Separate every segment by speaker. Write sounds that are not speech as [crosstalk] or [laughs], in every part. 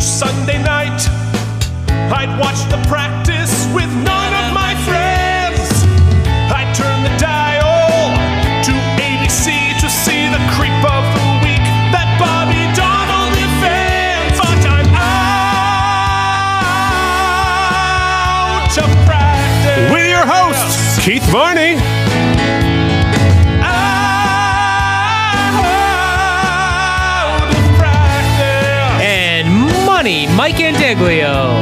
Speaker 1: Sunday night, I'd watch the practice with none of my friends. I'd turn the dial to ABC to see the creep of the week that Bobby Donald defends. But I'm out of practice.
Speaker 2: With your host, Keith Varney.
Speaker 1: out of practice.
Speaker 3: And money, Mike Andiglio.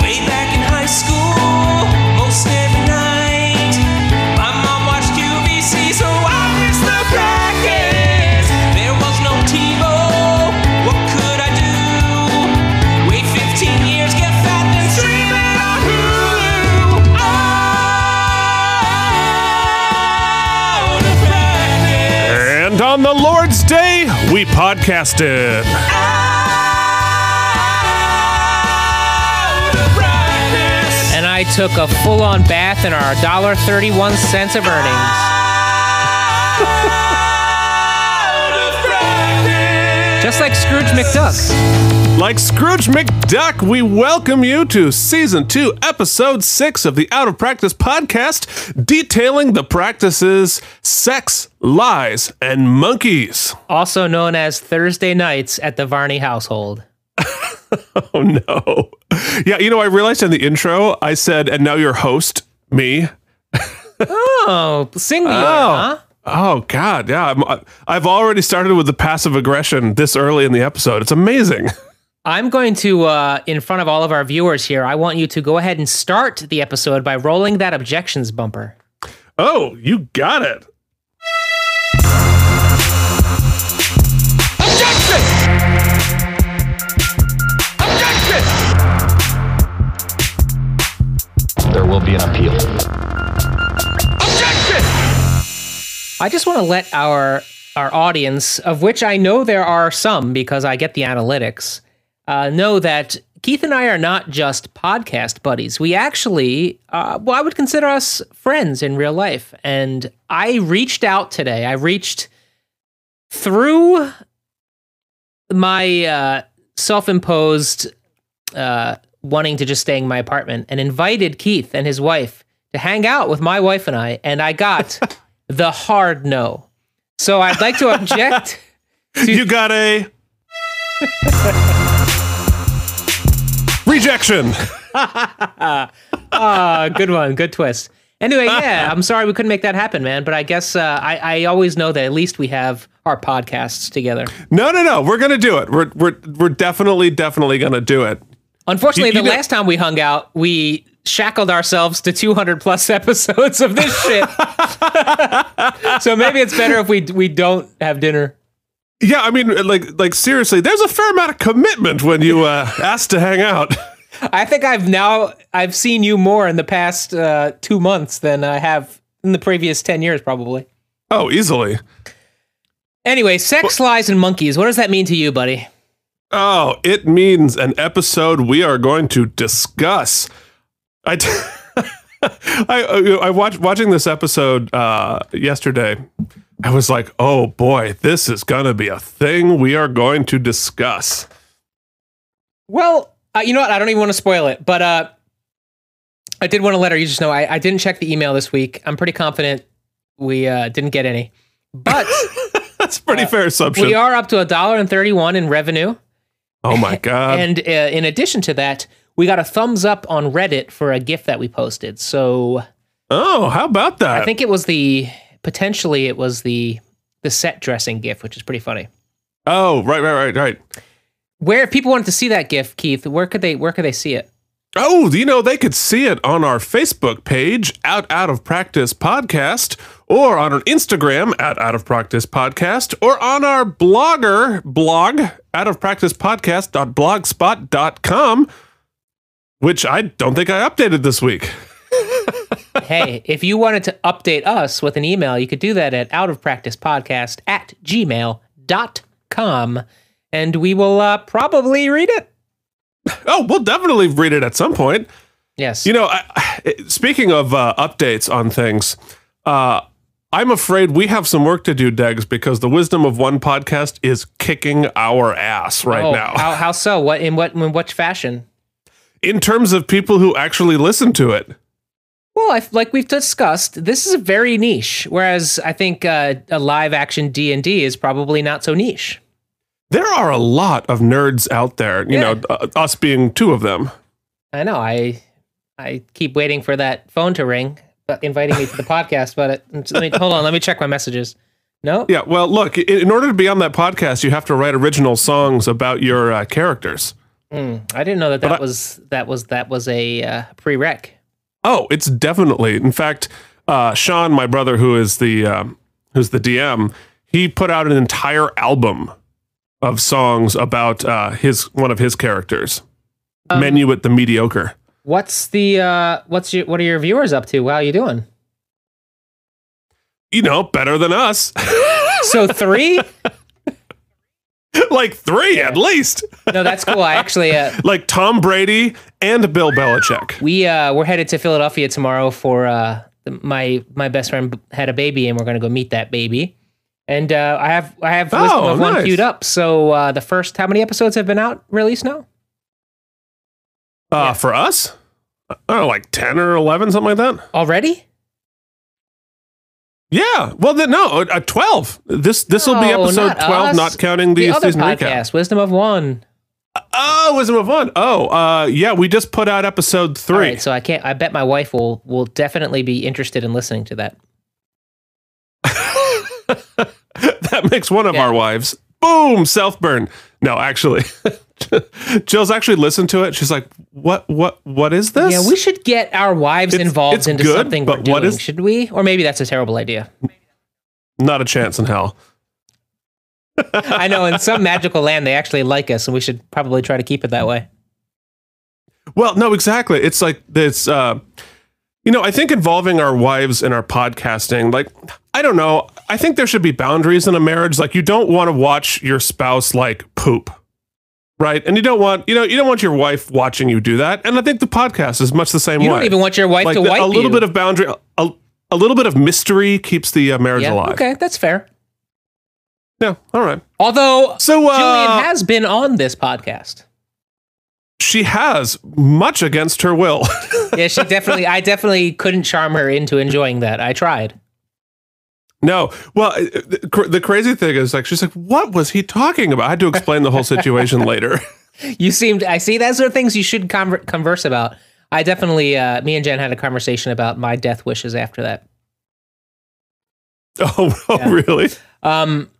Speaker 4: Way back in high school, most every night, my mom watched QVC, so I missed the practice. There was no TiVo. What could I do? Wait 15 years, get fat, then stream it on Hulu. Out of practice.
Speaker 2: And on the Lord's Day, we podcasted.
Speaker 4: Out of practice.
Speaker 3: And I took a full-on bath in our $1.31 of
Speaker 4: Ah.
Speaker 3: earnings.
Speaker 4: Out of practice.
Speaker 3: Just like Scrooge McDuck.
Speaker 2: Like Scrooge McDuck, we welcome you to Season 2, Episode 6 of the Out of Practice podcast, detailing the practices sex, lies, and monkeys.
Speaker 3: Also known as Thursday nights at the Varney household.
Speaker 2: Oh, no. Yeah, you know, I realized in the intro, I said, and now your host, me.
Speaker 3: Oh, singular, huh?
Speaker 2: Oh, God. Yeah. I'm, I- I've already started with the passive aggression this early in the episode. It's amazing. [laughs]
Speaker 3: I'm going to, uh, in front of all of our viewers here, I want you to go ahead and start the episode by rolling that objections bumper.
Speaker 2: Oh, you got it.
Speaker 5: There will be an appeal.
Speaker 3: I just want to let our our audience, of which I know there are some because I get the analytics, uh, know that Keith and I are not just podcast buddies. We actually, uh, well, I would consider us friends in real life. And I reached out today. I reached through my uh, self-imposed uh, wanting to just stay in my apartment and invited Keith and his wife to hang out with my wife and I, and
Speaker 2: [laughs]
Speaker 3: I got the hard no. So I'd like to
Speaker 2: [laughs]
Speaker 3: object.
Speaker 2: You got a rejection.
Speaker 3: [laughs] Ah, good one, good twist.
Speaker 2: [laughs]
Speaker 3: Anyway, yeah, I'm sorry we couldn't make that happen, man. But I guess uh, I, I always know that at least we have our podcasts together.
Speaker 2: No, no, no. We're gonna do it. We're we're we're definitely definitely gonna do it.
Speaker 3: Unfortunately,
Speaker 2: You- you
Speaker 3: the
Speaker 2: know-
Speaker 3: last time we hung out, we shackled ourselves to 200 plus [laughs] episodes of this shit. so maybe it's better if we we don't have dinner.
Speaker 2: Yeah, I mean, like like seriously, there's a fair amount of commitment when you
Speaker 3: [laughs]
Speaker 2: uh, ask to hang out.
Speaker 3: I think I've now I've seen you more in the past uh, two months than I have in the previous 10 years, probably.
Speaker 2: Oh, easily.
Speaker 3: Anyway, sex, lies, and monkeys. What does that mean to you, buddy?
Speaker 2: Oh, it means an episode we are going to discuss. I. T- [laughs] I uh, I watched watching this episode uh, yesterday. I was like, "Oh boy, this is gonna be a thing we are going to discuss."
Speaker 3: Well, uh, you know what? I don't even want to spoil it, but uh, I did want to let our users know I, I didn't check the email this week. I'm pretty confident we uh, didn't get any, but
Speaker 2: [laughs] That's a pretty fair assumption.
Speaker 3: Uh, we are up to a dollar and thirty-one in revenue.
Speaker 2: oh
Speaker 3: [laughs]
Speaker 2: my god!
Speaker 3: and uh, in addition to that, we got a thumbs up on Reddit for a GIF that we posted. So
Speaker 2: oh, how about that?
Speaker 3: I think it was the potentially it was the the set dressing GIF, which is pretty funny.
Speaker 2: oh, right, right, right, right.
Speaker 3: Where if people wanted to see that GIF, Keith, where could they where could they see it?
Speaker 2: Oh, you know they could see it on our Facebook page, Out Out of Practice Podcast, or on our Instagram at Out of Practice Podcast, or on our blogger blog Out of Practice Podcast.blogspot.com, which I don't think I updated this week.
Speaker 3: hey, if you wanted to update us with an email, you could do that at out of practice podcast at gmail.com and we will uh, probably read it.
Speaker 2: Oh, we'll definitely read it at some point.
Speaker 3: Yes.
Speaker 2: You know, I, I- speaking of uh, updates on things, uh, I'm afraid we have some work to do, Degs, because the wisdom of one podcast is kicking our ass right
Speaker 3: oh,
Speaker 2: now.
Speaker 3: how, how so? What in what in what fashion?
Speaker 2: in terms of people who actually listen to it.
Speaker 3: Well, I, like we've discussed, this is a very niche. Whereas I think uh, a live action D and D is probably not so niche.
Speaker 2: There are a lot of nerds out there, you
Speaker 3: Yeah.
Speaker 2: know, uh, us being two of them.
Speaker 3: I know. I I keep waiting for that phone to ring, but inviting me to the [laughs] podcast. But it, let me, hold on, let me check my messages. No,
Speaker 2: Yeah, well, look, i- in order to be on that podcast, you have to write original songs about your uh, characters.
Speaker 3: Hmm. I didn't know that that
Speaker 2: I-
Speaker 3: was that was that was a uh, prereq.
Speaker 2: Oh, it's definitely. In fact, uh, Sean, my brother, who is the um, who's the DM, he put out an entire album of songs about uh, his one of his characters. Menu at the mediocre.
Speaker 3: What's the uh, what's your what are your viewers up to? How are you doing?
Speaker 2: You know, better than us,
Speaker 3: [laughs] So three?
Speaker 2: [laughs] like three at least.
Speaker 3: no, that's cool. I actually uh,
Speaker 2: [laughs] like Tom Brady and Bill Belichick.
Speaker 3: we uh, we're headed to Philadelphia tomorrow for uh, the- my my best friend had a baby and we're gonna go meet that baby. And uh, I have I have wisdom
Speaker 2: Oh,
Speaker 3: of one
Speaker 2: nice.
Speaker 3: queued up. So uh, the first how many episodes have been out released now?
Speaker 2: Uh, For us, I don't know, like ten or eleven, something like that.
Speaker 3: Already?
Speaker 2: Yeah. Well, then no, uh, twelve. This [laughs] this will be
Speaker 3: No,
Speaker 2: episode
Speaker 3: not
Speaker 2: twelve,
Speaker 3: us.
Speaker 2: not counting
Speaker 3: The
Speaker 2: the,
Speaker 3: other
Speaker 2: season
Speaker 3: podcast,
Speaker 2: recap.
Speaker 3: Wisdom of One.
Speaker 2: Oh, Wisdom of One. Oh, uh, yeah, we just put out episode
Speaker 3: All
Speaker 2: three.
Speaker 3: right, so I can't. I bet my wife will will definitely be interested in listening to that.
Speaker 2: that makes one of
Speaker 3: Yeah.
Speaker 2: our wives. Boom, self burn. No, actually, [laughs] Jill's actually listened to it. She's like, "What? What? What is this?"
Speaker 3: Yeah, we should get our wives
Speaker 2: It's-
Speaker 3: involved
Speaker 2: it's
Speaker 3: into
Speaker 2: good,
Speaker 3: something
Speaker 2: but
Speaker 3: we're doing.
Speaker 2: what is-
Speaker 3: should we? Or maybe that's a
Speaker 2: [laughs]
Speaker 3: terrible idea.
Speaker 2: not a chance in hell.
Speaker 3: I know in some magical land they actually like us, and we should probably try to keep it that way.
Speaker 2: Well, no, exactly. It's like this. Uh, you know, I think involving our wives in our podcasting, like, I don't know. I think there should be boundaries in a marriage. Like, you don't want to watch your spouse like poop, right? And you don't want, you know, you don't want your wife watching you do that. And I think the podcast is much the same
Speaker 3: You
Speaker 2: way.
Speaker 3: don't even want your wife
Speaker 2: like
Speaker 3: to
Speaker 2: the-
Speaker 3: wipe
Speaker 2: a little
Speaker 3: you.
Speaker 2: bit of boundary, a, a little bit of mystery keeps the uh, marriage
Speaker 3: yeah.
Speaker 2: alive.
Speaker 3: Okay, that's fair.
Speaker 2: Yeah. All right.
Speaker 3: Although
Speaker 2: So, uh,
Speaker 3: Julian has been on this podcast.
Speaker 2: she has much against her will. [laughs]
Speaker 3: Yeah, she definitely. I definitely couldn't charm her into enjoying that. I tried.
Speaker 2: No. Well, uh, the cr- the crazy thing is, like, she's like, what was he talking about? I had to explain the whole situation [laughs] later.
Speaker 3: You seemed. I see. Those are things you should conver- converse about. I definitely. Uh, me and Jen had a conversation about my death wishes after that.
Speaker 2: [laughs] Oh, oh, really?
Speaker 3: Um,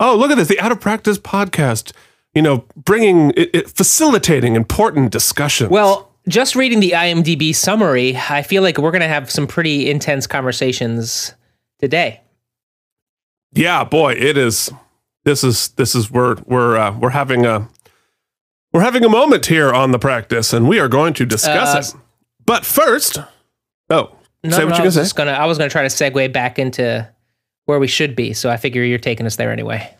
Speaker 2: Oh, look at this. The Out of Practice podcast, you know, bringing, it, it, facilitating important discussions.
Speaker 3: Well, just reading the IMDb summary, I feel like we're going to have some pretty intense conversations today.
Speaker 2: yeah, boy, it is. This is, this is, we're, we're, uh, we're having a, we're having a moment here on the practice and we are going to discuss
Speaker 3: Uh,
Speaker 2: it. But first, oh, say
Speaker 3: No, no,
Speaker 2: what
Speaker 3: I
Speaker 2: you're
Speaker 3: was
Speaker 2: going to
Speaker 3: just
Speaker 2: say.
Speaker 3: gonna. I was gonna try to segue back into where we should be. So I figure you're taking us there anyway.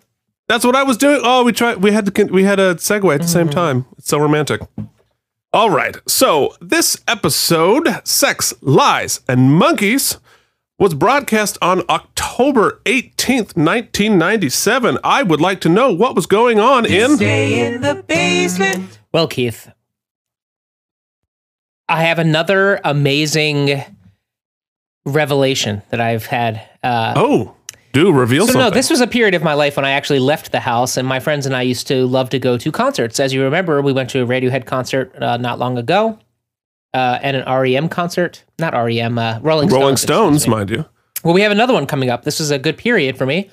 Speaker 2: That's what I was doing. Oh, we tried. We had to. con- We had a segue at the
Speaker 3: Mm-hmm.
Speaker 2: same time. It's so romantic. All right. So this episode, "Sex, Lies, and Monkeys," was broadcast on October eighteenth, nineteen ninety-seven. I would like to know what was going on in.
Speaker 4: Stay in the basement.
Speaker 3: Well, Keith, I have another amazing revelation that I've had. Uh,
Speaker 2: Oh, do reveal
Speaker 3: So
Speaker 2: something.
Speaker 3: no, this was a period of my life when I actually left the house, and my friends and I used to love to go to concerts. As you remember, we went to a Radiohead concert uh, not long ago, uh, and an REM concert, not REM, uh, Rolling Stones.
Speaker 2: Rolling
Speaker 3: excuse
Speaker 2: Stones,
Speaker 3: me.
Speaker 2: mind you.
Speaker 3: Well, we have another one coming up. This is a good period for me.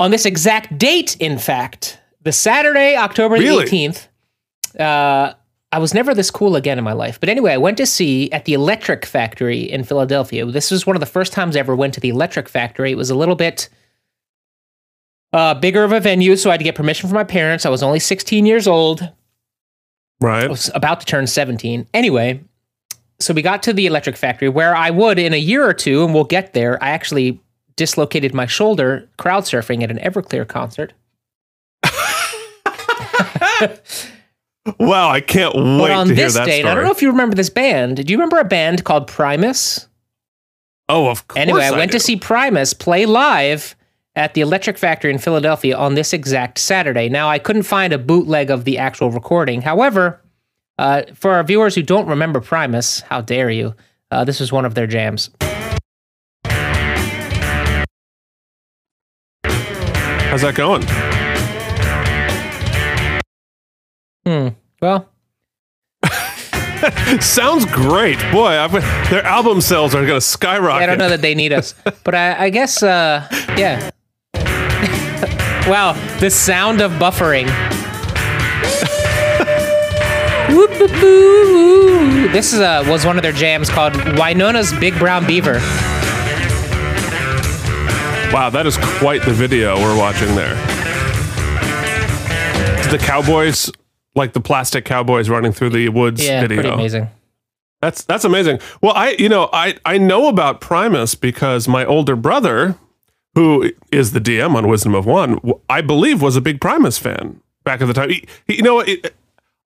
Speaker 3: On this exact date, in fact, the Saturday, October the
Speaker 2: Really?
Speaker 3: 18th, uh, I was never this cool again in my life. But anyway, I went to see at the Electric Factory in Philadelphia. This was one of the first times I ever went to the Electric Factory. It was a little bit uh, bigger of a venue, so I had to get permission from my parents. I was only 16 years old. I
Speaker 2: Right.
Speaker 3: was about to turn 17. Anyway, so we got to the electric factory where I would in a year or two, and we'll get there. I actually dislocated my shoulder crowd surfing at an Everclear concert.
Speaker 2: Wow, I can't
Speaker 3: But
Speaker 2: wait
Speaker 3: on
Speaker 2: to hear
Speaker 3: this
Speaker 2: that
Speaker 3: date,
Speaker 2: story.
Speaker 3: I don't know if you remember this band. Do you remember a band called Primus?
Speaker 2: Oh, of course.
Speaker 3: Anyway, I went
Speaker 2: do.
Speaker 3: to see Primus play live at the Electric Factory in Philadelphia on this exact Saturday. Now, I couldn't find a bootleg of the actual recording. However, uh, for our viewers who don't remember Primus, how dare you? Uh, this was one of their jams.
Speaker 2: How's that going?
Speaker 3: Hmm. Well,
Speaker 2: [laughs] Sounds great, boy. I've, their album sales are going to skyrocket.
Speaker 3: I don't know that they need us, but I, I guess, uh, yeah. [laughs] wow, the sound of buffering. [laughs] Whoop, boop, boo. This is uh, was one of their jams called Winona's Big Brown Beaver.
Speaker 2: Wow, that is quite the video we're watching there. It's the cowboys, like the plastic cowboys running through the woods
Speaker 3: Yeah,
Speaker 2: video.
Speaker 3: pretty amazing.
Speaker 2: That's that's amazing. Well, I you know I I know about Primus because my older brother, who is the DM on Wisdom of One, w- I believe was a big Primus fan back at the time. He, he- you know, what, it,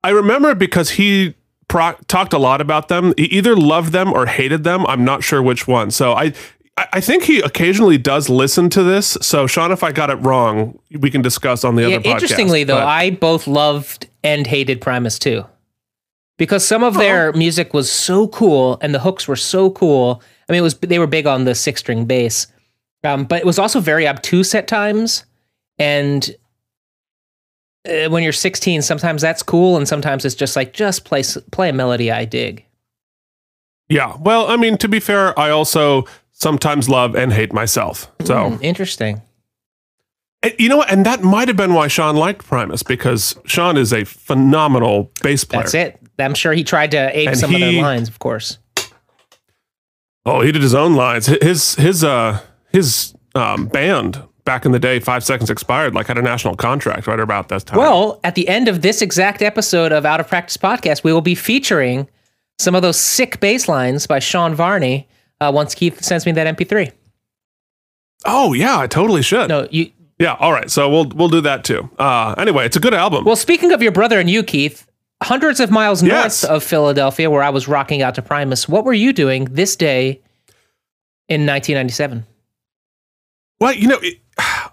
Speaker 2: I remember it because he pro- talked a lot about them. He either loved them or hated them. I'm not sure which one. So I. I I think he occasionally does listen to this. So, Sean, if I got it wrong, we can discuss on the
Speaker 3: Yeah,
Speaker 2: other podcast.
Speaker 3: interestingly though,
Speaker 2: But-
Speaker 3: I both loved and hated Primus too. Because some
Speaker 2: Oh.
Speaker 3: of their music was so cool and the hooks were so cool. I mean, it was they were big on the six string bass. Um, but it was also very obtuse at times and uh, when you're 16, sometimes that's cool and sometimes it's just like just play s- play a melody I dig.
Speaker 2: yeah. Well, I mean, to be fair, I also sometimes love and hate myself. So,
Speaker 3: Hmm, Interesting.
Speaker 2: And you know what? And that might have been why Sean liked Primus because Sean is a phenomenal bass player.
Speaker 3: That's it. I'm sure he tried to ape
Speaker 2: And
Speaker 3: some of
Speaker 2: he-
Speaker 3: their lines, of course.
Speaker 2: Oh, he did his own lines. Hi- His his uh his um, band back in the day, Five Seconds Expired, like had a national contract right about that time.
Speaker 3: Well, at the end of this exact episode of Out of Practice Podcast, we will be featuring some of those sick bass lines by Sean Varney uh, once Keith sends me that MP3.
Speaker 2: oh yeah, I totally should.
Speaker 3: No, you.
Speaker 2: Yeah, all right. So we'll we'll do that too. Uh, anyway, it's a good album.
Speaker 3: Well, speaking of your brother and you, Keith, hundreds of miles
Speaker 2: Yes.
Speaker 3: north of Philadelphia, where I was rocking out to Primus, what were you doing this day in 1997?
Speaker 2: Well, you know, it, [sighs]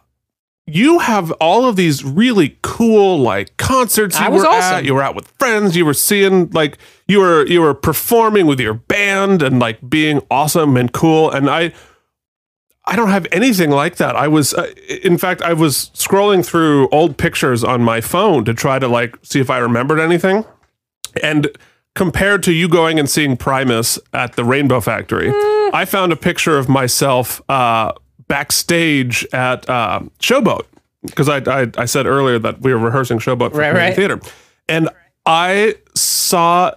Speaker 2: you have all of these really cool like concerts. You
Speaker 3: I was
Speaker 2: were at.
Speaker 3: awesome.
Speaker 2: You were out with friends. You were seeing like you were you were performing with your band and like being awesome and cool. And I, I don't have anything like that. I was, uh, in fact, I was scrolling through old pictures on my phone to try to like see if I remembered anything, and. Compared to you going and seeing Primus at the Rainbow Factory,
Speaker 3: Mm.
Speaker 2: I found a picture of myself uh, backstage at uh, Showboat because I, I I said earlier that we were rehearsing Showboat for
Speaker 3: Right,
Speaker 2: community
Speaker 3: right.
Speaker 2: theater, and I saw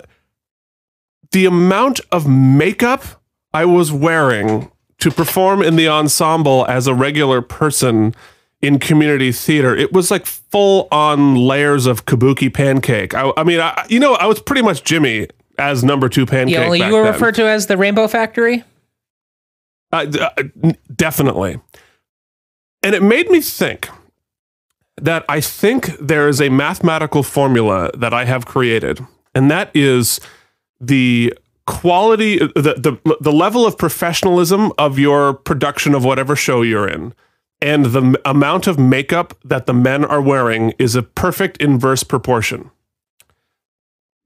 Speaker 2: the amount of makeup I was wearing to perform in the ensemble as a regular person in community theater. It was like full on layers of kabuki pancake. I, I mean, I, you know, I was pretty much Jimmy as number two pancake.
Speaker 3: Yeah, only
Speaker 2: back
Speaker 3: you were
Speaker 2: then.
Speaker 3: referred to as the Rainbow Factory.
Speaker 2: Uh, d- uh, n- definitely. And it made me think that I think there is a mathematical formula that I have created, and that is the quality, uh, the, the, the level of professionalism of your production of whatever show you're in. And the m- amount of makeup that the men are wearing is a perfect inverse proportion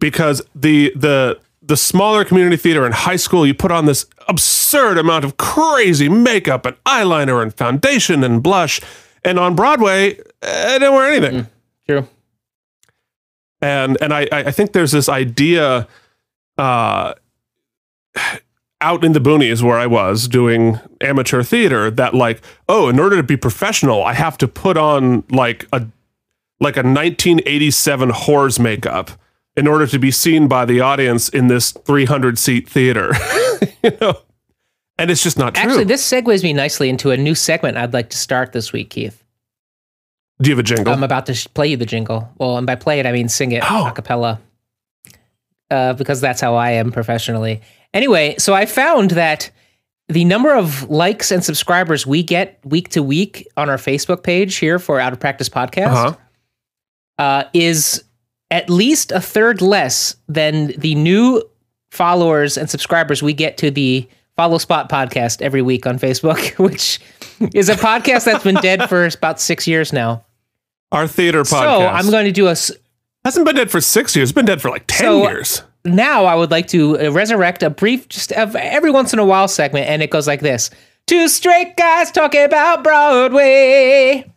Speaker 2: because the the the smaller community theater in high school you put on this absurd amount of crazy makeup and eyeliner and foundation and blush and on broadway i didn't wear anything
Speaker 3: True.
Speaker 2: and and I I I think there's this idea, uh, out in the boonies where I was doing amateur theater that like oh in order to be professional I have to put on like a like a 1987 whores makeup in order to be seen by the audience in this 300 seat theater, [laughs] you know, and it's just not true.
Speaker 3: Actually, this segues me nicely into a new segment I'd like to start this week, Keith.
Speaker 2: Do you have a jingle?
Speaker 3: I'm about to sh- play you the jingle. Well, and by play it, I mean sing it
Speaker 2: Oh.
Speaker 3: a cappella, uh, because that's how I am professionally. Anyway, so I found that the number of likes and subscribers we get week to week on our Facebook page here for Out of Practice Podcast
Speaker 2: Uh-huh.
Speaker 3: uh, is at least a third less than the new followers and subscribers we get to the Follow Spot Podcast every week on Facebook, [laughs] which is a podcast that's been dead for about six years now.
Speaker 2: Our theater podcast.
Speaker 3: So I'm going to do a. s-
Speaker 2: hasn't been dead for six years. It's been dead for like ten
Speaker 3: So-
Speaker 2: years.
Speaker 3: Now I would like to uh, resurrect a brief, just of every once in a while segment, and it goes like this: Two straight guys talking about Broadway.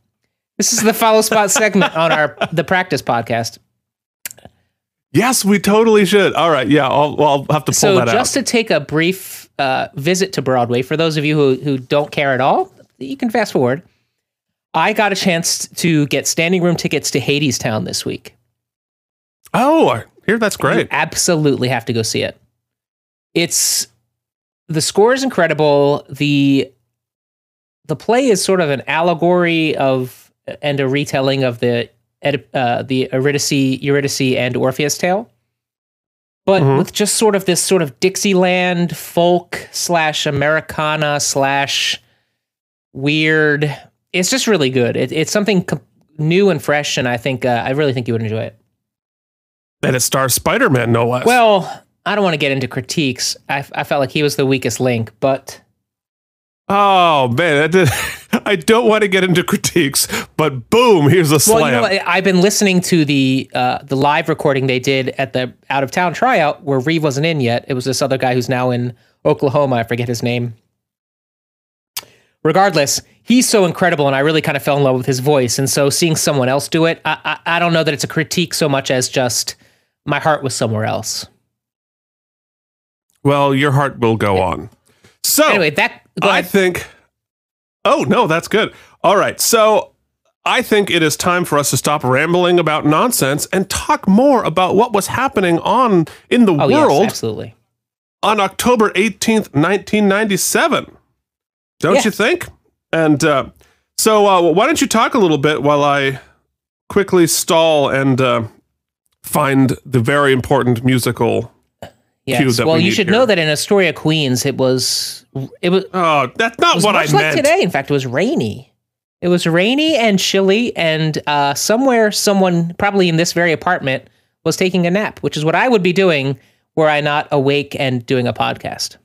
Speaker 3: This is the follow spot segment on our the practice podcast.
Speaker 2: Yes, we totally should. All right, yeah. I'll, well, I'll have to pull
Speaker 3: so
Speaker 2: that
Speaker 3: just
Speaker 2: out.
Speaker 3: to take a brief uh, visit to broadway for those of you who, who don't care at all you can fast forward i got a chance to get standing room tickets to hades town this week
Speaker 2: Oh, I hear that's great.
Speaker 3: absolutely have to go see it it's the score is incredible the the play is sort of an allegory of and a retelling of the Oedi- uh, the Eurydice, Eurydice and Orpheus tale, but
Speaker 2: Mhm.
Speaker 3: with just sort of this sort of Dixieland folk slash Americana slash weird. It's just really good. It, it's something com- new and fresh, and I think uh, I really think you would enjoy it.
Speaker 2: And it stars Spider Man, no less.
Speaker 3: Well, I don't want to get into critiques. I, I felt like he was the weakest link, but
Speaker 2: oh man, that did, [laughs] I don't want to get into critiques, but boom, here's a
Speaker 3: well,
Speaker 2: slam.
Speaker 3: you know, what? I've been listening to the uh, the live recording they did at the out of town tryout where Reeve wasn't in yet. It was this other guy who's now in Oklahoma. I forget his name. Regardless, he's so incredible, and I really kind of fell in love with his voice. And so, seeing someone else do it, I, I, I don't know that it's a critique so much as just my heart was somewhere else.
Speaker 2: Well, your heart will go on. So
Speaker 3: Anyway, that go
Speaker 2: I
Speaker 3: ahead.
Speaker 2: think. Oh no, that's good. All right, so I think it is time for us to stop rambling about nonsense and talk more about what was happening on in the
Speaker 3: oh
Speaker 2: world
Speaker 3: yes, absolutely.
Speaker 2: on October 18th, 1997. Don't
Speaker 3: Yeah.
Speaker 2: you think? And uh, so, uh, why don't you talk a little bit while I quickly stall and uh, find the very important musical?
Speaker 3: Yes.
Speaker 2: cue that
Speaker 3: well,
Speaker 2: we
Speaker 3: you
Speaker 2: need
Speaker 3: should
Speaker 2: here.
Speaker 3: know that in Astoria, Queens, it was it was, it
Speaker 2: Oh, that's not
Speaker 3: was
Speaker 2: what I
Speaker 3: much like
Speaker 2: meant.
Speaker 3: today. In fact, it was rainy. It was rainy and chilly, and uh, somewhere, someone probably in this very apartment was taking a nap, which is what I would be doing were I not awake and doing a podcast.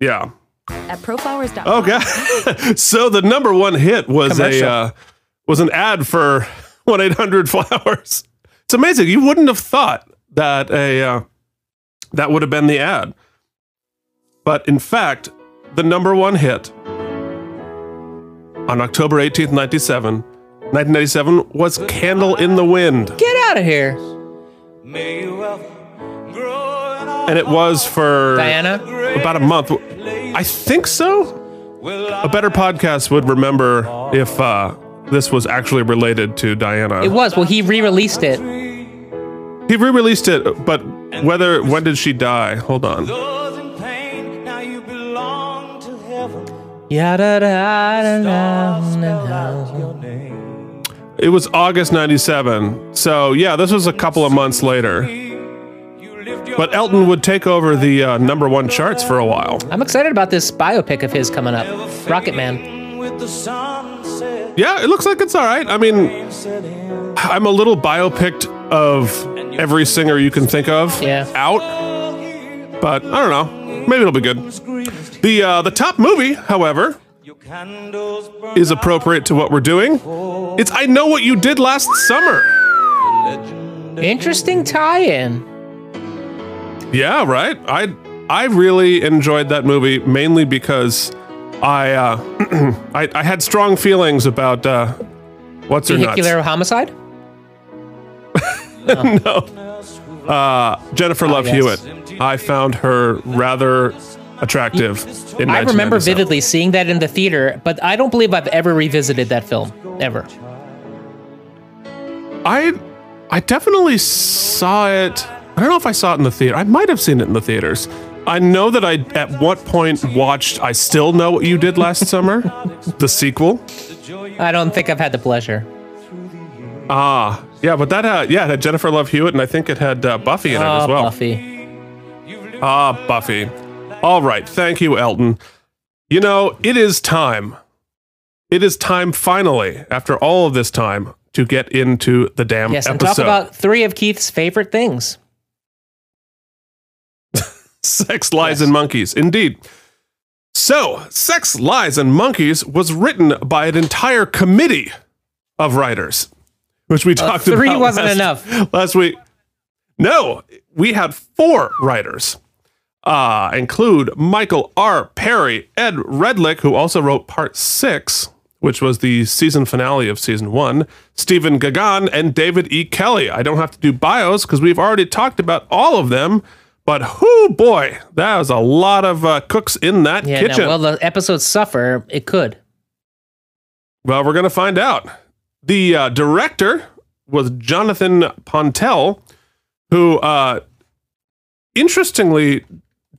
Speaker 2: Yeah.
Speaker 6: at proflowers.com.
Speaker 2: Okay. [laughs] so the number one hit was
Speaker 3: Commercial.
Speaker 2: a uh, was an ad for [laughs] one eight hundred flowers. It's amazing. You wouldn't have thought that a uh, that would have been the ad, but in fact, the number one hit on October eighteenth, ninety seven. 1997 was Candle in the Wind,
Speaker 3: Get out of here,
Speaker 4: May you well grow in all
Speaker 2: and it was for
Speaker 3: Diana.
Speaker 2: about a month. I think so.
Speaker 4: will
Speaker 2: A better podcast would remember if uh, this was actually related to Diana.
Speaker 3: It was. Well, he re-released it.
Speaker 2: he re-released it, but whether when did she die? Hold on.
Speaker 4: those in pain. Now you belong to heaven.
Speaker 3: Yada da da da.
Speaker 4: I'll spell out your name.
Speaker 2: It was August '97, so yeah, this was a couple of months later.
Speaker 4: You lived your
Speaker 2: But Elton would take over the uh, number one charts for a while.
Speaker 3: I'm excited about this biopic of his coming up, Rocket Man.
Speaker 4: with the sunset
Speaker 2: Yeah, it looks like it's all right. I mean,
Speaker 4: set in.
Speaker 2: I'm a little biopicked of every singer you can think of
Speaker 3: Yeah.
Speaker 2: out, but I don't know. Maybe it'll be good. The uh, the top movie, however,
Speaker 4: Your candles burn
Speaker 2: is appropriate to what we're doing. It's I Know What You Did Last Summer.
Speaker 3: Interesting tie-in.
Speaker 2: Yeah, right. I I really enjoyed that movie mainly because I uh, [clears throat] I, I had strong feelings about uh, what's her nuts.
Speaker 3: Vehicular homicide.
Speaker 2: [laughs] Uh, Jennifer Love
Speaker 3: yes.
Speaker 2: Hewitt. I found her rather attractive. In
Speaker 3: I remember
Speaker 2: 1997.
Speaker 3: vividly seeing that in the theater, but I don't believe I've ever revisited that film ever.
Speaker 2: I I definitely saw it. I don't know if I saw it in the theater. I might have seen it in the theaters. I know that I at what point watched I still know what you did last summer, [laughs] the sequel.
Speaker 3: I don't think I've had the pleasure.
Speaker 2: Ah, yeah, but that uh, yeah, it had Jennifer Love Hewitt and I think it had uh, Buffy in it
Speaker 3: Oh,
Speaker 2: as well.
Speaker 3: Buffy.
Speaker 2: Ah, Buffy. All right. Thank you, Elton. You know, it is time. It is time finally after all of this time to get into the damn
Speaker 3: Yes, and
Speaker 2: episode.
Speaker 3: talk about three of Keith's favorite things.
Speaker 2: [laughs] Sex, Lies, and Monkeys. Indeed. So, Sex, Lies, and Monkeys was written by an entire committee of writers, which we talked
Speaker 3: Uh, three
Speaker 2: about.
Speaker 3: wasn't
Speaker 2: last-
Speaker 3: enough.
Speaker 2: Last week. No, we had four writers. Uh, include Michael R. Perry, Ed Redlick, who also wrote part six, which was the season finale of season one, Stephen Gagan, and David E. Kelly. I don't have to do bios because we've already talked about all of them, but whoo boy, that was a lot of uh, cooks in that
Speaker 3: Yeah,
Speaker 2: kitchen.
Speaker 3: no, well, the episodes suffer. It could.
Speaker 2: Well, we're going to find out. The uh, director was Jonathan Pontel, who, uh, interestingly,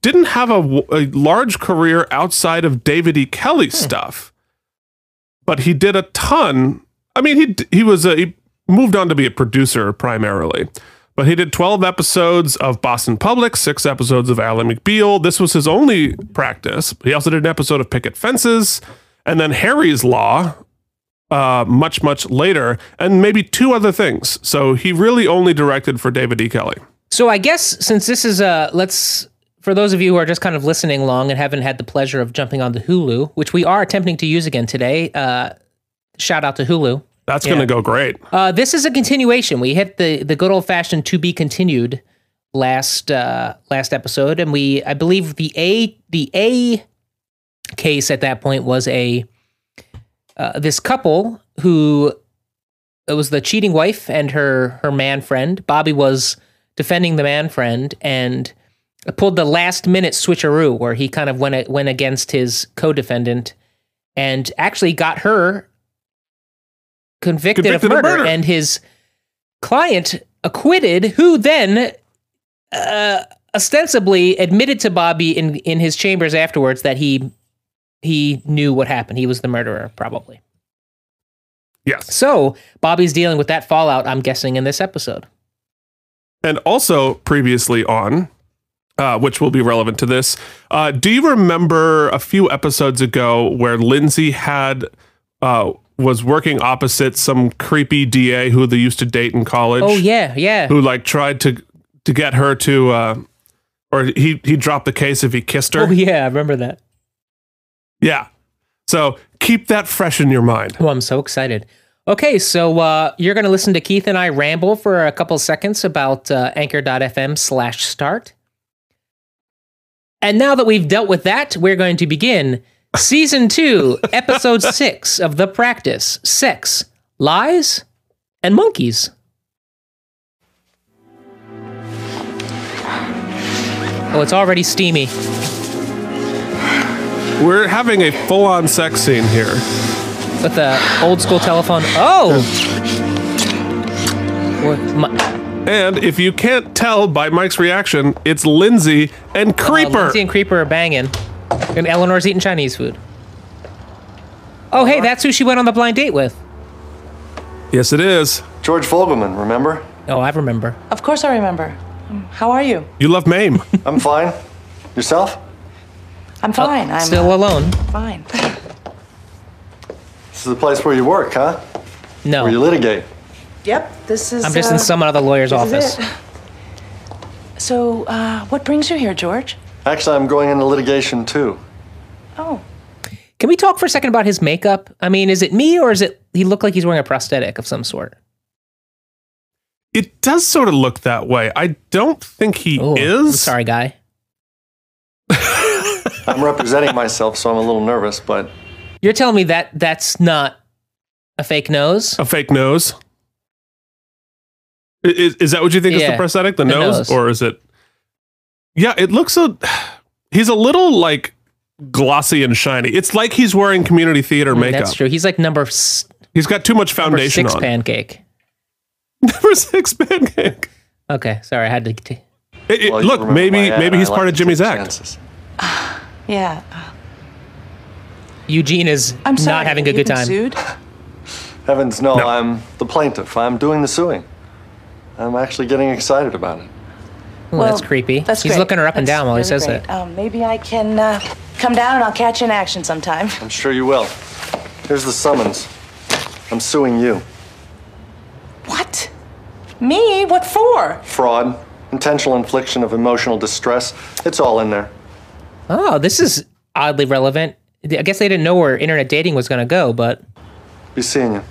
Speaker 2: didn't have a, w- a large career outside of David E. Kelly stuff, but he did a ton. I mean, he d- he was a, he moved on to be a producer primarily, but he did twelve episodes of Boston Public, six episodes of Ally McBeal. This was his only practice. He also did an episode of Picket Fences, and then Harry's Law, uh, much much later, and maybe two other things. So he really only directed for David E. Kelly.
Speaker 3: So I guess since this is a let's for those of you who are just kind of listening along and haven't had the pleasure of jumping on the Hulu, which we are attempting to use again today. Uh, shout out to Hulu.
Speaker 2: That's going to go great.
Speaker 3: Uh, this is a continuation. We hit the the good old fashioned to be continued last uh, last episode, and we I believe the a the a case at that point was a uh, this couple who it was the cheating wife and her her man friend. Bobby was defending the man friend and pulled the last minute switcheroo where he kind of went a- went against his co defendant and actually got her convicted,
Speaker 2: Convicted
Speaker 3: of,
Speaker 2: of
Speaker 3: murder,
Speaker 2: murder.
Speaker 3: and his client acquitted who then uh, ostensibly admitted to Bobby in in his chambers afterwards that he he knew what happened. He was the murderer probably.
Speaker 2: Yes.
Speaker 3: So Bobby's dealing with that fallout, I'm guessing, in this episode.
Speaker 2: and also previously on, uh, which will be relevant to this. Uh, do you remember a few episodes ago where Lindsay had uh, was working opposite some creepy DA who they used to date in college?
Speaker 3: Oh yeah, yeah.
Speaker 2: who like tried to to get her to, uh, or he he dropped the case if he kissed her.
Speaker 3: Oh yeah, I remember that.
Speaker 2: yeah. So keep that fresh in your mind.
Speaker 3: Oh, I'm so excited. Okay, so uh, you're going to listen to Keith and I ramble for a couple seconds about uh, anchor.fm slash start. And now that we've dealt with that, we're going to begin season two, episode six of The Practice Sex, Lies, and Monkeys. Oh, it's already steamy.
Speaker 2: We're having a full on sex scene here.
Speaker 3: with the old school telephone. Oh, What- my-
Speaker 2: And if you can't tell by Mike's reaction, it's Lindsay and Creeper.
Speaker 3: Uh, Lindsay and Creeper are banging, and Eleanor's eating Chinese food. Oh, hey, that's who she went on the blind date with.
Speaker 2: Yes, it is.
Speaker 6: George Vogelman, remember?
Speaker 3: Oh, I remember.
Speaker 7: Of course I remember. Um, How are you?
Speaker 2: You love MAME.
Speaker 6: [laughs] I'm fine. Yourself?
Speaker 7: I'm fine. I'm
Speaker 3: Uh, Still alone?
Speaker 7: fine.
Speaker 6: This is the place where you work, huh?
Speaker 3: No,
Speaker 6: Where you litigate.
Speaker 7: Yep, this is.
Speaker 3: I'm just in
Speaker 7: uh,
Speaker 3: some other lawyer's
Speaker 7: this is
Speaker 3: office.
Speaker 7: it. So, uh, what brings you here, George?
Speaker 6: Actually, I'm going into litigation too.
Speaker 7: Oh,
Speaker 3: Can we talk for a second about his makeup? I mean, is it me or is it he looked like he's wearing a prosthetic of some sort?
Speaker 2: it does sort of look that way. I don't think he
Speaker 3: Oh, I'm
Speaker 2: is.
Speaker 3: sorry, guy.
Speaker 6: I'm representing myself, so I'm a little nervous, but
Speaker 3: You're telling me that that's not a fake nose?
Speaker 2: A fake nose. I- Is, is that what you think is the
Speaker 3: Yeah,
Speaker 2: prosthetic? The,
Speaker 3: the
Speaker 2: nose?
Speaker 3: nose.
Speaker 2: Or is it. Yeah, it looks a. [sighs] He's a little like glossy and shiny. It's like he's wearing community theater makeup.
Speaker 3: Mm, That's true. He's like number, s-
Speaker 2: He's got too much
Speaker 3: number
Speaker 2: foundation
Speaker 3: six
Speaker 2: on.
Speaker 3: pancake.
Speaker 2: [laughs] Number six pancake.
Speaker 3: Okay, sorry, I had to. T-
Speaker 2: It- it-
Speaker 6: well, you
Speaker 2: look,
Speaker 6: remember my
Speaker 2: maybe
Speaker 6: ad,
Speaker 2: maybe
Speaker 6: I
Speaker 2: he's
Speaker 6: like
Speaker 2: part of
Speaker 6: to
Speaker 2: Jimmy's
Speaker 6: take
Speaker 2: act.
Speaker 6: chances.
Speaker 7: yeah. uh,
Speaker 3: Eugene is
Speaker 7: I'm sorry.
Speaker 3: not having a
Speaker 7: you've
Speaker 3: good
Speaker 7: been
Speaker 3: time.
Speaker 7: Sued?
Speaker 6: Heavens, no, I'm the plaintiff. I'm doing the suing. I'm actually getting excited about it.
Speaker 3: Ooh, that's creepy.
Speaker 7: That's
Speaker 3: He's
Speaker 7: great.
Speaker 3: looking her up and
Speaker 7: That's
Speaker 3: down while he
Speaker 7: really
Speaker 3: says
Speaker 7: great.
Speaker 3: that.
Speaker 7: Um, maybe I can uh, come down and I'll catch you in action sometime.
Speaker 6: I'm sure you will. Here's the summons. I'm suing you.
Speaker 7: What? Me? What for?
Speaker 6: Fraud, intentional infliction of emotional distress. It's all in there.
Speaker 3: Oh, this is oddly relevant. I guess they didn't know where internet dating was going to go, but
Speaker 6: Be seeing you.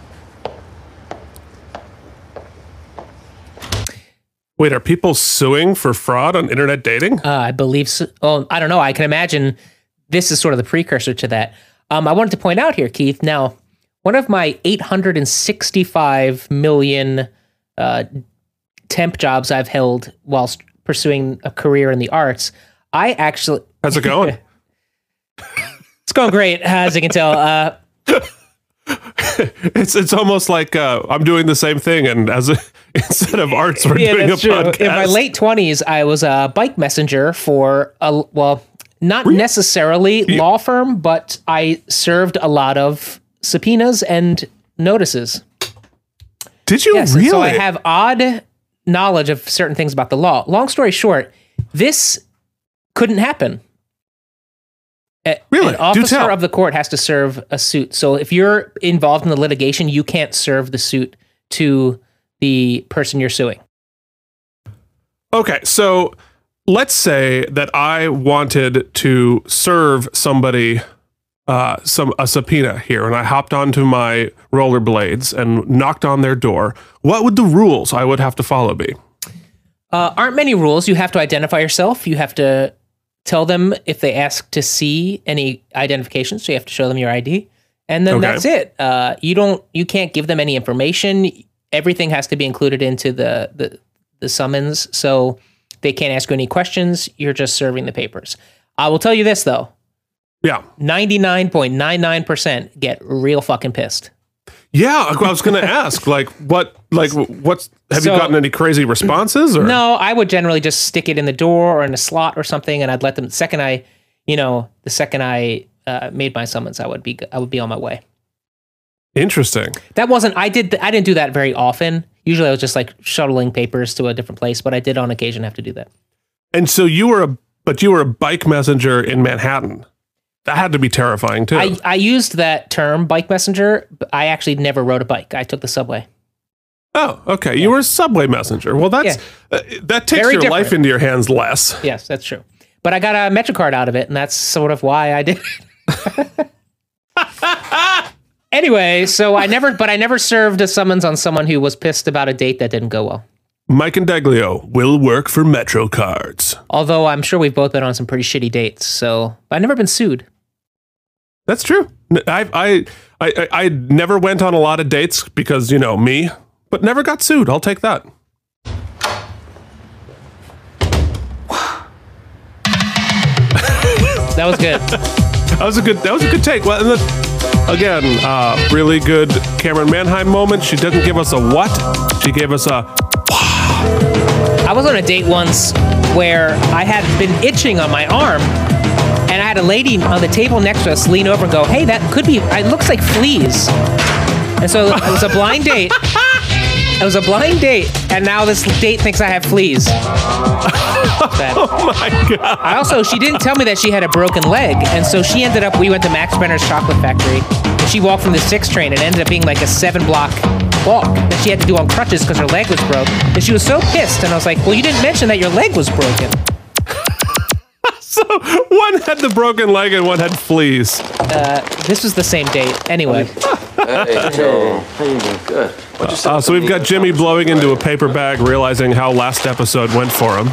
Speaker 2: Wait, are people suing for fraud on internet dating?
Speaker 3: uh, I believe. So. Oh, I don't know. I can imagine this is sort of the precursor to that. Um, I wanted to point out here, Keith. Now, one of my 865 million uh, temp jobs I've held whilst pursuing a career in the arts, I actually
Speaker 2: How's it going?
Speaker 3: [laughs] it's going great as you can tell. Uh,
Speaker 2: it's it's almost like uh, I'm doing the same thing, and as a, [laughs] instead of arts, we're
Speaker 3: yeah,
Speaker 2: doing a
Speaker 3: that's true.
Speaker 2: podcast.
Speaker 3: In my late twenties, I was a bike messenger for a well, not necessarily law firm, but I served a lot of subpoenas and notices.
Speaker 2: Did you
Speaker 3: Yes,
Speaker 2: really?
Speaker 3: so I have odd knowledge of certain things about the law. Long story short, this couldn't happen. A-
Speaker 2: Really?
Speaker 3: An
Speaker 2: Do
Speaker 3: officer
Speaker 2: tell.
Speaker 3: of the court has to serve a suit. So if you're involved in the litigation, you can't serve the suit to the person you're suing.
Speaker 2: Okay, so let's say that I wanted to serve somebody uh, some a subpoena here, and I hopped onto my rollerblades and knocked on their door. What would the rules I would have to follow be?
Speaker 3: Uh, aren't many rules. You have to identify yourself. You have to tell them if they ask to see any identification. So you have to show them your ID, and then
Speaker 2: Okay.
Speaker 3: that's it. Uh, you don't. You can't give them any information. Everything has to be included into the the, the summons. So they can't ask you any questions. You're just serving the papers. I will tell you this though:
Speaker 2: Yeah,
Speaker 3: ninety nine point nine nine percent get real fucking pissed.
Speaker 2: yeah. I was
Speaker 3: [laughs]
Speaker 2: going to ask, like, what, like, what's? Have
Speaker 3: So-
Speaker 2: you gotten any crazy responses? Or
Speaker 3: No, I would generally just stick it in the door or in a slot or something, and I'd let them. The second I, you know, the second I uh, made my summons, I would be I would be on my way.
Speaker 2: interesting.
Speaker 3: That wasn't I did I didn't do that very often. Usually, I was just like shuttling papers to a different place, but I did on occasion have to do that.
Speaker 2: And so you were a, but you were a bike messenger in Manhattan. That had to be terrifying too.
Speaker 3: I, I used that term bike messenger. But I actually never rode a bike. I took the subway.
Speaker 2: oh, okay. You were a subway messenger. Well, that's uh, that takes
Speaker 3: Very
Speaker 2: your life
Speaker 3: different.
Speaker 2: into your hands less.
Speaker 3: Yes, that's true. But I got a MetroCard out of it, and that's sort of why I did. it. [laughs] anyway, so I never, but I never served a summons on someone who was pissed about a date that didn't go well.
Speaker 2: Mike and Deglio will work for Metro Cards.
Speaker 3: Although I'm sure we've both been on some pretty shitty dates, so but I've never been sued.
Speaker 2: That's true. N- I I I I- I never went on a lot of dates because you know me, but never got sued. I'll take that.
Speaker 3: That was good.
Speaker 2: [laughs] That was a good. That was a good take. Well, and the, again, uh, really good Cameron Manheim moment. She didn't give us a what. She gave us a
Speaker 3: I was on a date once where I had been itching on my arm, and I had a lady on the table next to us lean over and go, "Hey, that could be. It looks like fleas." And so it was a
Speaker 2: [laughs]
Speaker 3: blind date. It was a blind date, and now this date thinks I have fleas. Bad.
Speaker 2: [laughs] oh my god.
Speaker 3: I also, she didn't tell me that she had a broken leg, and so she ended up. We went to Max Benner's Chocolate Factory. She walked from the six train and ended up being like a seven block walk that she had to do on crutches because her leg was broke. And she was so pissed, and I was like, "Well, you didn't mention that your leg was broken."
Speaker 2: One had the broken leg and one had fleas.
Speaker 3: Uh, This was the same date. Anyway,
Speaker 2: Uh, so we've got Jimmy blowing into a paper bag, realizing how last episode went for him.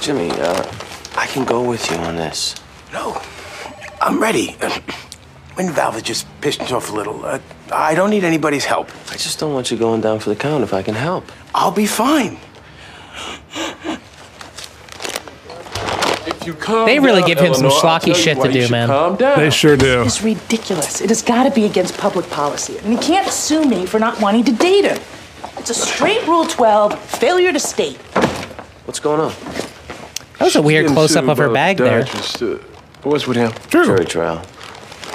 Speaker 8: Jimmy, uh, I can go with you on this.
Speaker 9: No, I'm ready. [clears throat] Wind valve is just pissed off a little. Uh, I don't need anybody's help.
Speaker 8: I just don't want you going down for the count if I can help.
Speaker 9: I'll be fine.
Speaker 3: they really give him some schlocky shit to do, man.
Speaker 2: They sure do.
Speaker 7: It's ridiculous. It has got to be against public policy. And he can't sue me for not wanting to date him. It's a straight Rule 12, failure to state.
Speaker 8: What's going on?
Speaker 3: That was a weird close up of her bag there.
Speaker 9: What's with him?
Speaker 2: True.
Speaker 8: Jury trial.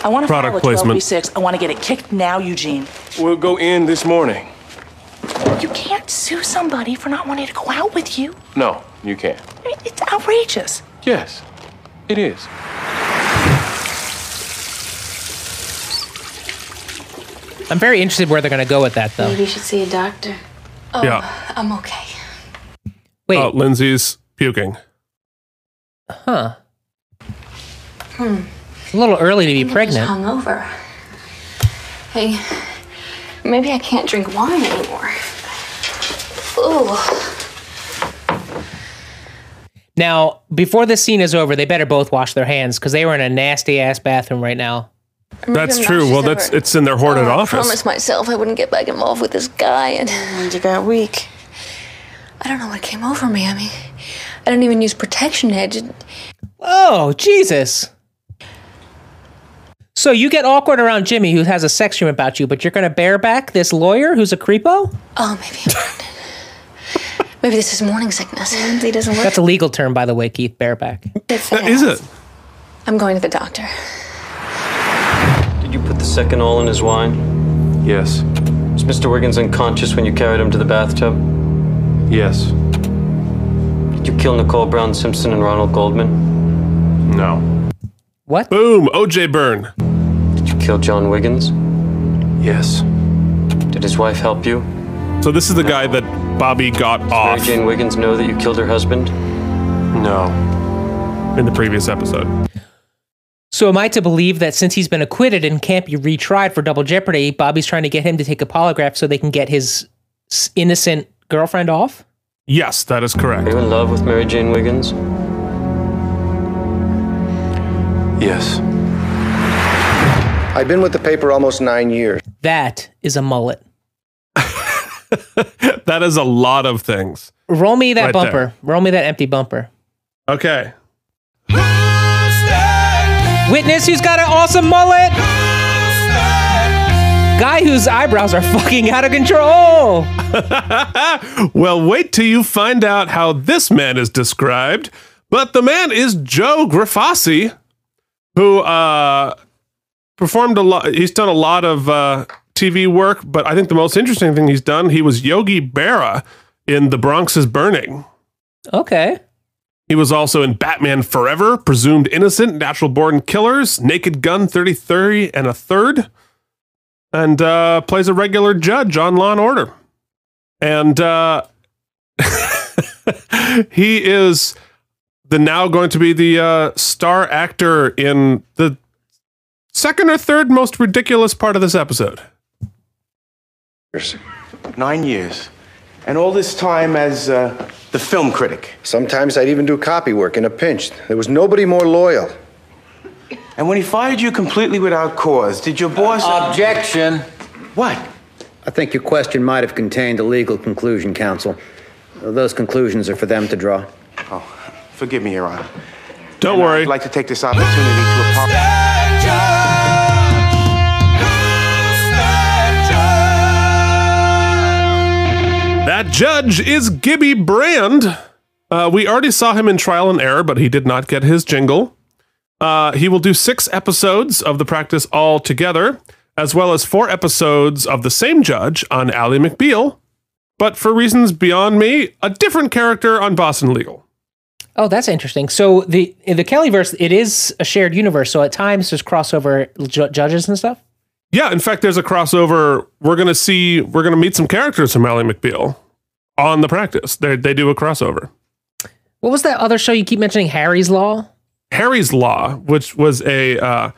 Speaker 7: I want to
Speaker 2: Product
Speaker 7: file a
Speaker 2: placement.
Speaker 7: 12B6. I want to get it kicked now, Eugene.
Speaker 9: We'll go in this morning.
Speaker 7: You can't sue somebody for not wanting to go out with you.
Speaker 9: No, you can't.
Speaker 7: I mean, It's outrageous.
Speaker 9: Yes, it is.
Speaker 3: I'm very interested where they're gonna go with that, though.
Speaker 10: Maybe you should see a doctor.
Speaker 2: Yeah.
Speaker 10: I'm okay.
Speaker 3: Wait,
Speaker 2: Oh, Lindsay's puking.
Speaker 3: huh? It's a little early to be pregnant.
Speaker 10: Hmm. I'm just hungover. Hey, maybe I can't drink wine anymore. Ooh.
Speaker 3: Now, before this scene is over, they better both wash their hands because they were in a nasty ass bathroom right now.
Speaker 10: Maybe
Speaker 2: That's
Speaker 10: I'm not
Speaker 2: true.
Speaker 10: just
Speaker 2: Well, that's
Speaker 10: over it.
Speaker 2: it's in their hoarded
Speaker 10: I
Speaker 2: office.
Speaker 10: promised myself I wouldn't get back involved with this guy, and
Speaker 11: And you got weak.
Speaker 10: I don't know what came over me. I mean, I didn't even use protection. I just,
Speaker 3: Oh, Jesus. So you get awkward around Jimmy, who has a sex dream about you, but you're going to bareback this lawyer who's a creepo?
Speaker 10: oh, maybe I'm pregnant.
Speaker 2: [laughs]
Speaker 10: maybe this is morning sickness. Lindsay doesn't
Speaker 3: That's a legal term, by the way, Keith, bareback.
Speaker 10: That
Speaker 2: Is it?
Speaker 10: I'm going to the doctor.
Speaker 8: Did you put the second all in his wine?
Speaker 5: Yes.
Speaker 8: Was Mr. Wiggins unconscious when you carried him to the bathtub?
Speaker 5: Yes.
Speaker 8: Did you kill Nicole Brown Simpson and Ronald Goldman?
Speaker 5: No.
Speaker 3: What?
Speaker 2: Boom. OJ Byrne.
Speaker 8: Did you kill John Wiggins?
Speaker 5: Yes.
Speaker 8: Did his wife help you?
Speaker 2: So this is the guy that Bobby got
Speaker 8: Mary
Speaker 2: off
Speaker 8: Jane Wiggins know that you killed her husband?
Speaker 5: No.
Speaker 2: in the previous episode.
Speaker 3: So am I to believe that since he's been acquitted and can't be retried for double jeopardy, Bobby's trying to get him to take a polygraph so they can get his s- innocent girlfriend off?
Speaker 2: Yes, that is
Speaker 8: Are
Speaker 2: correct.
Speaker 8: you in love with Mary Jane Wiggins?
Speaker 5: Yes.
Speaker 12: I've been with the paper almost nine years.
Speaker 3: That is a mullet.
Speaker 2: [laughs] That is a lot of things.
Speaker 3: Roll me that
Speaker 2: Right
Speaker 3: bumper.
Speaker 2: there.
Speaker 3: Roll me that empty bumper.
Speaker 2: Okay.
Speaker 3: Witness who's got an awesome mullet. Guy whose eyebrows are fucking out of control.
Speaker 2: [laughs] Well, wait till you find out how this man is described. But the man is Joe Grafasi, who uh, performed a lot. He's done a lot of uh, TV work, but I think the most interesting thing he's done, he was Yogi Berra in The Bronx is Burning.
Speaker 3: Okay.
Speaker 2: He was also in Batman Forever, Presumed Innocent, Natural Born Killers, Naked Gun 33 and a third, and uh, plays a regular judge on Law and Order. And uh, [laughs] he is the now going to be the uh, star actor in the second or third most ridiculous part of this episode.
Speaker 9: Nine years. And all this time as uh, the film critic.
Speaker 12: Sometimes I'd even do copy work in a pinch. There was nobody more loyal.
Speaker 9: And when he fired you completely without cause, did your boss.
Speaker 13: Objection.
Speaker 9: What?
Speaker 13: I think your question might have contained a legal conclusion, counsel. Those conclusions are for them to draw.
Speaker 9: Forgive me, Your Honor.
Speaker 2: Don't worry.
Speaker 9: I'd like to take this opportunity to apologize.
Speaker 2: That judge is Gibby Brand. Uh, we already saw him in Trial and Error, but he did not get his jingle. Uh, he will do six episodes of the practice all together, as well as four episodes of the same judge on Ally McBeal, but for reasons beyond me, a different character on Boston Legal.
Speaker 3: Oh, that's interesting. So the in the Kellyverse, it is a shared universe. So at times there's crossover ju- judges and stuff.
Speaker 2: Yeah, in fact, there's a crossover. We're gonna see. We're gonna meet some characters from Ally McBeal on the practice. They they do a crossover.
Speaker 3: What was that other show you keep mentioning? Harry's Law.
Speaker 2: Harry's Law, which was a uh,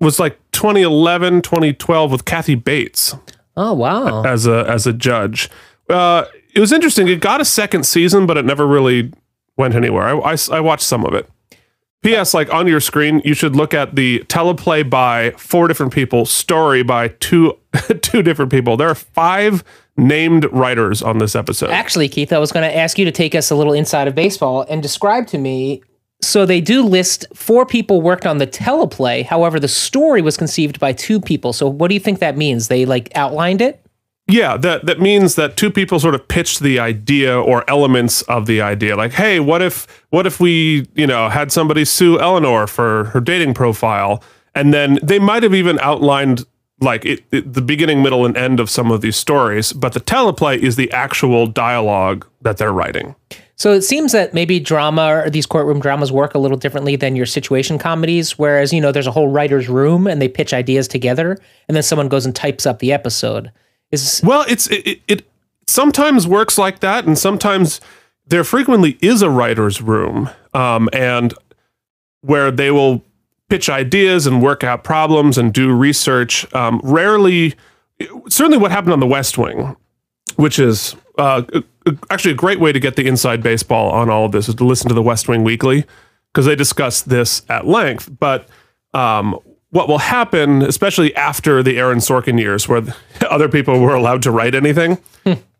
Speaker 2: was like 2011, 2012 with Kathy Bates
Speaker 3: Oh wow.
Speaker 2: as a as a judge. Uh, it was interesting. It got a second season, but it never really went anywhere. I, I, I watched some of it. P.S. Like on your screen, you should look at the teleplay by four different people, story by two [laughs] two different people. There are five named writers on this episode.
Speaker 3: Actually, Keith, I was going to ask you to take us a little inside of baseball and describe to me. So they do list four people worked on the teleplay. However, the story was conceived by two people. So what do you think that means? They like outlined it.
Speaker 2: Yeah, that that means that two people sort of pitched the idea or elements of the idea. Like, hey, what if what if we, you know, had somebody sue Eleanor for her dating profile? And then they might have even outlined like it, it, the beginning, middle, and end of some of these stories, but the teleplay is the actual dialogue that they're writing.
Speaker 3: So it seems that maybe drama or these courtroom dramas work a little differently than your situation comedies, whereas, you know, there's a whole writer's room and they pitch ideas together and then someone goes and types up the episode. Is
Speaker 2: Well, it's it, it, it sometimes works like that, and sometimes there frequently is a writer's room um, and where they will pitch ideas and work out problems and do research. Um, rarely, certainly what happened on the West Wing, which is uh, actually a great way to get the inside baseball on all of this is to listen to the West Wing Weekly because they discuss this at length. But um, what will happen, especially after the Aaron Sorkin years, where [laughs] the- other people were allowed to write anything,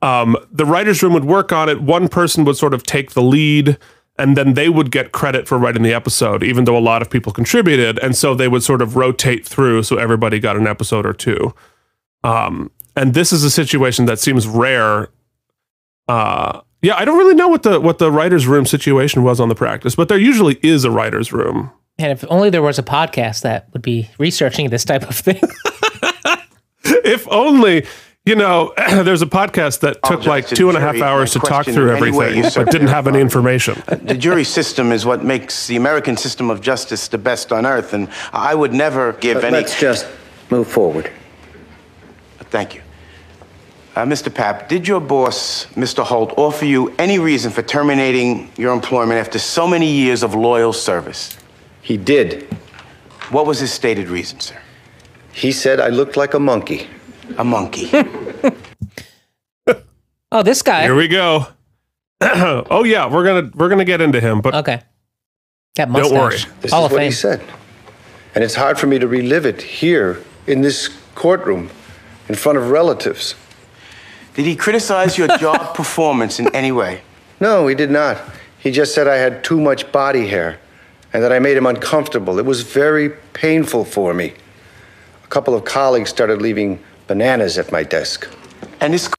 Speaker 2: um, the writers' room would work on it. One person would sort of take the lead, and then they would get credit for writing the episode, even though a lot of people contributed. And so they would sort of rotate through, so everybody got an episode or two. Um, and this is a situation that seems rare uh yeah i don't really know what the what the writers room situation was on the practice but there usually is a writers room [laughs]
Speaker 3: And if only there was a podcast that would be researching this type of thing. [laughs]
Speaker 2: if only you know [clears throat] there's a podcast that took like
Speaker 9: to the
Speaker 2: two and a half
Speaker 9: jury.
Speaker 2: hours to
Speaker 9: My
Speaker 2: talk
Speaker 9: question,
Speaker 2: through
Speaker 9: any way
Speaker 2: everything
Speaker 9: you
Speaker 2: but didn't have any information
Speaker 9: the jury system is what makes the American system of justice the best on earth, and I would never give
Speaker 12: But
Speaker 9: any.
Speaker 12: let's just move forward.
Speaker 9: Thank you. Uh, Mr. Papp, did your boss, Mr. Holt, offer you any reason for terminating your employment after so many years of loyal service?
Speaker 12: He did.
Speaker 9: What was his stated reason, sir?
Speaker 12: He said I looked like a monkey.
Speaker 9: A
Speaker 2: [laughs]
Speaker 9: monkey.
Speaker 3: oh this guy
Speaker 2: here we go [clears throat] oh yeah we're gonna we're gonna get into him but
Speaker 3: okay that
Speaker 2: don't worry
Speaker 12: This is what he said. And it's hard for me to relive it here in this courtroom in front of relatives.
Speaker 9: Did he criticize your job [laughs] performance in any way?
Speaker 12: No, he did not. He just said I had too much body hair and that I made him uncomfortable. It was very painful for me. A couple of colleagues started leaving bananas at my desk.
Speaker 9: And this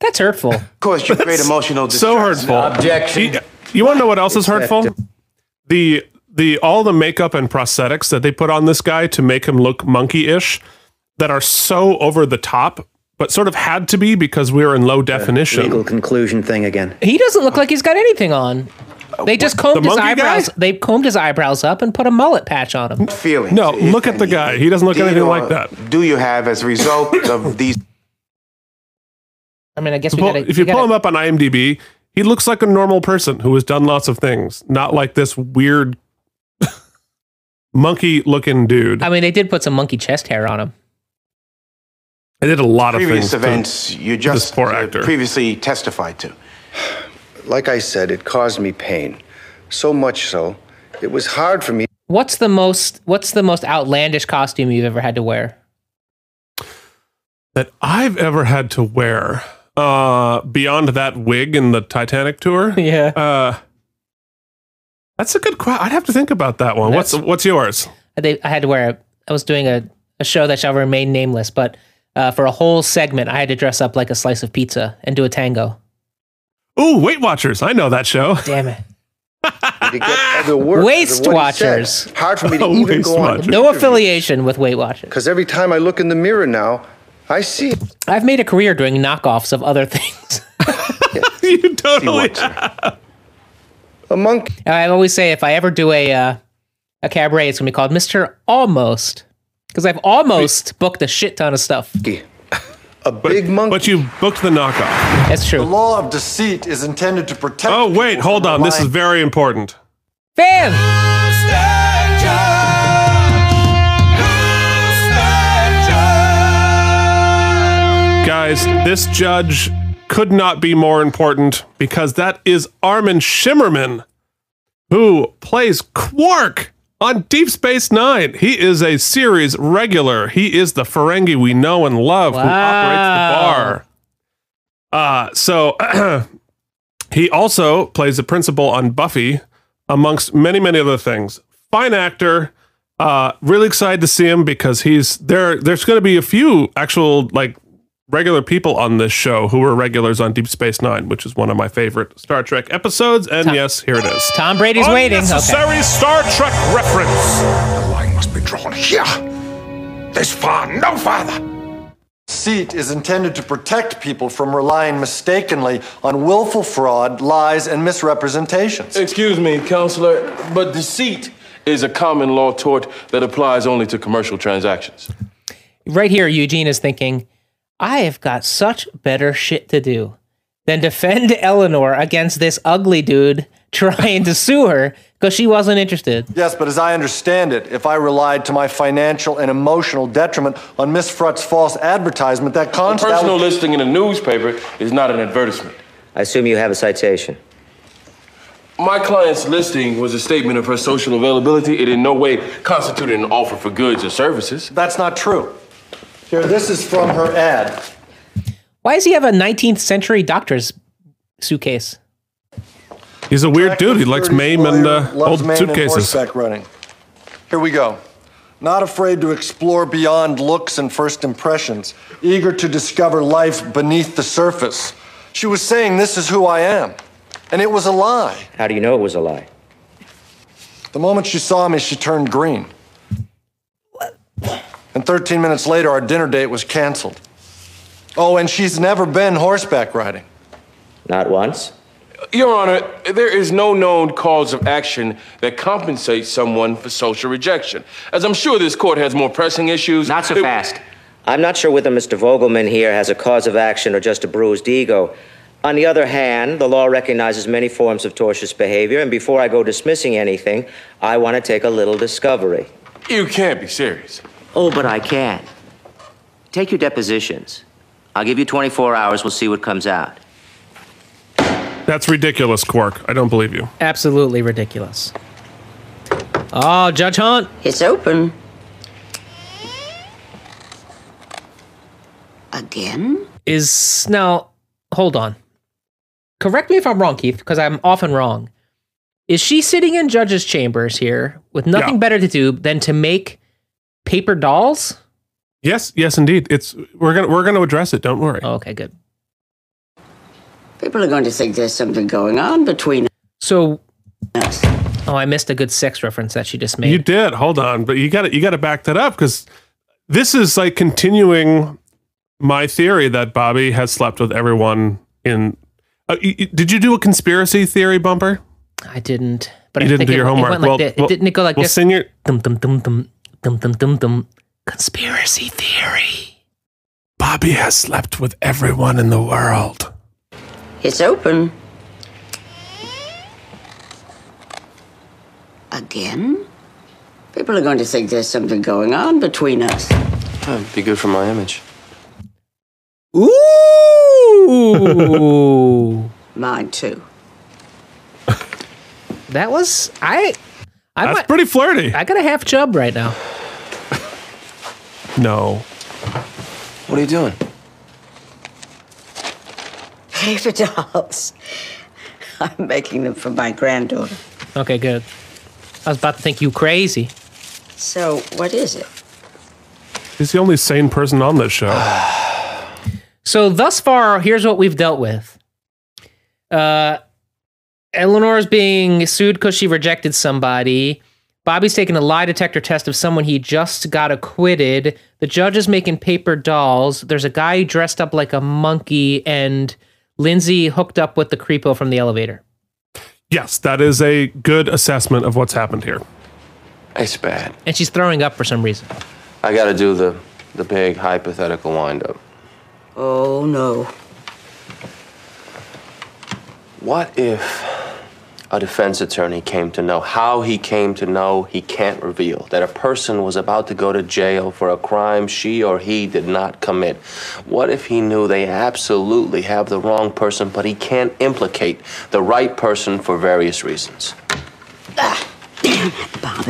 Speaker 3: That's hurtful.
Speaker 9: [laughs] caused you great emotional distress.
Speaker 2: so hurtful objection you, want to know what else is hurtful the the all the makeup and prosthetics that they put on this guy to make him look monkey-ish that are so over the top but sort of had to be because we were in low definition
Speaker 13: Legal conclusion thing again.
Speaker 3: He doesn't look like he's got anything on. They just combed
Speaker 2: The
Speaker 3: his
Speaker 2: monkey guy?
Speaker 3: eyebrows. They combed his eyebrows up and put a mullet patch on him.
Speaker 9: Feeling.
Speaker 2: No, look at the guy. He doesn't look
Speaker 9: Did
Speaker 2: anything
Speaker 9: or
Speaker 2: like that.
Speaker 9: Do you have, as a result of these?
Speaker 3: I mean, I guess we
Speaker 2: Pull-
Speaker 3: gotta,
Speaker 2: if you
Speaker 3: we
Speaker 2: pull him
Speaker 3: gotta-
Speaker 2: up on IMDb, he looks like a normal person who has done lots of things, not like this weird [laughs] monkey-looking dude.
Speaker 3: I mean, they did put some monkey chest hair on him.
Speaker 2: I did a lot of
Speaker 9: previous
Speaker 2: things. to-
Speaker 9: events you just
Speaker 2: poor
Speaker 9: uh,
Speaker 2: actor.
Speaker 9: previously testified to.
Speaker 12: Like I said, it caused me pain. So much so, it was hard for me.
Speaker 3: What's the most What's the most outlandish costume you've ever had to wear?
Speaker 2: that I've ever had to wear uh beyond that wig in the Titanic tour.
Speaker 3: [laughs] Yeah.
Speaker 2: Uh That's a good question. I'd have to think about that one. What's what's yours?
Speaker 3: I, think I had to wear. A, I was doing a, a show that shall remain nameless, but uh, for a whole segment, I had to dress up like a slice of pizza and do a tango.
Speaker 2: Ooh, Weight Watchers. I know that show.
Speaker 3: Damn it.
Speaker 12: to get other
Speaker 3: [laughs]
Speaker 12: work.
Speaker 3: Waste
Speaker 12: than what he said.
Speaker 3: Watchers.
Speaker 12: Hard
Speaker 2: [laughs]
Speaker 12: for me to even go on.
Speaker 3: No affiliation with Weight Watchers.
Speaker 12: Because every time I look in the mirror now, I see.
Speaker 3: I've made a career doing knockoffs of other things.
Speaker 2: [laughs]
Speaker 3: [laughs]
Speaker 2: you totally.
Speaker 12: a monkey.
Speaker 3: I always say if I ever do a uh, a cabaret, it's gonna be called Mister Almost because I've almost booked a shit ton of stuff.
Speaker 12: A big monkey.
Speaker 2: But you booked the knockoff.
Speaker 3: That's true. The
Speaker 6: law of deceit is intended to protect.
Speaker 2: Oh wait, hold on. This is
Speaker 6: lying.
Speaker 2: very important.
Speaker 3: Bam!
Speaker 2: Guys, this judge could not be more important because that is Armin Shimmerman, who plays Quark on Deep Space Nine. He is a series regular. He is the Ferengi we know and love who operates the bar. Uh, so [clears throat] he also plays the principal on Buffy, amongst many, many other things. Fine actor. Uh, really excited to see him because he's there. There's going to be a few actual like regular people on this show who were regulars on Deep Space Nine, which is one of my favorite Star Trek episodes. And yes, here it is.
Speaker 3: Tom Brady's waiting. Okay.
Speaker 1: Unnecessary Star Trek reference.
Speaker 11: must be drawn here. This far, no farther.
Speaker 6: Deceit is intended to protect people from relying mistakenly on willful fraud, lies, and misrepresentations.
Speaker 14: Excuse me, counselor, but deceit is a common law tort that applies only to commercial transactions.
Speaker 3: Right here, Eugene is thinking, I have got such better shit to do than defend [laughs] Eleanor against this ugly dude trying to sue her because she wasn't interested.
Speaker 6: Yes, but as I understand it, if I relied to my financial and emotional detriment on Miss Frutt's false advertisement, that
Speaker 14: A
Speaker 6: const- that
Speaker 14: personal
Speaker 6: would-
Speaker 14: listing in a newspaper is not an advertisement.
Speaker 15: I assume you have a citation.
Speaker 14: My client's listing was a statement of her social availability. It in no way constituted an offer for goods or services.
Speaker 6: That's not true. Here, this is from her ad.
Speaker 3: Why does he have a 19th century doctor's suitcase?
Speaker 2: He's a weird dude. He likes MAME and uh,
Speaker 6: loves
Speaker 2: old
Speaker 6: man and
Speaker 2: suitcases.
Speaker 6: horseback running. Here we go. Not afraid to explore beyond looks and first impressions, eager to discover life beneath the surface. She was saying, This is who I am. And it was a lie.
Speaker 15: How do you know it was a lie?
Speaker 6: The moment she saw me, she turned green. And 13 minutes later, our dinner date was canceled. Oh, and she's never been horseback riding.
Speaker 15: Not once?
Speaker 14: Your Honor, there is no known cause of action that compensates someone for social rejection. As I'm sure this court has more pressing issues. Not so fast.
Speaker 15: I'm not sure whether Mr. Vogelman here has a cause of action or just a bruised ego. On the other hand, the law recognizes many forms of tortious behavior, and before I go dismissing anything, I want to take a little discovery.
Speaker 14: You can't be serious.
Speaker 15: Oh, but I can. Take your depositions. I'll give you 24 hours, we'll see what comes out.
Speaker 2: That's ridiculous, Quark. I don't believe you.
Speaker 3: Absolutely ridiculous. Oh, Judge Hunt.
Speaker 16: It's open. Again?
Speaker 3: Is now, hold on. Correct me if I'm wrong, Keith, because I'm often wrong. Is she sitting in judge's chambers here with nothing better to do than to make paper dolls?
Speaker 2: Yes, yes, indeed. It's we're gonna we're gonna address it. Don't worry.
Speaker 3: Oh, okay, good.
Speaker 16: People are going to think there's something going on between
Speaker 3: So, oh, I missed a good sex reference that she just made.
Speaker 2: You did. Hold on, but you got to you got to back that up because this is like continuing my theory that Bobby has slept with everyone in. Uh, y- y- did you do a conspiracy theory bumper?
Speaker 3: I didn't. But
Speaker 2: You
Speaker 3: I
Speaker 2: didn't
Speaker 3: think
Speaker 2: do
Speaker 3: it-
Speaker 2: your
Speaker 3: it
Speaker 2: homework.
Speaker 3: went like
Speaker 2: Well-
Speaker 3: thi- it
Speaker 2: well-
Speaker 3: didn't it go like
Speaker 2: well,
Speaker 3: this?
Speaker 2: sing your-
Speaker 3: dum dum dum dum dum dum dum dum. Conspiracy theory.
Speaker 2: Bobby has slept with everyone in the world.
Speaker 16: It's open. Again? People are going to think there's something going on between [laughs] us.
Speaker 5: That'd be good for my image.
Speaker 3: Ooh.
Speaker 16: Mine too.
Speaker 3: That was I. I
Speaker 2: That's pretty flirty.
Speaker 3: I got a half chub right now.
Speaker 2: No.
Speaker 5: What are you doing?
Speaker 16: Paper dolls. I'm making them for my granddaughter.
Speaker 3: Okay, good. I was about to think you crazy.
Speaker 16: So, what is it?
Speaker 2: He's the only sane person on this show. [sighs]
Speaker 3: So thus far, here's what we've dealt with. Uh, Eleanor's being sued because she rejected somebody. Bobby's taking a lie detector test of someone he just got acquitted. The judge is making paper dolls. There's a guy dressed up like a monkey, and Lindsay hooked up with the creepo from the elevator.
Speaker 2: yes, that is a good assessment of what's happened here.
Speaker 5: It's bad.
Speaker 3: And she's throwing up for some reason.
Speaker 5: I gotta do the the big hypothetical windup.
Speaker 16: Oh, no.
Speaker 5: What if a defense attorney came to know how he came to know he can't reveal that a person was about to go to jail for a crime she or he did not commit? What if he knew they absolutely have the wrong person, but he can't implicate the right person for various reasons?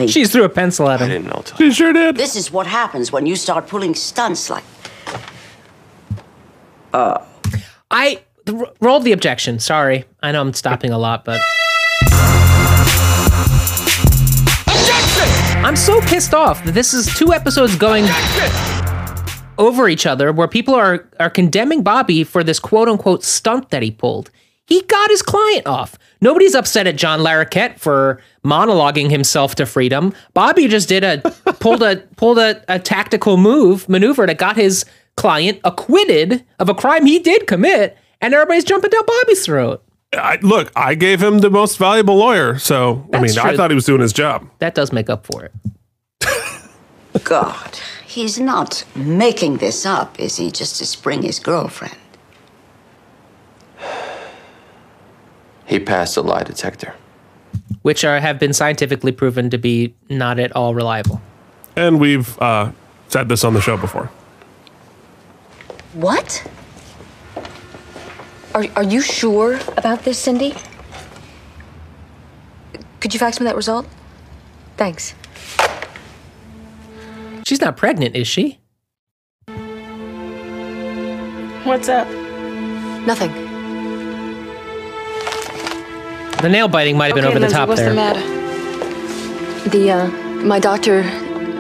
Speaker 3: She threw a pencil at him. I
Speaker 5: didn't know.
Speaker 2: She sure did.
Speaker 16: This is what happens when you start pulling stunts like.
Speaker 3: Uh, I th- rolled the objection. Sorry. I know I'm stopping a lot, but. I'm so pissed off that this is two episodes going over each other where people are, are condemning Bobby for this quote unquote stunt that he pulled. He got his client off. Nobody's upset at John Larroquette for monologuing himself to freedom. Bobby just did a [laughs] pulled a pulled a, a tactical move maneuver that got his client acquitted of a crime he did commit, and everybody's jumping down Bobby's throat.
Speaker 2: I, look, I gave him the most valuable lawyer, so I mean,
Speaker 3: That's
Speaker 2: I
Speaker 3: true.
Speaker 2: thought he was doing his job.
Speaker 3: That does make up for it.
Speaker 16: God, he's not making this up, is he? Just to spring his girlfriend.
Speaker 5: He passed the lie detector.
Speaker 3: which are have been scientifically proven to be not at all reliable.
Speaker 2: And we've uh, said this on the show before.
Speaker 10: What? Are, are you sure about this, Cindy? Could you fax me that result? Thanks.
Speaker 3: She's not pregnant, is she?
Speaker 17: What's up?
Speaker 10: Nothing.
Speaker 3: The nail biting might have been over the top there.
Speaker 10: The, uh, my doctor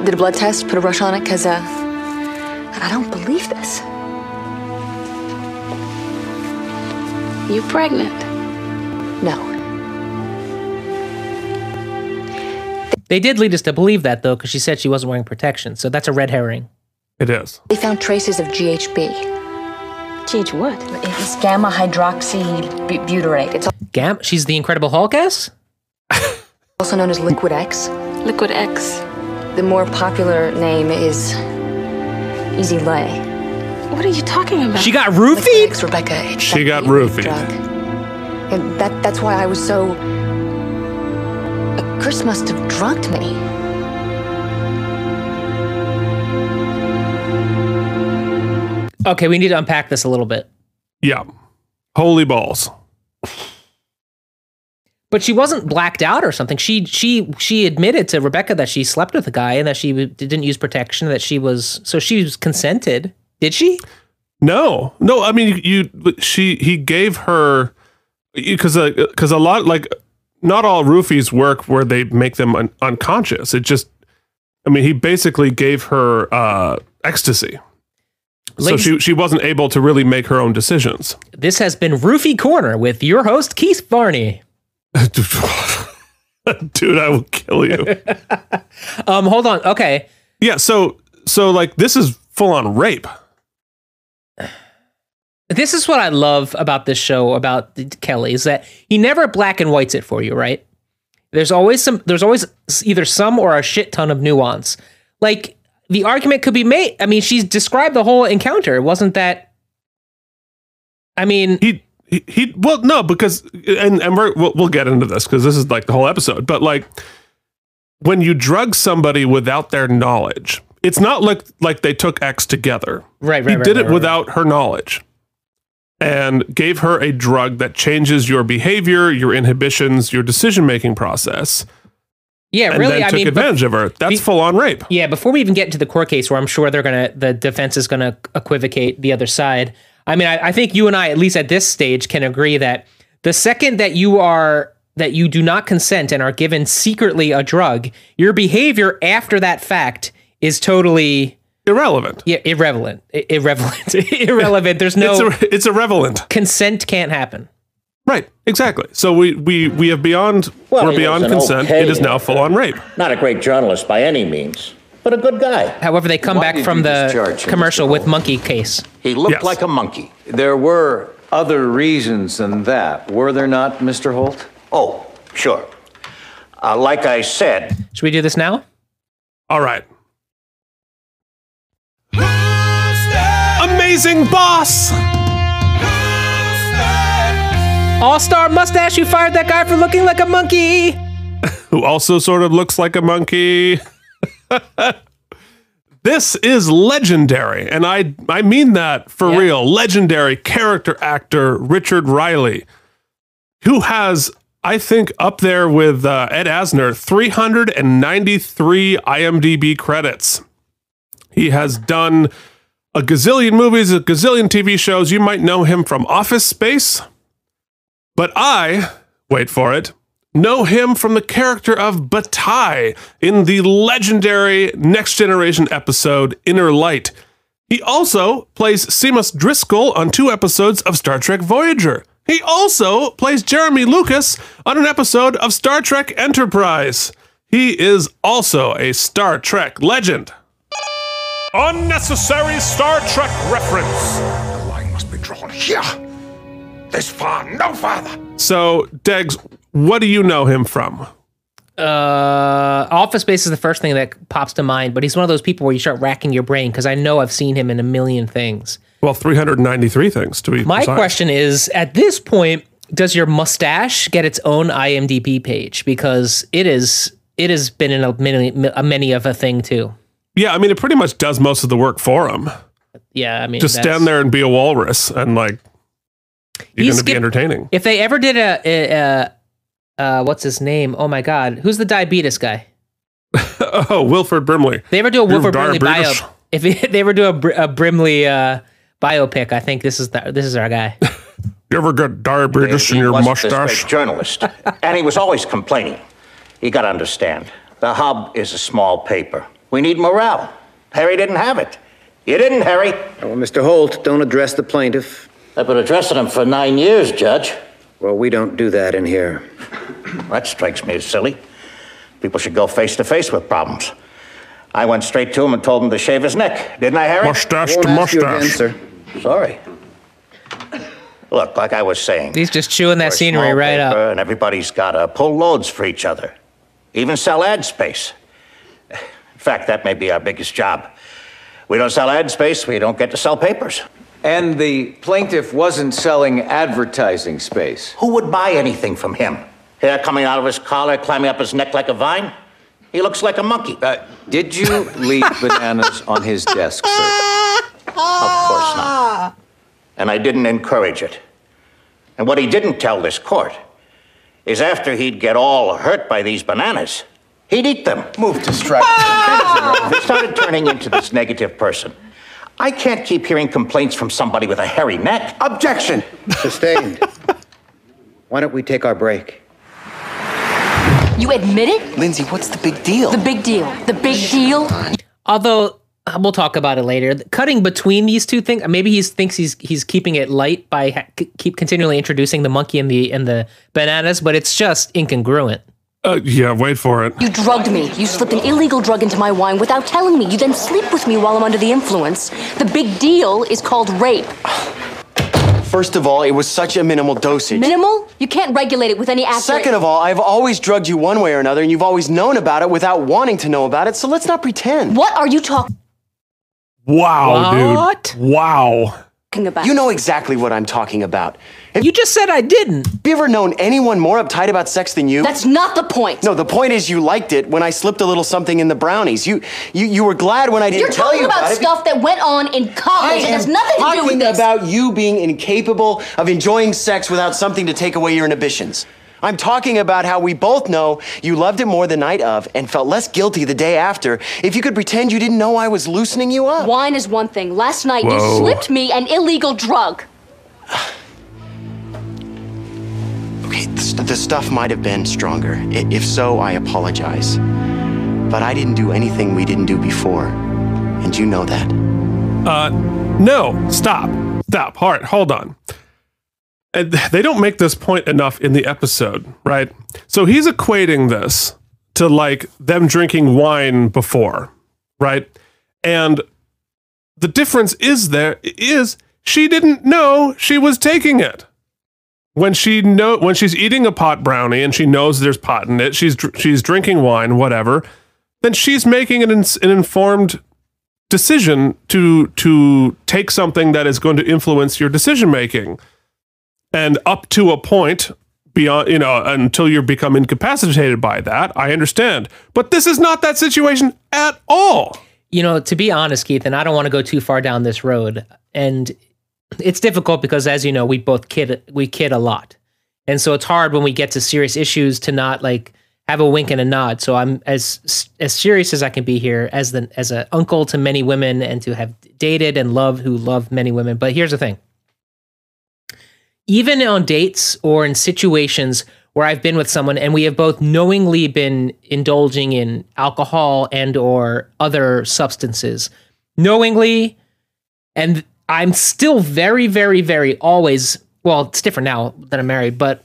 Speaker 10: did a blood test, put a rush on it, because, uh, I don't believe this.
Speaker 17: You pregnant?
Speaker 10: No.
Speaker 3: They did lead us to believe that though, because she said she wasn't wearing protection, so that's a red herring.
Speaker 2: It is.
Speaker 10: They found traces of GHB.
Speaker 17: GH what?
Speaker 10: It was gamma hydroxybutyrate. It's
Speaker 3: Gam, she's the Incredible Hulk, ass.
Speaker 10: also known as Liquid X.
Speaker 17: Liquid X.
Speaker 10: The more popular name is Easy Lay.
Speaker 17: What are you talking about?
Speaker 3: She got
Speaker 10: roofied? Rebecca. it's
Speaker 2: She
Speaker 10: that
Speaker 2: got
Speaker 10: favorite
Speaker 2: roofied.
Speaker 10: Drug. And that, that's why I was so. Chris must have drugged me.
Speaker 3: Okay, we need to unpack this a little bit.
Speaker 2: Yeah. Holy balls.
Speaker 3: But she wasn't blacked out or something. She she she admitted to Rebecca that she slept with a guy and that she w- didn't use protection. That she was so she was consented. Did she?
Speaker 2: No, no. I mean, you. but She. He gave her because because a lot like not all roofies work where they make them un- unconscious. It just. I mean, he basically gave her uh, ecstasy, so
Speaker 3: Ladies-
Speaker 2: she she wasn't able to really make her own decisions. [laughs]
Speaker 3: This has been Roofie Corner with your host Keith Barney.
Speaker 2: Dude, I will kill you.
Speaker 3: um, hold on. Okay.
Speaker 2: Yeah. So so like this is full on rape.
Speaker 3: This is what I love about this show about the- Kelly is that he never black and whites it for you, right? There's always some there's always s- either some or a shit ton of nuance. Like the argument could be made. I mean, she's described the whole encounter. It wasn't that I mean,
Speaker 2: he he, he well no because and and we're, we'll, we'll get into this because this is like the whole episode but like when you drug somebody without their knowledge it's not like like they took x together
Speaker 3: Right, right,
Speaker 2: he
Speaker 3: right,
Speaker 2: did
Speaker 3: right,
Speaker 2: it
Speaker 3: right,
Speaker 2: without her knowledge and gave her a drug that changes your behavior your inhibitions your decision making process
Speaker 3: yeah,
Speaker 2: and
Speaker 3: really
Speaker 2: then
Speaker 3: I
Speaker 2: took
Speaker 3: mean but-
Speaker 2: advantage of her that's full on rape
Speaker 3: Yeah, before we even get to the court case, where I'm sure they're gonna, the defense is gonna equivocate the other side. I mean, I, I think you and I, at least at this stage, can agree that the second that you are that you do not consent and are given secretly a drug, your behavior after that fact is totally
Speaker 2: irrelevant.
Speaker 3: Yeah, irrelevant, I- irrelevant, [laughs] irrelevant. There's no,
Speaker 2: It's it's irrelevant.
Speaker 3: Consent can't happen.
Speaker 2: right exactly so we we we have beyond
Speaker 18: Well,
Speaker 2: we're
Speaker 18: it
Speaker 2: beyond
Speaker 18: was an
Speaker 2: consent
Speaker 18: okay
Speaker 2: it is now full on rape
Speaker 18: Not a great journalist by any means, but a good guy.
Speaker 3: However, they come back from the commercial with monkey case.
Speaker 19: He looked like a monkey. There were other reasons than that, were there not, Mr. Holt?
Speaker 18: Oh, sure. Uh, like I said,
Speaker 3: Should we do this now?
Speaker 2: All right. Amazing boss!
Speaker 3: All star mustache, you fired that guy for looking like a monkey.
Speaker 2: who also sort of looks like a monkey. [laughs] this is legendary, and I I mean that for real. Legendary character actor Richard Riley, who has I think up there with uh, Ed Asner 393 IMDb credits. He has done a gazillion movies, a gazillion TV shows. You might know him from Office Space. But I, wait for it, know him from the character of Bataille in the legendary Next Generation episode Inner Light. He also plays Seamus Driscoll on two episodes of Star Trek Voyager. He also plays Jeremy Lucas on an episode of Star Trek Enterprise. He is also a Star Trek legend.
Speaker 1: Unnecessary Star Trek reference.
Speaker 11: Here! This far, no farther!
Speaker 2: So, Deggs, what do you know him from?
Speaker 3: Uh, Office Space is the first thing that pops to mind, but he's one of those people where you start racking your brain because I know I've seen him in a million things.
Speaker 2: Well, 393 things to be
Speaker 3: My
Speaker 2: precise.
Speaker 3: question is at this point, does your mustache get its own IMDb page because it is it has been in a many a many of a thing too.
Speaker 2: Yeah, I mean, it pretty much does most of the work for him.
Speaker 3: Yeah, I mean,
Speaker 2: Just
Speaker 3: that's-
Speaker 2: stand there and be a walrus, and like you're going
Speaker 3: He
Speaker 2: to be
Speaker 3: skipped-
Speaker 2: entertaining. [laughs]
Speaker 3: If they ever did a, a, a uh, what's his name? Oh my God, who's the diabetes guy?
Speaker 2: oh, Wilford Brimley.
Speaker 3: They ever do a
Speaker 2: You've
Speaker 3: Wilford Brimley
Speaker 2: diabetes.
Speaker 3: bio? [laughs] If they ever do a, Br- a Brimley uh, biopic, I think this is the, this is our guy.
Speaker 2: You ever got diabetes in your
Speaker 18: was this
Speaker 2: mustache?
Speaker 18: great journalist, and he was always complaining. You got to understand, the hub is a small paper. We need morale. Harry didn't have it. You didn't, Harry.
Speaker 13: Well, Mr. Holt, don't address the plaintiff.
Speaker 18: I've been addressing him for nine years, Judge.
Speaker 13: Well, we don't do that in here.
Speaker 18: That strikes me as silly. People should go face to face with problems. I went straight to him and told him to shave his neck, didn't I, Harry?
Speaker 13: Mustache Won't to ask you again, mustache. sir.
Speaker 18: Sorry. Look, like I was saying,
Speaker 3: He's just chewing that scenery
Speaker 18: small
Speaker 3: right up.
Speaker 18: paper, and everybody's got to pull loads for each other, even sell ad space. In fact, that may be our biggest job. We don't sell ad space, we don't get to sell papers.
Speaker 19: And the plaintiff wasn't selling advertising space.
Speaker 18: Who would buy anything from him? Hair coming out of his collar, climbing up his neck like a vine? He looks like a monkey.
Speaker 19: Uh, Did you leave [laughs] bananas on his desk, sir?
Speaker 18: Of course not. And I didn't encourage it. And what he didn't tell this court is after he'd get all hurt by these bananas, he'd eat them. Move to [laughs] strike. he started turning into this negative person. I can't keep hearing complaints from somebody with a hairy neck. Objection!
Speaker 13: Sustained. Why don't we take our break?
Speaker 20: You admit it? Lindsay, what's the big deal? The big deal. The big deal?
Speaker 3: Although uh, we'll talk about it later, The cutting between these two things, maybe he thinks he's he's keeping it light by ha- c- keep continually introducing the monkey and the and the bananas, but it's just incongruent.
Speaker 2: Uh, yeah, wait for it.
Speaker 10: You drugged me. You slipped an illegal drug into my wine without telling me. You then sleep with me while I'm under the influence. The big deal is called rape.
Speaker 21: First of all, it was such a minimal dosage.
Speaker 10: Minimal? You can't regulate it with any accurate.
Speaker 21: Second of all, I've always drugged you one way or another, and you've always known about it without wanting to know about it, so let's not pretend.
Speaker 10: What are you talking
Speaker 2: Wow, dude. Wow.
Speaker 10: about?
Speaker 21: You know exactly what I'm talking about.
Speaker 3: you just said I didn't.
Speaker 21: Have you ever known anyone more uptight about sex than you?
Speaker 10: That's not the point.
Speaker 21: No, the point is you liked it when I slipped a little something in the brownies. You you, you were glad when I didn't
Speaker 10: You're
Speaker 21: tell
Speaker 10: talking
Speaker 21: you
Speaker 10: about,
Speaker 21: about, it.
Speaker 10: stuff that went on in
Speaker 21: I
Speaker 10: college. Oh, It has
Speaker 21: am
Speaker 10: nothing to do with
Speaker 21: talking
Speaker 10: this.
Speaker 21: about you being incapable of enjoying sex without something to take away your inhibitions. I'm talking about how we both know you loved it more the night of and felt less guilty the day after if you could pretend you didn't know I was loosening you up.
Speaker 10: Wine is one thing. Last night
Speaker 21: Whoa.
Speaker 10: you slipped me an illegal drug.
Speaker 21: Okay, the, st- the stuff might have been stronger. I- if so, I apologize. But I didn't do anything we didn't do before, and you know that.
Speaker 2: Uh, no, stop, stop. All right, hold on. And [laughs] they don't make this point enough in the episode, right? So he's equating this to like them drinking wine before, right? And the difference is there is she didn't know she was taking it. When she know when she's eating a pot brownie and she knows there's pot in it, she's dr- she's drinking wine, whatever. Then she's making an ins- an informed decision to to take something that is going to influence your decision making and up to a point beyond you know until you become incapacitated by that i understand but this is not that situation at all
Speaker 3: You know, to be honest, Keith, and I don't want to go too far down this road, and it's difficult because, as you know, we both kid we kid a lot, and so it's hard when we get to serious issues to not like have a wink and a nod. So I'm as as serious as I can be here as the as an uncle to many women and to have dated and love who love many women. But here's the thing: even on dates or in situations where I've been with someone and we have both knowingly been indulging in alcohol and or other substances knowingly and I'm still very very very always well it's different now that I'm married but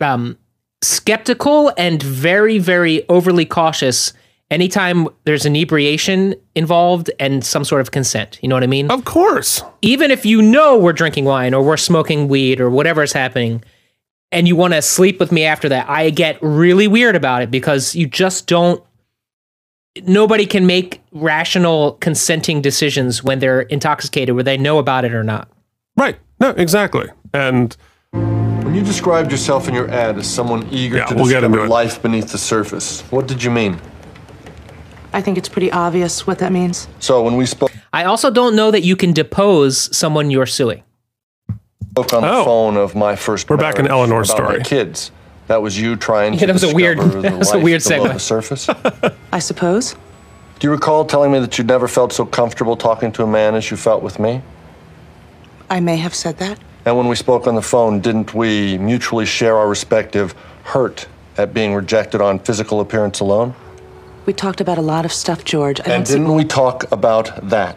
Speaker 3: um skeptical and very very overly cautious anytime there's inebriation involved and some sort of consent you know what i mean
Speaker 2: of course
Speaker 3: even if you know we're drinking wine or we're smoking weed or whatever is happening and you want to sleep with me after that i get really weird about it because you just don't nobody can make rational consenting decisions when they're intoxicated whether they know about it or not
Speaker 2: right no exactly and
Speaker 6: You described yourself in your ad as someone eager to
Speaker 2: we'll get
Speaker 6: discover
Speaker 2: into it.
Speaker 6: life beneath the surface. What did you mean?
Speaker 22: I think it's pretty obvious what that means.
Speaker 6: So when we spoke
Speaker 3: I also don't know that you can depose someone you're suing.
Speaker 6: on the phone of my first, Oh. we're back in Eleanor's story. Kids, that was you trying
Speaker 3: Yeah,
Speaker 6: to
Speaker 3: that was a weird-
Speaker 6: discover
Speaker 3: [laughs]
Speaker 6: the
Speaker 3: that was a
Speaker 6: life
Speaker 3: weird
Speaker 6: below
Speaker 3: segue.
Speaker 6: The
Speaker 3: [laughs]
Speaker 6: surface.
Speaker 22: I suppose.
Speaker 6: Do you recall telling me that you never felt so comfortable talking to a man as you felt with me?
Speaker 22: I may have said that.
Speaker 6: And when we spoke on the phone, didn't we mutually share our respective hurt at being rejected on physical appearance alone?
Speaker 22: We talked about a lot of stuff, George. I
Speaker 6: and
Speaker 22: don't see-
Speaker 6: didn't we talk about that?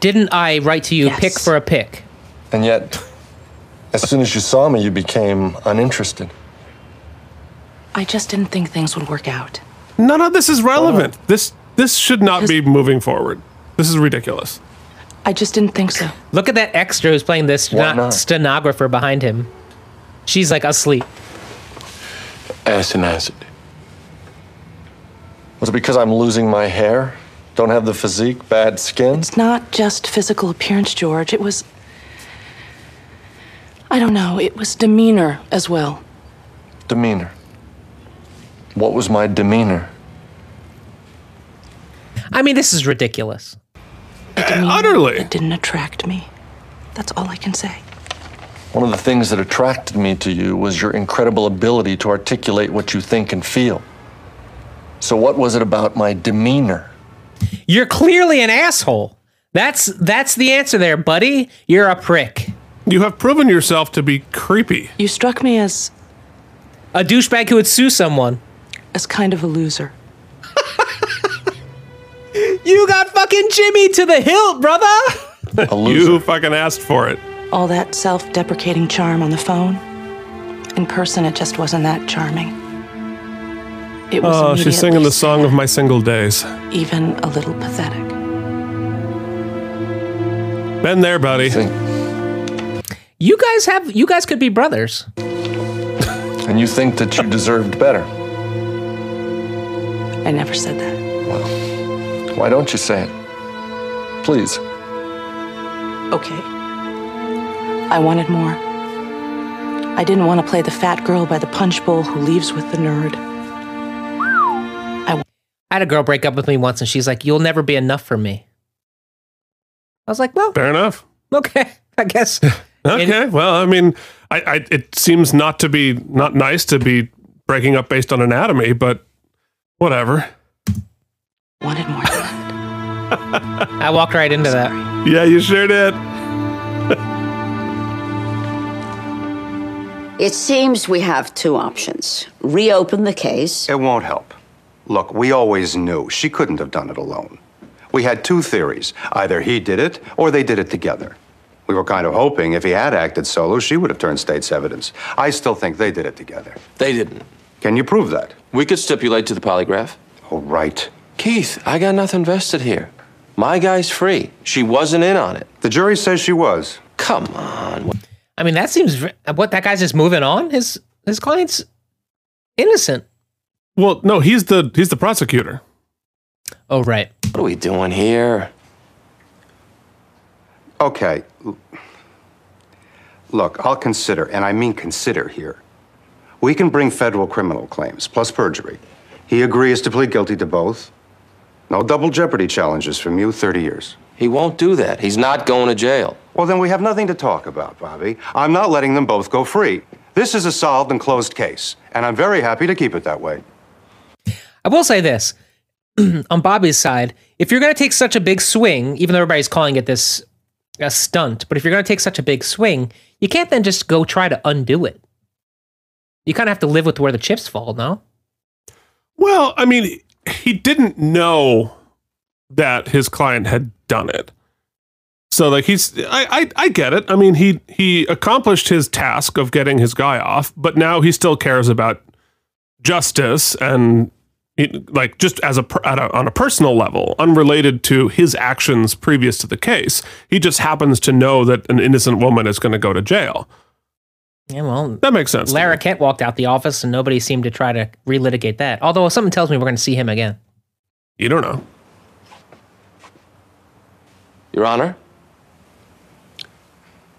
Speaker 3: Didn't I write to you pick for a pick?
Speaker 6: And yet, as soon as you saw me, you became uninterested.
Speaker 22: I just didn't think things would work out.
Speaker 2: None of this is relevant. This this should not be moving forward. This is ridiculous.
Speaker 22: I just didn't think so.
Speaker 3: Look at that extra who's playing this stenographer behind him. She's like asleep.
Speaker 6: Acid. Was it because I'm losing my hair? Don't have the physique, bad skin?
Speaker 22: It's not just physical appearance, George. It was. I don't know. It was demeanor as well.
Speaker 6: Demeanor. What was my demeanor?
Speaker 3: I mean, this is ridiculous.
Speaker 2: Utterly.
Speaker 22: It didn't attract me. That's all I can say.
Speaker 6: One of the things that attracted me to you was your incredible ability to articulate what you think and feel. So, what was it about my demeanor?
Speaker 3: You're clearly an asshole. That's that's the answer there, buddy. You're a prick.
Speaker 2: You have proven yourself to be creepy.
Speaker 22: You struck me as
Speaker 3: a douchebag who would sue someone.
Speaker 22: As kind of a loser.
Speaker 3: [laughs] You got fucking Jimmy to the hilt, brother.
Speaker 2: [laughs] you fucking asked for it.
Speaker 22: All that self deprecating charm on the phone. In person, it just wasn't that charming. It was
Speaker 2: Oh, she's singing the song of my single days.
Speaker 22: immediately even a little pathetic.
Speaker 2: Been there, buddy.
Speaker 3: You guys have you guys could be brothers.
Speaker 6: And you think that you deserved better.
Speaker 22: I never said that.
Speaker 6: Why don't you say it? Please.
Speaker 22: Okay. I wanted more. I didn't want to play the fat girl by the punch bowl who leaves with the nerd.
Speaker 3: I had a girl break up with me once and she's like, You'll never be enough for me. I was like, Well
Speaker 2: Fair enough.
Speaker 3: Okay. [laughs] I guess.
Speaker 2: [laughs] Okay. well, I mean, I, I it seems not to be not nice to be breaking up based on anatomy, but whatever.
Speaker 22: Wanted more.
Speaker 3: I walked right into that.
Speaker 2: Yeah, you sure did.
Speaker 16: It seems we have two options reopen the case.
Speaker 23: It won't help. Look, we always knew she couldn't have done it alone. We had two theories either he did it or they did it together. We were kind of hoping if he had acted solo, she would have turned state's evidence. I still think they did it together.
Speaker 14: They didn't.
Speaker 23: Can you prove that?
Speaker 5: We could stipulate to the polygraph.
Speaker 23: All right.
Speaker 5: Keith, I got nothing vested here. My guy's free. She wasn't in on it.
Speaker 23: The jury says she was.
Speaker 5: Come on.
Speaker 3: I mean, that seems v- what that guy's just moving on. His his client's innocent.
Speaker 2: Well, no, he's the he's the prosecutor.
Speaker 3: Oh right.
Speaker 5: What are we doing here?
Speaker 23: Okay. l- Look, I'll consider, and I mean consider here. We can bring federal criminal claims, plus perjury. He agrees to plead guilty to both. No double jeopardy challenges from you, 30 years.
Speaker 5: He won't do that. He's not going to jail.
Speaker 23: Well, then we have nothing to talk about, Bobby. I'm not letting them both go free. This is a solved and closed case, and I'm very happy to keep it that way.
Speaker 3: I will say this [clears throat] on Bobby's side, if you're going to take such a big swing, even though everybody's calling it this a stunt, but if you're going to take such a big swing, you can't then just go try to undo it. You kind of have to live with where the chips fall, no?
Speaker 2: Well, I mean, he didn't know that his client had done it. So like he's I, I I get it. I mean, he he accomplished his task of getting his guy off, but now he still cares about justice and he, like just as a, per- at a on a personal level, unrelated to his actions previous to the case. He just happens to know that an innocent woman is going to go to jail.
Speaker 3: Yeah, well,
Speaker 2: that makes sense. to
Speaker 3: Lara Kent walked out the office and nobody seemed to try to relitigate that. Although something tells me we're going to see him again.
Speaker 2: You don't know.
Speaker 5: Your Honor?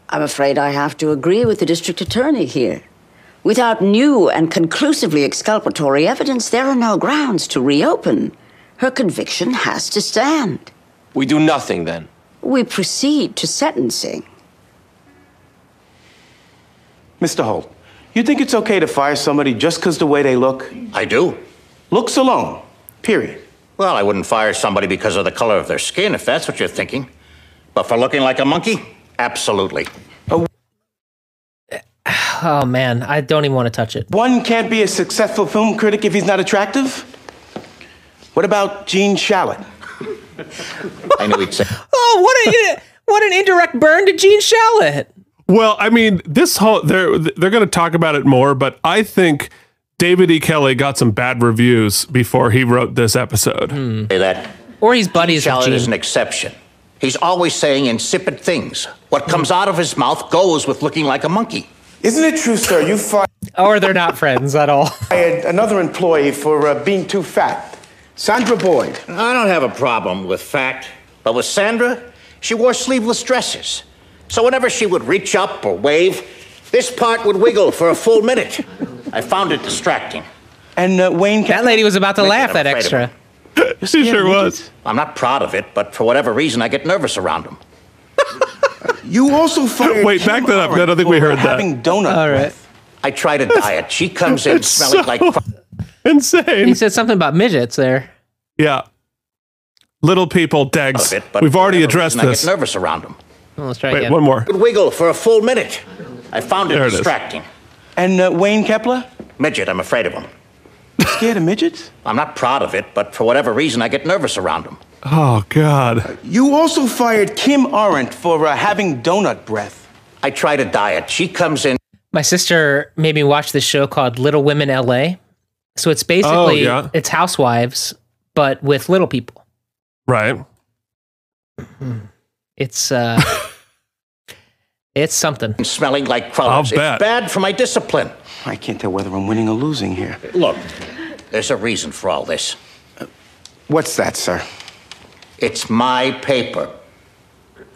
Speaker 16: I'm afraid I have to agree with the district attorney here. Without new and conclusively exculpatory evidence, there are no grounds to reopen. Her conviction has to stand.
Speaker 5: We do nothing then.
Speaker 16: We proceed to sentencing.
Speaker 21: Mr. Holt, you think it's okay to fire somebody just because the way they look?
Speaker 18: I do.
Speaker 21: Looks alone, period.
Speaker 18: Well, I wouldn't fire somebody because of the color of their skin, if that's what you're thinking. But for looking like a monkey, absolutely.
Speaker 3: [sighs] Oh man, I don't even want to touch it.
Speaker 21: One can't be a successful film critic if he's not attractive? What about Gene Shalit?
Speaker 18: I knew he'd say.
Speaker 3: Oh, what a what an indirect burn to Gene Shalit.
Speaker 2: Well, I mean, this whole they're they're going to talk about it more, but I think David E. Kelly got some bad reviews before he wrote this episode.
Speaker 18: Say that.
Speaker 3: Or he's buddies
Speaker 18: Gene Shalit is an exception. He's always saying insipid things. What comes out of his mouth goes with looking like a monkey.
Speaker 21: Isn't it true, sir? You fired
Speaker 3: or they're not friends at all. [laughs]
Speaker 21: another employee for uh, being too fat. Sandra Boyd.
Speaker 18: I don't have a problem with fact, but with Sandra, she wore sleeveless dresses. So whenever she would reach up or wave, this part would wiggle for a full minute. I found it distracting.
Speaker 21: And uh, Wayne.
Speaker 3: That lady was about to
Speaker 18: Make it
Speaker 3: laugh at
Speaker 18: afraid of
Speaker 3: extra.
Speaker 2: she sure was.
Speaker 18: I'm not proud of it, but for whatever reason, I get nervous around him.
Speaker 21: You also fired.
Speaker 2: Wait, back that up. I don't think we
Speaker 21: uh,
Speaker 2: heard that.
Speaker 21: Having donut.
Speaker 3: All right.
Speaker 18: I tried a diet. She comes in
Speaker 2: [laughs] It's
Speaker 18: smelling
Speaker 2: so-
Speaker 18: like. cr-
Speaker 2: Insane.
Speaker 3: He said something about midgets there.
Speaker 2: Yeah. Little people, Degs.
Speaker 18: Of it, but
Speaker 2: We've already
Speaker 18: for whatever
Speaker 2: addressed
Speaker 18: reason,
Speaker 2: this.
Speaker 18: I get nervous around him.
Speaker 3: Oh, let's try
Speaker 2: Wait,
Speaker 3: again.
Speaker 2: one more.
Speaker 18: Would wiggle for a full minute. I found it
Speaker 2: There it is.
Speaker 18: distracting.
Speaker 21: And uh, Wayne Kepler?
Speaker 18: Midget, I'm afraid of him.
Speaker 21: Scared of midgets?
Speaker 18: I'm not proud of it, but for whatever reason, I get nervous around him.
Speaker 2: Oh, God.
Speaker 21: You also fired Kim Arendt for uh, having donut breath.
Speaker 18: I tried a diet. She comes in
Speaker 3: My sister made me watch this show called Little Women LA. So it's basically
Speaker 2: Oh, yeah.
Speaker 3: it's housewives, but with little people.
Speaker 2: Right.
Speaker 3: It's uh [laughs] it's something.
Speaker 18: smelling like crullers.
Speaker 2: I'll bet.
Speaker 18: It's bad for my discipline.
Speaker 21: I can't tell whether I'm winning or losing here.
Speaker 3: [laughs]
Speaker 18: Look, there's a reason for all this.
Speaker 21: What's that, sir?
Speaker 18: It's my paper.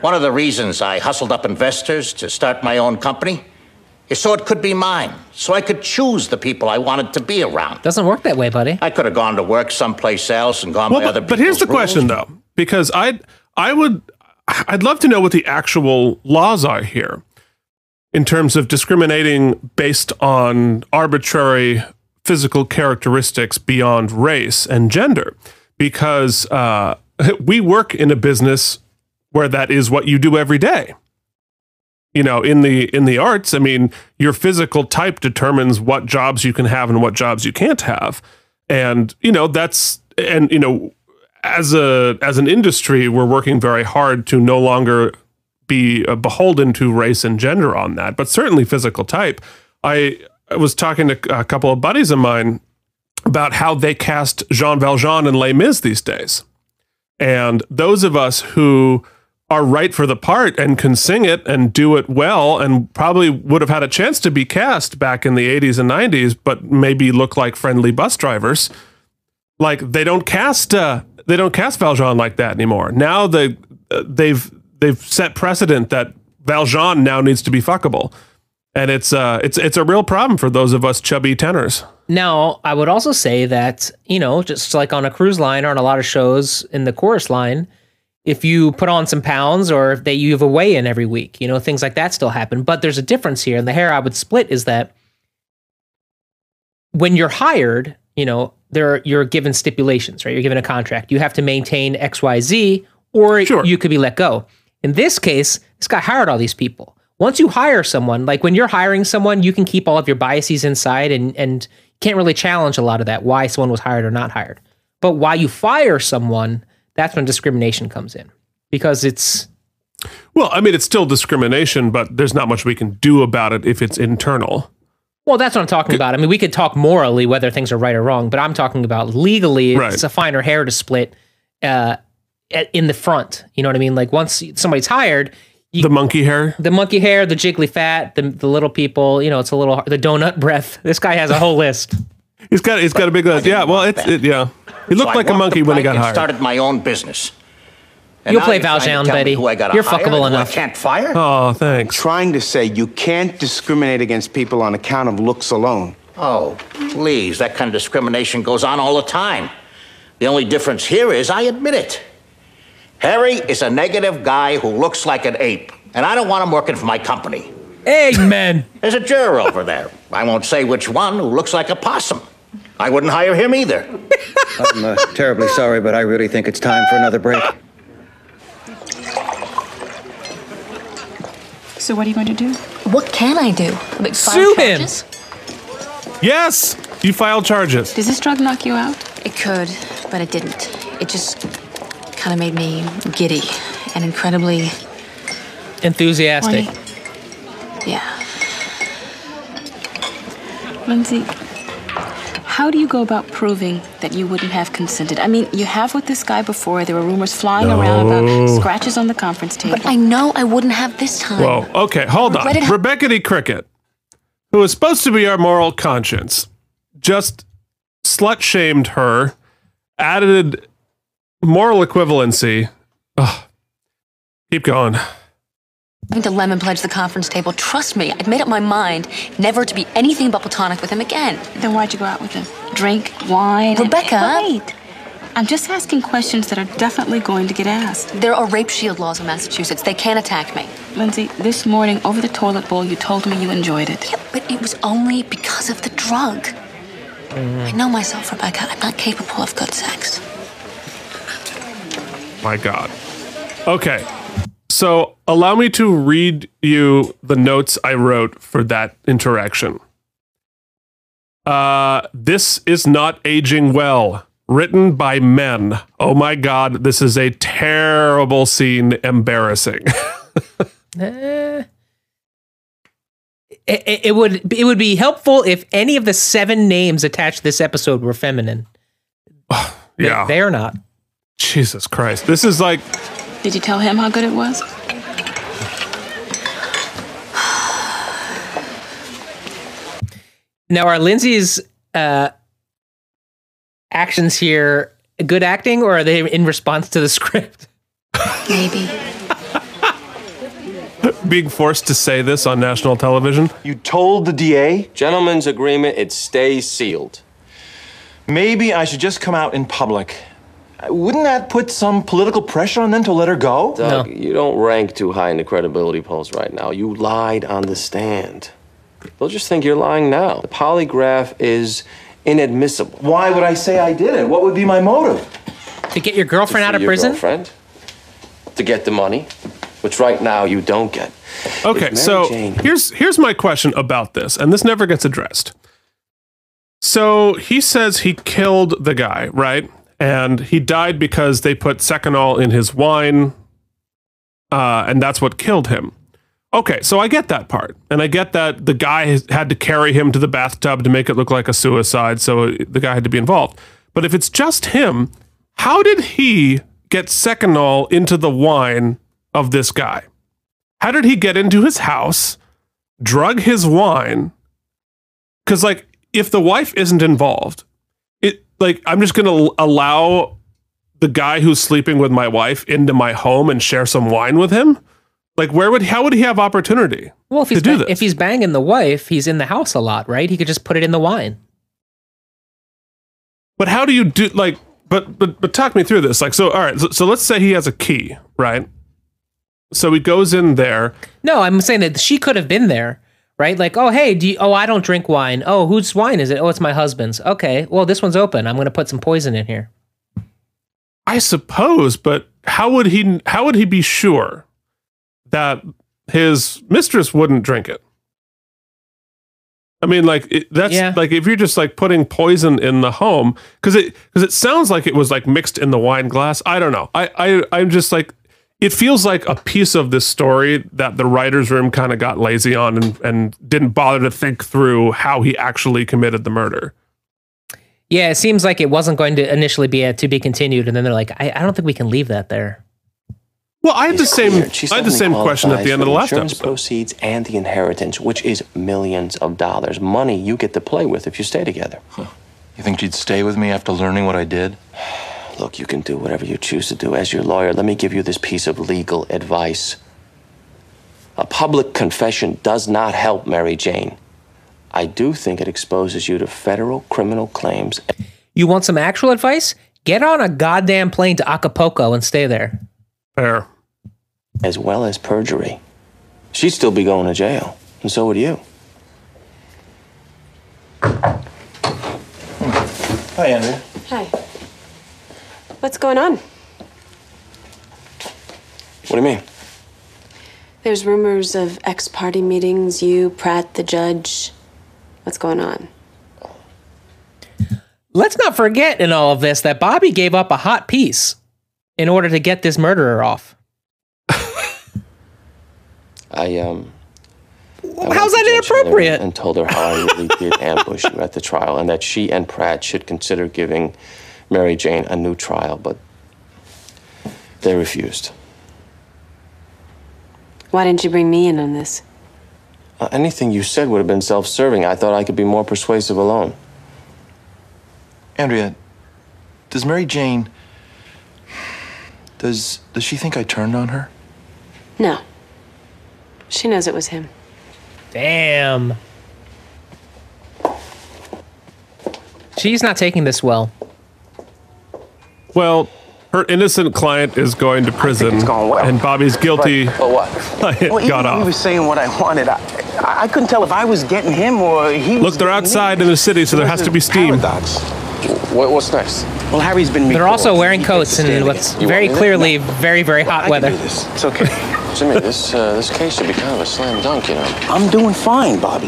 Speaker 18: One of the reasons I hustled up investors to start my own company is so it could be mine, so I could choose the people I wanted to be around.
Speaker 3: Doesn't work that way, buddy.
Speaker 18: I could have gone to work someplace else and gone
Speaker 2: Well,
Speaker 18: by other
Speaker 2: but, but
Speaker 18: people's
Speaker 2: here's the
Speaker 18: rules.
Speaker 2: question, though, because I I would I'd love to know what the actual laws are here in terms of discriminating based on arbitrary physical characteristics beyond race and gender, because uh, [laughs] we work in a business where that is what you do every day. You know, in the in the arts, I mean, your physical type determines what jobs you can have and what jobs you can't have, and you know that's and you know as a as an industry, we're working very hard to no longer be uh, beholden to race and gender on that, but certainly physical type. I, I was talking to a couple of buddies of mine about how they cast Jean Valjean and Les Mis these days. And those of us who are right for the part and can sing it and do it well and probably would have had a chance to be cast back in the 80s and 90s, but maybe look like friendly bus drivers. Like they don't cast uh, they don't cast Valjean like that anymore. Now they uh, they've they've set precedent that Valjean now needs to be fuckable. And it's uh it's it's a real problem for those of us chubby tenors.
Speaker 3: Now, I would also say that, you know, just like on a cruise line or on a lot of shows in the chorus line, if you put on some pounds or if they you have a weigh in every week, you know, things like that still happen. But there's a difference here. And the hair I would split is that when you're hired, you know, there are, you're given stipulations, right? You're given a contract. You have to maintain XYZ or you could be let go. In this case, this guy hired all these people. Once you hire someone, like when you're hiring someone, you can keep all of your biases inside and and can't really challenge a lot of that why someone was hired or not hired. But why you fire someone, that's when discrimination comes in. Because it's
Speaker 2: Well, I mean, it's still discrimination, but there's not much we can do about it if it's internal.
Speaker 3: well, that's what I'm talking about. I mean, we could talk morally whether things are right or wrong, but I'm talking about legally.
Speaker 2: Right.
Speaker 3: It's a finer hair to split uh, at- in the front. You know what I mean? Like once somebody's hired,
Speaker 2: the monkey hair,
Speaker 3: the monkey hair, the jiggly fat, the, the little people. You know, it's a little the donut breath. This guy has a whole
Speaker 2: [laughs]
Speaker 3: list.
Speaker 2: He's got he's got a big list. Yeah, well, it's it, yeah. He looked
Speaker 18: So I
Speaker 2: like a
Speaker 18: walked
Speaker 2: monkey
Speaker 18: the
Speaker 2: when he
Speaker 18: plank
Speaker 2: got
Speaker 18: and
Speaker 2: hired.
Speaker 18: started my own business.
Speaker 3: You'll
Speaker 18: now
Speaker 3: play
Speaker 18: you're trying to
Speaker 3: Valjean,
Speaker 18: tell me
Speaker 3: Betty.
Speaker 18: who I gotta
Speaker 3: You're
Speaker 18: hire and
Speaker 3: fuckable
Speaker 18: who I
Speaker 3: enough.
Speaker 18: can't fire?
Speaker 2: Oh, thanks.
Speaker 4: Trying to say you can't discriminate against people on account of looks alone.
Speaker 18: Oh, please, that kind of discrimination goes on all the time. The only difference here is I admit it. Harry is a negative guy who looks like an ape, and I don't want him working for my company.
Speaker 3: Amen.
Speaker 18: [laughs] There's a juror over there. I won't say which one who looks like a possum. I wouldn't hire him either.
Speaker 13: [laughs] I'm uh, terribly sorry, but I really think it's time for another break.
Speaker 17: So what are you going to do?
Speaker 20: What can I do? Like, file
Speaker 2: Sue him.
Speaker 20: charges?
Speaker 2: Yes, you filed charges.
Speaker 17: Does this drug knock you out?
Speaker 20: It could, but it didn't. It just kind of made me giddy and incredibly.
Speaker 3: Enthusiastic.
Speaker 20: Yeah.
Speaker 17: Lindsay, how do you go about proving that you wouldn't have consented? I mean, you have with this guy before. There were rumors flying around
Speaker 2: No.
Speaker 17: about scratches on the conference table.
Speaker 20: But I know I wouldn't have this time.
Speaker 2: Whoa. Okay, hold on.
Speaker 20: Let it ha-
Speaker 2: Rebecca D. Cricket, who is supposed to be our moral conscience, just slut shamed her, added moral equivalency. Ugh. Keep going.
Speaker 20: I'm going to lemon pledge the conference table. Trust me, I've made up my mind never to be anything but platonic with him again.
Speaker 17: Then why'd you go out with him? Drink, wine,
Speaker 20: Rebecca.
Speaker 17: And- wait, I'm just asking questions that are definitely going to get asked.
Speaker 20: There are rape shield laws in Massachusetts. They can't attack me.
Speaker 17: Lindsay, this morning over the toilet bowl, you told me you enjoyed it.
Speaker 20: But it was only because of the drug. I know myself, Rebecca. I'm not capable of good sex.
Speaker 2: My God. Okay. So allow me to read you the notes I wrote for that interaction. Uh, this is not aging well. Written by men. Oh my God, this is a terrible scene. Embarrassing. [laughs]
Speaker 3: Eh. It, it- it would it would be helpful if any of the seven names attached to this episode were feminine.
Speaker 2: yeah.
Speaker 3: They are not.
Speaker 2: Jesus Christ. This is like
Speaker 17: Did you tell him how good it was?
Speaker 3: Now, are Lindsay's uh, actions here good acting, or are they in response to the [laughs] script?
Speaker 20: Maybe.
Speaker 2: being forced to say this on national television.
Speaker 21: You told the DA?
Speaker 5: Gentlemen's agreement, it stays sealed.
Speaker 21: Maybe I should just come out in public. Uh, Wouldn't that put some political pressure on them to let her go?
Speaker 5: Doug, you don't rank too high in the credibility polls right now. You lied on the stand. They'll just think you're lying now. The polygraph is inadmissible.
Speaker 21: Why would I say I did it? What would be my motive?
Speaker 3: To get your girlfriend
Speaker 5: To
Speaker 3: out
Speaker 5: free
Speaker 3: of
Speaker 5: your
Speaker 3: prison?
Speaker 5: Girlfriend, to get the money, which right now you don't get.
Speaker 2: Okay,
Speaker 5: Mary
Speaker 2: so
Speaker 5: Jane-
Speaker 2: here's here's my question about this, and this never gets addressed. So he says he killed the guy, right? And he died because they put seconal in his wine, uh, and that's what killed him. Okay, so I get that part, and I get that the guy has- had to carry him to the bathtub to make it look like a suicide, so the guy had to be involved. But if it's just him, how did he get seconal into the wine of this guy? How did he get into his house, drug his wine? Because, like, if the wife isn't involved, it, like, I'm just going to allow the guy who's sleeping with my wife into my home and share some wine with him. Like, where would, how would he have opportunity?
Speaker 3: Well, if
Speaker 2: To
Speaker 3: he's,
Speaker 2: do
Speaker 3: ba-
Speaker 2: this.
Speaker 3: if he's banging the wife, he's in the house a lot, right? He could just put it in the wine.
Speaker 2: But how do you do, like, but, but, but talk me through this. Like, so, all right, so, so let's say he has a key, right? So he goes in there.
Speaker 3: No, I'm saying that she could have been there, right? Like, oh, hey, do you, oh, I don't drink wine. Oh, whose wine is it? Oh, it's my husband's. Okay, well, this one's open. I'm going to put some poison in here.
Speaker 2: I suppose, but how would he how would he be sure that his mistress wouldn't drink it? I mean, like it, that's like if you're just like putting poison in the home because it because it sounds like it was like mixed in the wine glass. I don't know. I I I'm just like it feels like a piece of this story that the writers' room kind of got lazy on and and didn't bother to think through how he actually committed the murder.
Speaker 3: Yeah, it seems like it wasn't going to initially be a to be continued, and then they're like, I, I don't think we can leave that there.
Speaker 2: Well, I had the
Speaker 5: is
Speaker 2: same
Speaker 5: cleared. She
Speaker 2: I had the same
Speaker 5: certainly
Speaker 2: question at
Speaker 5: qualifies
Speaker 2: the end of
Speaker 5: for
Speaker 2: the last
Speaker 5: insurance
Speaker 2: episode.
Speaker 5: proceeds and the inheritance, which is millions of dollars, money you get to play with if you stay together.
Speaker 7: [sighs]
Speaker 21: You think she'd stay with me after learning what I did?
Speaker 5: Look, you can do whatever you choose to do. As your lawyer, let me give you this piece of legal advice. A public confession does not help Mary Jane. I do think it exposes you to federal criminal claims.
Speaker 3: You want some actual advice? Get on a goddamn plane to Acapulco and stay there.
Speaker 5: Fair. As well as perjury. She'd still be going to jail, and so would you.
Speaker 7: Hi, Andrea.
Speaker 9: Hi. What's going on?
Speaker 5: What do you mean?
Speaker 9: There's rumors of ex party meetings, you, Pratt, the judge. What's going on?
Speaker 3: Let's not forget in all of this that Bobby gave up a hot piece in order to get this murderer off.
Speaker 5: I, um. I
Speaker 3: How's
Speaker 5: went to
Speaker 3: that
Speaker 5: Judge Hillary
Speaker 3: inappropriate?
Speaker 5: And told her how I really
Speaker 3: [laughs]
Speaker 5: did ambush you at the trial and that she and Pratt should consider giving Mary Jane a new trial, but they refused.
Speaker 9: Why didn't you bring me in on this?
Speaker 5: Uh, anything you said would have been self serving. I thought I could be more persuasive alone.
Speaker 7: Andrea, does Mary Jane. Does, does she think I turned on her?
Speaker 9: No. She knows it was him.
Speaker 3: Damn. She's not taking this well.
Speaker 2: Well, her innocent client is going to prison, and Bobby's guilty.
Speaker 4: But what?
Speaker 2: [laughs]
Speaker 4: well, even
Speaker 2: got
Speaker 4: when he
Speaker 2: off.
Speaker 4: was saying what I wanted, I, I- I couldn't tell if I was getting him or he was.
Speaker 2: Look, they're outside in the city, so there has to be steam.
Speaker 4: What, what's next? Well, Harry's been.
Speaker 3: They're also wearing coats in what's very clearly very, very hot weather.
Speaker 4: It's okay.
Speaker 3: [laughs]
Speaker 5: Jimmy, this, uh, this case should be kind of a slam dunk, you know.
Speaker 4: I'm doing fine, Bobby.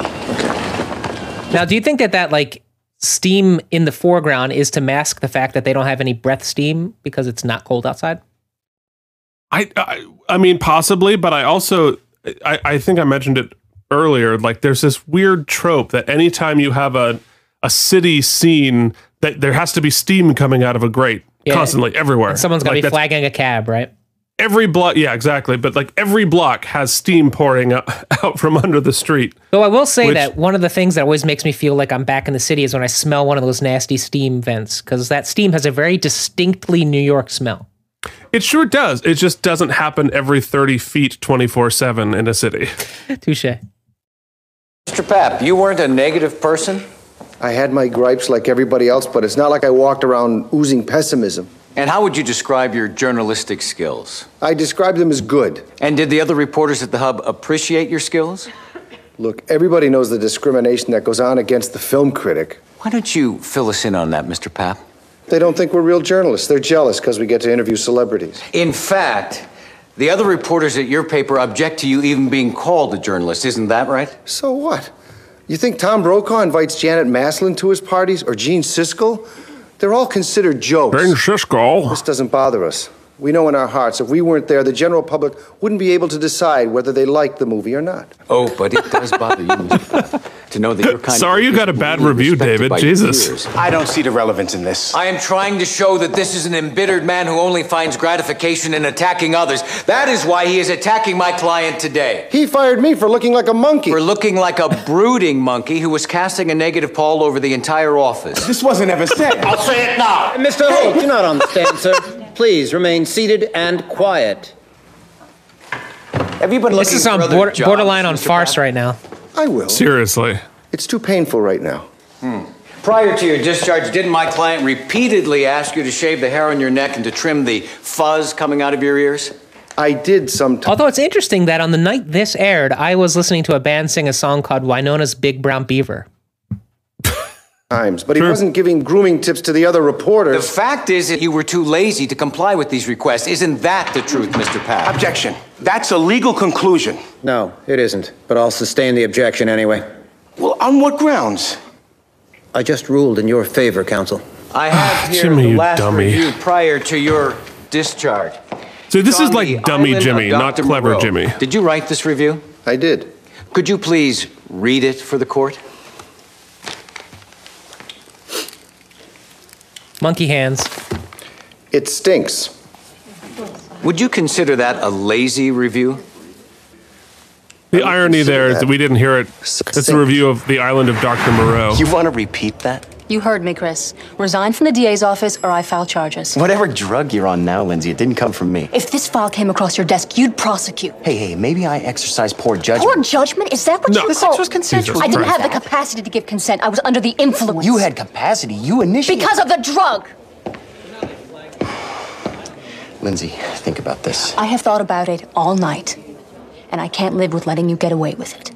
Speaker 3: Now, do you think that that like steam in the foreground is to mask the fact that they don't have any breath steam because it's not cold outside?
Speaker 2: I, I I mean possibly, but I also I, I think I mentioned it earlier. Like there's this weird trope that anytime you have a a city scene that there has to be steam coming out of a grate
Speaker 3: Yeah.
Speaker 2: constantly everywhere.
Speaker 3: And someone's gonna
Speaker 2: Like,
Speaker 3: be
Speaker 2: that's-
Speaker 3: flagging a cab, right?
Speaker 2: Every block, yeah, exactly. But like every block has steam pouring out, [laughs] out from under the street.
Speaker 3: Though I will say
Speaker 2: Which-
Speaker 3: that one of the things that always makes me feel like I'm back in the city is when I smell one of those nasty steam vents because that steam has a very distinctly New York smell.
Speaker 2: It sure does. It just doesn't happen every 30 feet 24 7 in a city.
Speaker 3: Touche.
Speaker 12: Mr. Pap, you weren't a negative person? I had my gripes like everybody else, but it's not like I walked around oozing pessimism.
Speaker 19: And how would you describe your journalistic skills?
Speaker 12: I described them as good.
Speaker 19: And did the other reporters at the Hub appreciate your skills?
Speaker 12: Look, everybody knows the discrimination that goes on against the film critic.
Speaker 19: Why don't you fill us in on that, Mr. Pap?
Speaker 12: They don't think we're real journalists. They're jealous because we get to interview celebrities.
Speaker 19: In fact, the other reporters at your paper object to you even being called a journalist, isn't that right?
Speaker 12: So what? You think Tom Brokaw invites Janet Maslin to his parties or Gene Siskel? They're all considered jokes. Gene
Speaker 2: Siskel.
Speaker 12: This doesn't bother us. We know in our hearts if we weren't there, the general public wouldn't be able to decide whether they liked the movie or not.
Speaker 19: Oh, but it does bother you, Mr. Pap, to know that your kind
Speaker 2: Sorry you got a bad review, David. Jesus.
Speaker 19: I don't see the relevance in this. I am trying to show that this is an embittered man who only finds gratification in attacking others. That is why he is attacking my client today.
Speaker 12: He fired me for looking like a monkey.
Speaker 19: For looking like a brooding monkey who was casting a negative pall over the entire office. This wasn't ever said.
Speaker 18: I'll say it now.
Speaker 19: Mr.
Speaker 18: Holt, [laughs]
Speaker 19: you're not on the stand, sir.
Speaker 13: Please remain seated and quiet.
Speaker 12: Have you been
Speaker 3: This is on border, borderline on farce right now.
Speaker 12: I will.
Speaker 2: Seriously.
Speaker 12: It's too painful right now.
Speaker 19: Prior to your discharge, didn't my client repeatedly ask you to shave the hair on your neck and to trim the fuzz coming out of your ears?
Speaker 12: I did sometimes.
Speaker 3: Although it's interesting that on the night this aired, I was listening to a band sing a song called Winona's Big Brown Beaver.
Speaker 12: Times, but he wasn't giving grooming tips to the other reporters.
Speaker 19: The fact is that you were too lazy to comply with these requests. Isn't that the truth, Mr. Pat? Objection.
Speaker 12: That's a legal conclusion. No,
Speaker 13: It isn't, but I'll sustain the objection anyway.
Speaker 12: Well, on what grounds?
Speaker 13: I just ruled in your favor, counsel.
Speaker 19: I
Speaker 2: [sighs]
Speaker 19: have here
Speaker 13: Jimmy,
Speaker 19: the
Speaker 13: you
Speaker 19: last
Speaker 13: dummy.
Speaker 19: review prior to your discharge.
Speaker 2: So this
Speaker 19: It's
Speaker 2: is
Speaker 19: on
Speaker 2: like
Speaker 19: the
Speaker 2: dummy
Speaker 19: island
Speaker 2: Jimmy,
Speaker 19: of
Speaker 2: not
Speaker 19: Dr.
Speaker 2: clever
Speaker 19: Moreau.
Speaker 2: Jimmy.
Speaker 19: Did you write this review?
Speaker 12: I did.
Speaker 19: Could you please read it for the court?
Speaker 3: Monkey hands.
Speaker 12: It stinks.
Speaker 19: Would you consider that a lazy review?
Speaker 2: The irony there is that we didn't hear it. It's a review of The Island of Dr. Moreau.
Speaker 19: want to repeat that?
Speaker 20: You heard me, Chris. Resign from the DA's office or I file charges.
Speaker 21: Whatever drug you're on now, Lindsay, it didn't come from me.
Speaker 20: If this file came across your desk, you'd prosecute.
Speaker 21: Hey, hey, maybe I exercise poor judgment.
Speaker 20: Poor judgment? Is that what
Speaker 21: No.
Speaker 20: you
Speaker 21: The sex
Speaker 20: call?
Speaker 21: was consensual.
Speaker 20: I didn't
Speaker 21: Jesus
Speaker 20: have the capacity to give consent. I was under the influence.
Speaker 21: You had capacity. You initiated.
Speaker 20: because of the drug.
Speaker 21: Lindsay, think about this.
Speaker 20: I have thought about it all night, and I can't live with letting you get away with it.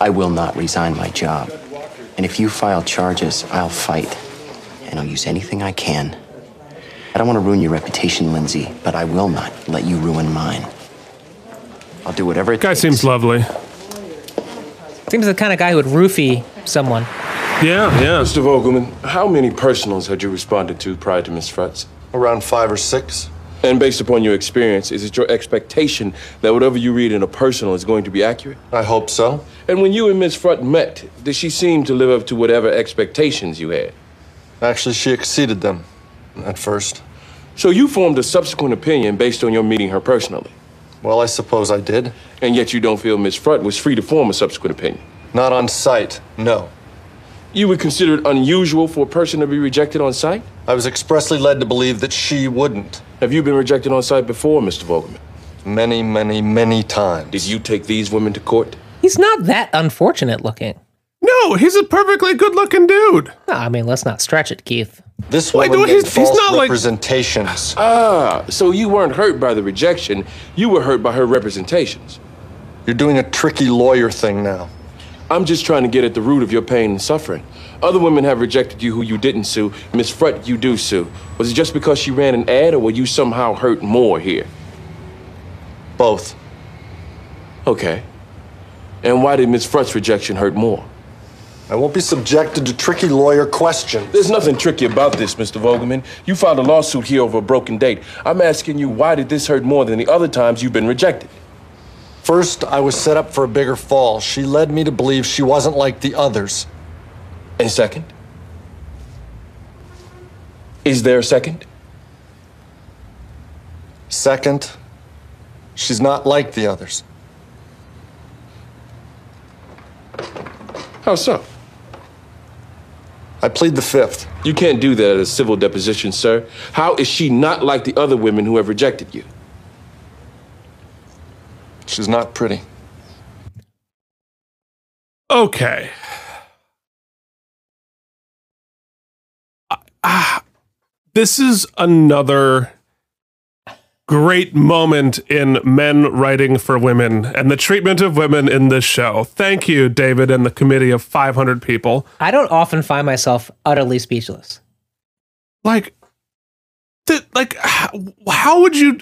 Speaker 21: I will not resign my job. And if you file charges, I'll fight. And I'll use anything I can. I don't want to ruin your reputation, Lindsay, but I will not let you ruin mine. I'll do whatever it
Speaker 2: Guy seems lovely.
Speaker 3: Seems the kind of guy who would roofie someone.
Speaker 2: Yeah, yeah.
Speaker 14: Mr. Vogelman, how many personals had you responded to prior to Miss Frutz?
Speaker 6: Around five or six.
Speaker 14: And based upon your experience, is it your expectation that whatever you read in a personal is going to be accurate?
Speaker 6: I hope so.
Speaker 14: And when you and Miss Frutz met, did she seem to live up to whatever expectations you had?
Speaker 6: Actually, she exceeded them at first.
Speaker 14: So you formed a subsequent opinion based on your meeting her personally?
Speaker 6: Well, I suppose I did.
Speaker 14: And yet you don't feel Miss Frutz was free to form a subsequent opinion?
Speaker 6: Not on sight, no.
Speaker 14: You would consider it unusual for a person to be rejected on sight?
Speaker 6: I was expressly led to believe that she wouldn't.
Speaker 14: Have you been rejected on sight before, Mr. Vogelman?
Speaker 6: Many, many, many times.
Speaker 14: Did you take these women to court?
Speaker 3: He's not that unfortunate looking.
Speaker 2: No, he's a perfectly good looking dude.
Speaker 3: No, I mean, let's not stretch it, Keith.
Speaker 6: This
Speaker 3: Wait,
Speaker 6: woman
Speaker 3: no,
Speaker 6: made
Speaker 3: he's- he's
Speaker 6: false
Speaker 3: not like-
Speaker 6: representations.
Speaker 14: Ah, so you weren't hurt by the rejection, you were hurt by her representations.
Speaker 6: You're doing a tricky lawyer thing now.
Speaker 14: I'm just trying to get at the root of your pain and suffering. Other women have rejected you who you didn't sue. Miss Frut, you do sue. Was it just because she ran an ad, or were you somehow hurt more here?
Speaker 6: Both.
Speaker 14: Okay. And why did Miss Frut's rejection hurt more?
Speaker 6: I won't be subjected to tricky lawyer questions.
Speaker 14: There's nothing tricky about this, Mr. Vogelman. You filed a lawsuit here over a broken date. I'm asking you, why did this hurt more than the other times you've been rejected?
Speaker 6: First, I was set up for a bigger fall. She led me to believe she wasn't like the others.
Speaker 14: And second? Is there a second?
Speaker 6: Second, she's not like the others.
Speaker 14: How so?
Speaker 6: I plead the fifth.
Speaker 14: You can't do that at a civil deposition, sir. How is she not like the other women who have rejected you?
Speaker 6: She's not pretty.
Speaker 2: Okay. Ah, this is another great moment in men writing for women and the treatment of women in this show. Thank you, David, and the committee of 500 people.
Speaker 3: I don't often find myself utterly speechless.
Speaker 2: Like, th- like, h- how would you?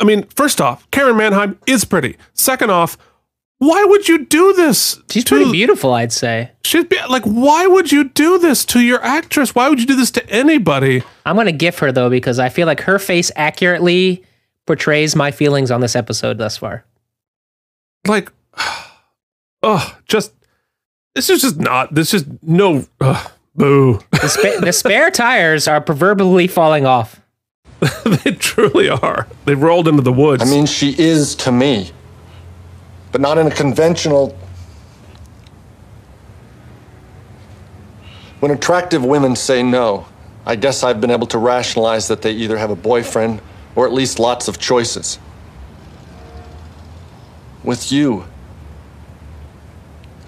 Speaker 2: I mean, first off, Karen Manheim is pretty. Second off, why would you do this?
Speaker 3: She's pretty beautiful, I'd say.
Speaker 2: She'd be like, why would you do this to your actress? Why would you do this to anybody?
Speaker 3: I'm going to gif her, though, because I feel like her face accurately portrays my feelings on this episode thus far.
Speaker 2: Like, [sighs] oh, just this is just not. This is [sighs] no. ugh, boo.
Speaker 3: The, spa- the spare tires are proverbially falling off.
Speaker 2: they truly are. They rolled into the woods.
Speaker 6: I mean, she is to me, but not in a conventional. When attractive women say no, I guess I've been able to rationalize that they either have a boyfriend or at least lots of choices. With you,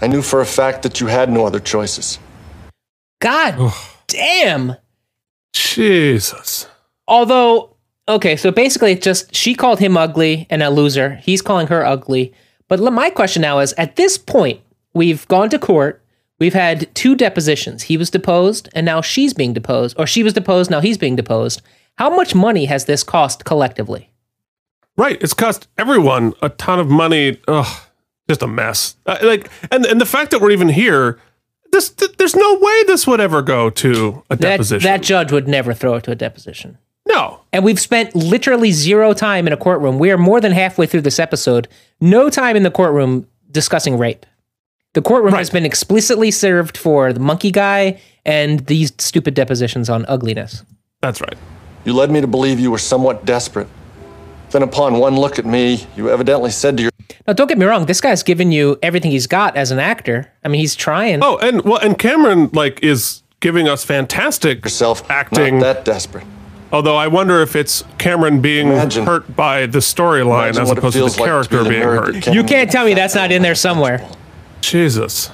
Speaker 6: I knew for a fact that you had no other choices.
Speaker 3: God damn.
Speaker 2: Jesus.
Speaker 3: Although, okay, so basically, it's just she called him ugly and a loser. He's calling her ugly. But l- my question now is at this point, we've gone to court. We've had two depositions. He was deposed, and now she's being deposed, or she was deposed, now he's being deposed. How much money has this cost collectively?
Speaker 2: Right. It's cost everyone a ton of money. Ugh, just a mess. Uh, like, and and the fact that we're even here, this th- there's no way this would ever go to a
Speaker 3: That,
Speaker 2: deposition.
Speaker 3: that judge would never throw it to a deposition.
Speaker 2: No.
Speaker 3: And we've spent literally zero time in a courtroom. We are more than halfway through this episode. No time in the courtroom discussing rape. The courtroom has been explicitly served for the monkey guy and these stupid depositions on ugliness.
Speaker 2: That's right.
Speaker 6: You led me to believe you were somewhat desperate. Then, upon one look at me, you evidently said to your
Speaker 3: Now, don't get me wrong. This guy's given you everything he's got as an actor. I mean, he's trying.
Speaker 2: Oh, and well, and Cameron like is giving us fantastic self acting.
Speaker 6: Not that desperate.
Speaker 2: Although I wonder if it's Cameron being hurt by the storyline
Speaker 6: Imagine
Speaker 2: as
Speaker 6: what it
Speaker 2: opposed to the
Speaker 6: feels like to
Speaker 2: character
Speaker 6: be the
Speaker 2: being
Speaker 6: nerd
Speaker 2: hurt.
Speaker 6: that
Speaker 3: You can't tell me that's not in there somewhere.
Speaker 2: Jesus.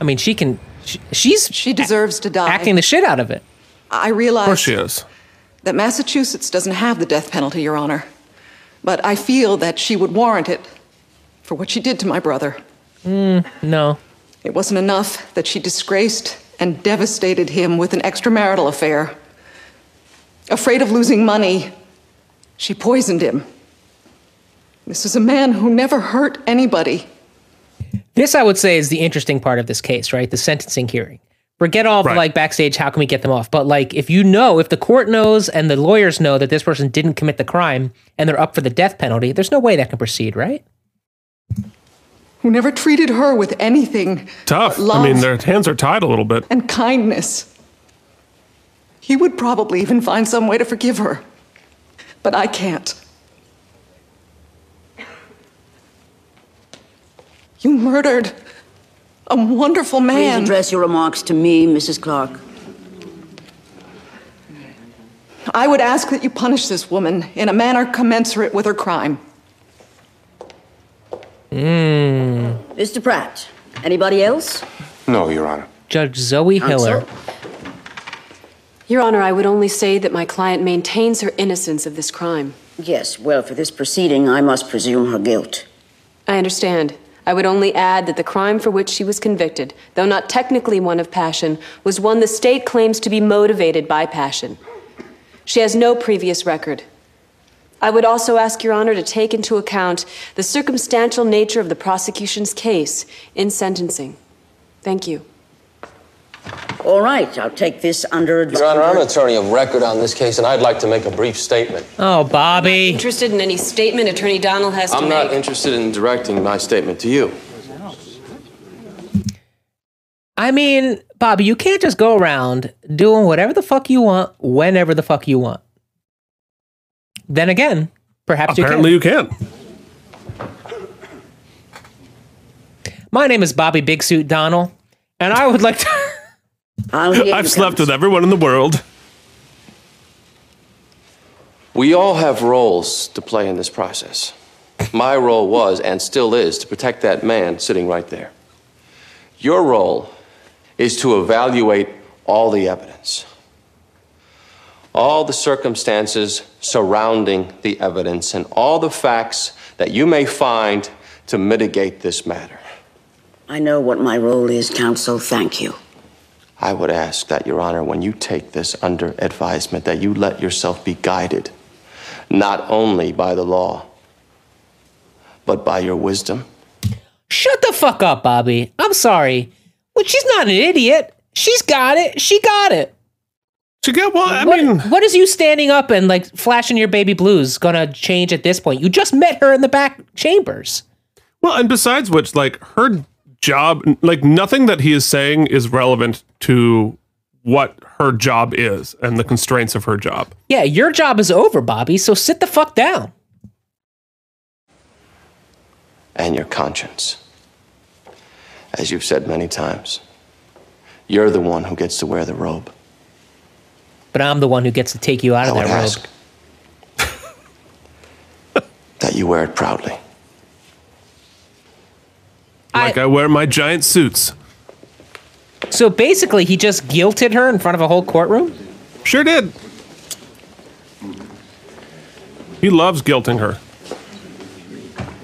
Speaker 3: I mean, she can. She, she's
Speaker 1: She deserves to die.
Speaker 3: acting the shit out of it.
Speaker 1: I realize
Speaker 2: is.
Speaker 1: that Massachusetts doesn't have the death penalty, Your Honor, but I feel that she would warrant it for what she did to my brother.
Speaker 3: Mm, no.
Speaker 1: It wasn't enough that she disgraced and devastated him with an extramarital affair. Afraid of losing money, she poisoned him. This is a man who never hurt anybody.
Speaker 3: This, I would say, is the interesting part of this case, right? The sentencing hearing. Forget all the like backstage, how can we get them off? But like, if you know, if the court knows and the lawyers know that this person didn't commit the crime and they're up for the death penalty, there's no way that can proceed, right?
Speaker 1: who never treated her with anything
Speaker 2: Tough.
Speaker 1: Love.
Speaker 2: I mean, their hands are tied a little bit.
Speaker 1: and kindness. He would probably even find some way to forgive her. But I can't. You murdered a wonderful
Speaker 16: Please
Speaker 1: man.
Speaker 16: address your remarks to me, Mrs. Clark.
Speaker 1: I would ask that you punish this woman in a manner commensurate with her crime.
Speaker 3: Mm.
Speaker 16: Mr. Pratt, anybody else?
Speaker 23: Hmm. No, Your Honor.
Speaker 3: Judge Zoe Hiller.
Speaker 9: Your Honor, I would only say that my client maintains her innocence of this crime.
Speaker 16: Yes, well, for this proceeding, I must presume her guilt.
Speaker 9: I understand. I would only add that the crime for which she was convicted, though not technically one of passion, was one the state claims to be motivated by passion. She has no previous record. I would also ask Your Honor to take into account the circumstantial nature of the prosecution's case in sentencing. Thank you.
Speaker 16: All right, I'll take this under advisement.
Speaker 5: Your Honor, I'm an attorney of record on this case, and I'd like to make a brief statement.
Speaker 3: Oh, Bobby.
Speaker 9: Interested in any statement Attorney Donnell has to
Speaker 5: I'm
Speaker 9: make?
Speaker 5: not interested in directing my statement to you.
Speaker 3: I mean, Bobby, you can't just go around doing whatever the fuck you want, whenever the fuck you want. Then again, perhaps
Speaker 2: Apparently
Speaker 3: you
Speaker 2: you
Speaker 3: can.
Speaker 2: can.
Speaker 3: My name is Bobby Big Suit Donnell, and I would like to.
Speaker 2: I've slept with everyone in the world.
Speaker 5: We all have roles to play in this process. My role was and still is to protect that man sitting right there. Your role is to evaluate all the evidence, all the circumstances surrounding the evidence, and all the facts that you may find to mitigate this matter.
Speaker 16: I know what my role is, counsel. Thank you.
Speaker 5: I would ask that, Your Honor, when you take this under advisement, that you let yourself be guided not only by the law, but by your wisdom.
Speaker 3: Shut the fuck up, Bobby. I'm sorry. Well, she's not an idiot. She's got it. She got it.
Speaker 2: She got what? I
Speaker 3: mean, what is you standing up and like flashing your baby blues gonna change at this point? You just met her in the back chambers.
Speaker 2: Well, and besides which, like her job, like nothing that he is saying is relevant to what her job is and the constraints of her job.
Speaker 3: Yeah, your job is over, Bobby. So sit the fuck down.
Speaker 5: and your conscience. As you've said many times, you're the one who gets to wear the robe.
Speaker 3: But I'm the one who gets to take you out of that robe.
Speaker 5: ask that you wear it proudly.
Speaker 2: Like I, wear my giant suits.
Speaker 3: So basically, he just guilted her in front of a whole courtroom?
Speaker 2: Sure did. He loves guilting her.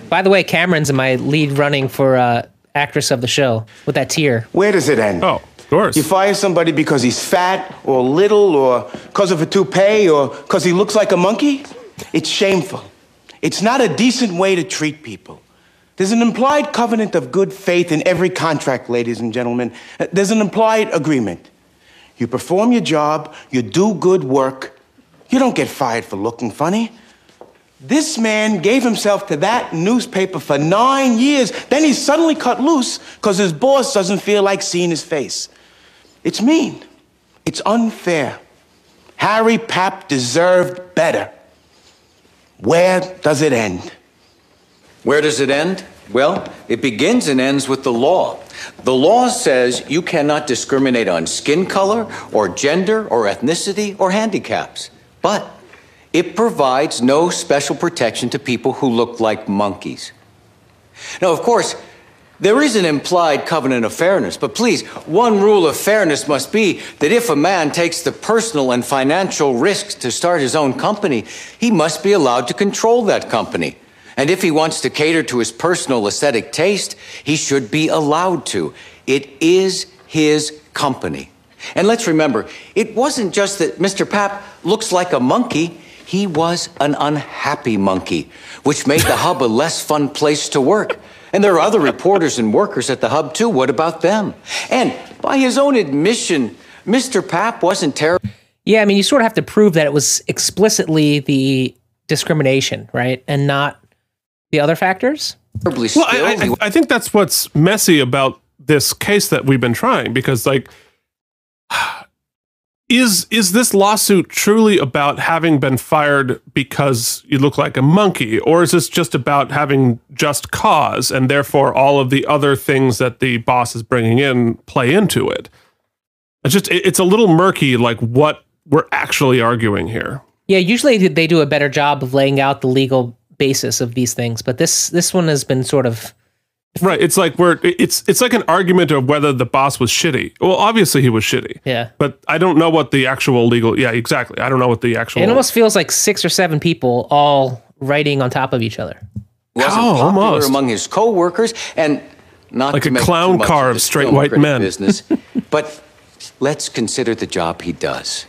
Speaker 3: By the way, Cameron's my lead running for uh, actress of the show with that tear.
Speaker 8: Where does it end? Oh,
Speaker 2: of course.
Speaker 8: You fire somebody because he's fat or little or because of a toupee or because he looks like a monkey? It's shameful. It's not a decent way to treat people. There's an implied covenant of good faith in every contract, ladies and gentlemen. Uh, There's an implied agreement. You perform your job, you do good work, you don't get fired for looking funny. This man gave himself to that newspaper for nine years. Then he's suddenly cut loose because his boss doesn't feel like seeing his face. It's mean. It's unfair. Harry Papp deserved better. Where does it end?
Speaker 19: Where does it end? Well, it begins and ends with the law. The law says you cannot discriminate on skin color or gender or ethnicity or handicaps. But it provides no special protection to people who look like monkeys. Now, of course, there is an implied covenant of fairness, but please, one rule of fairness must be that if a man takes the personal and financial risks to start his own company, he must be allowed to control that company. And if he wants to cater to his personal aesthetic taste, he should be allowed to. It is his company. And let's remember, it wasn't just that Mr. Pap looks like a monkey, he was an unhappy monkey, which made the hub a less fun place to work. And there are other reporters and workers at the hub too. What about them? And by his own admission, Mr. Pap wasn't terrible.
Speaker 3: Yeah, I mean, you sort of have to prove that it was explicitly the discrimination, right? And not the other factors.
Speaker 2: Well, I, I- I, I think that's what's messy about this case that we've been trying because, like, [sighs] is is this lawsuit truly about having been fired because you look like a monkey, or is this just about having just cause and therefore all of the other things that the boss is bringing in play into it? It's just it- it's a little murky, like what we're actually arguing here.
Speaker 3: Yeah, usually th- they do a better job of laying out the legal basis of these things, but this this one has been sort of
Speaker 2: Right. It's like we're it's it's like an argument of whether the boss was shitty. Well, obviously he was shitty.
Speaker 3: Yeah.
Speaker 2: But I don't know what the actual legal Yeah, exactly. I don't know what the actual
Speaker 3: it almost feels like six or seven people all writing on top of each other.
Speaker 19: wasn't
Speaker 3: Oh,
Speaker 19: popular
Speaker 3: almost.
Speaker 19: among his co-workers and not
Speaker 2: Like
Speaker 19: to
Speaker 2: a
Speaker 19: make
Speaker 2: clown
Speaker 19: too much
Speaker 2: car
Speaker 19: the
Speaker 2: of straight
Speaker 19: film
Speaker 2: white
Speaker 19: critic
Speaker 2: men. [laughs]
Speaker 19: business but let's consider the job he does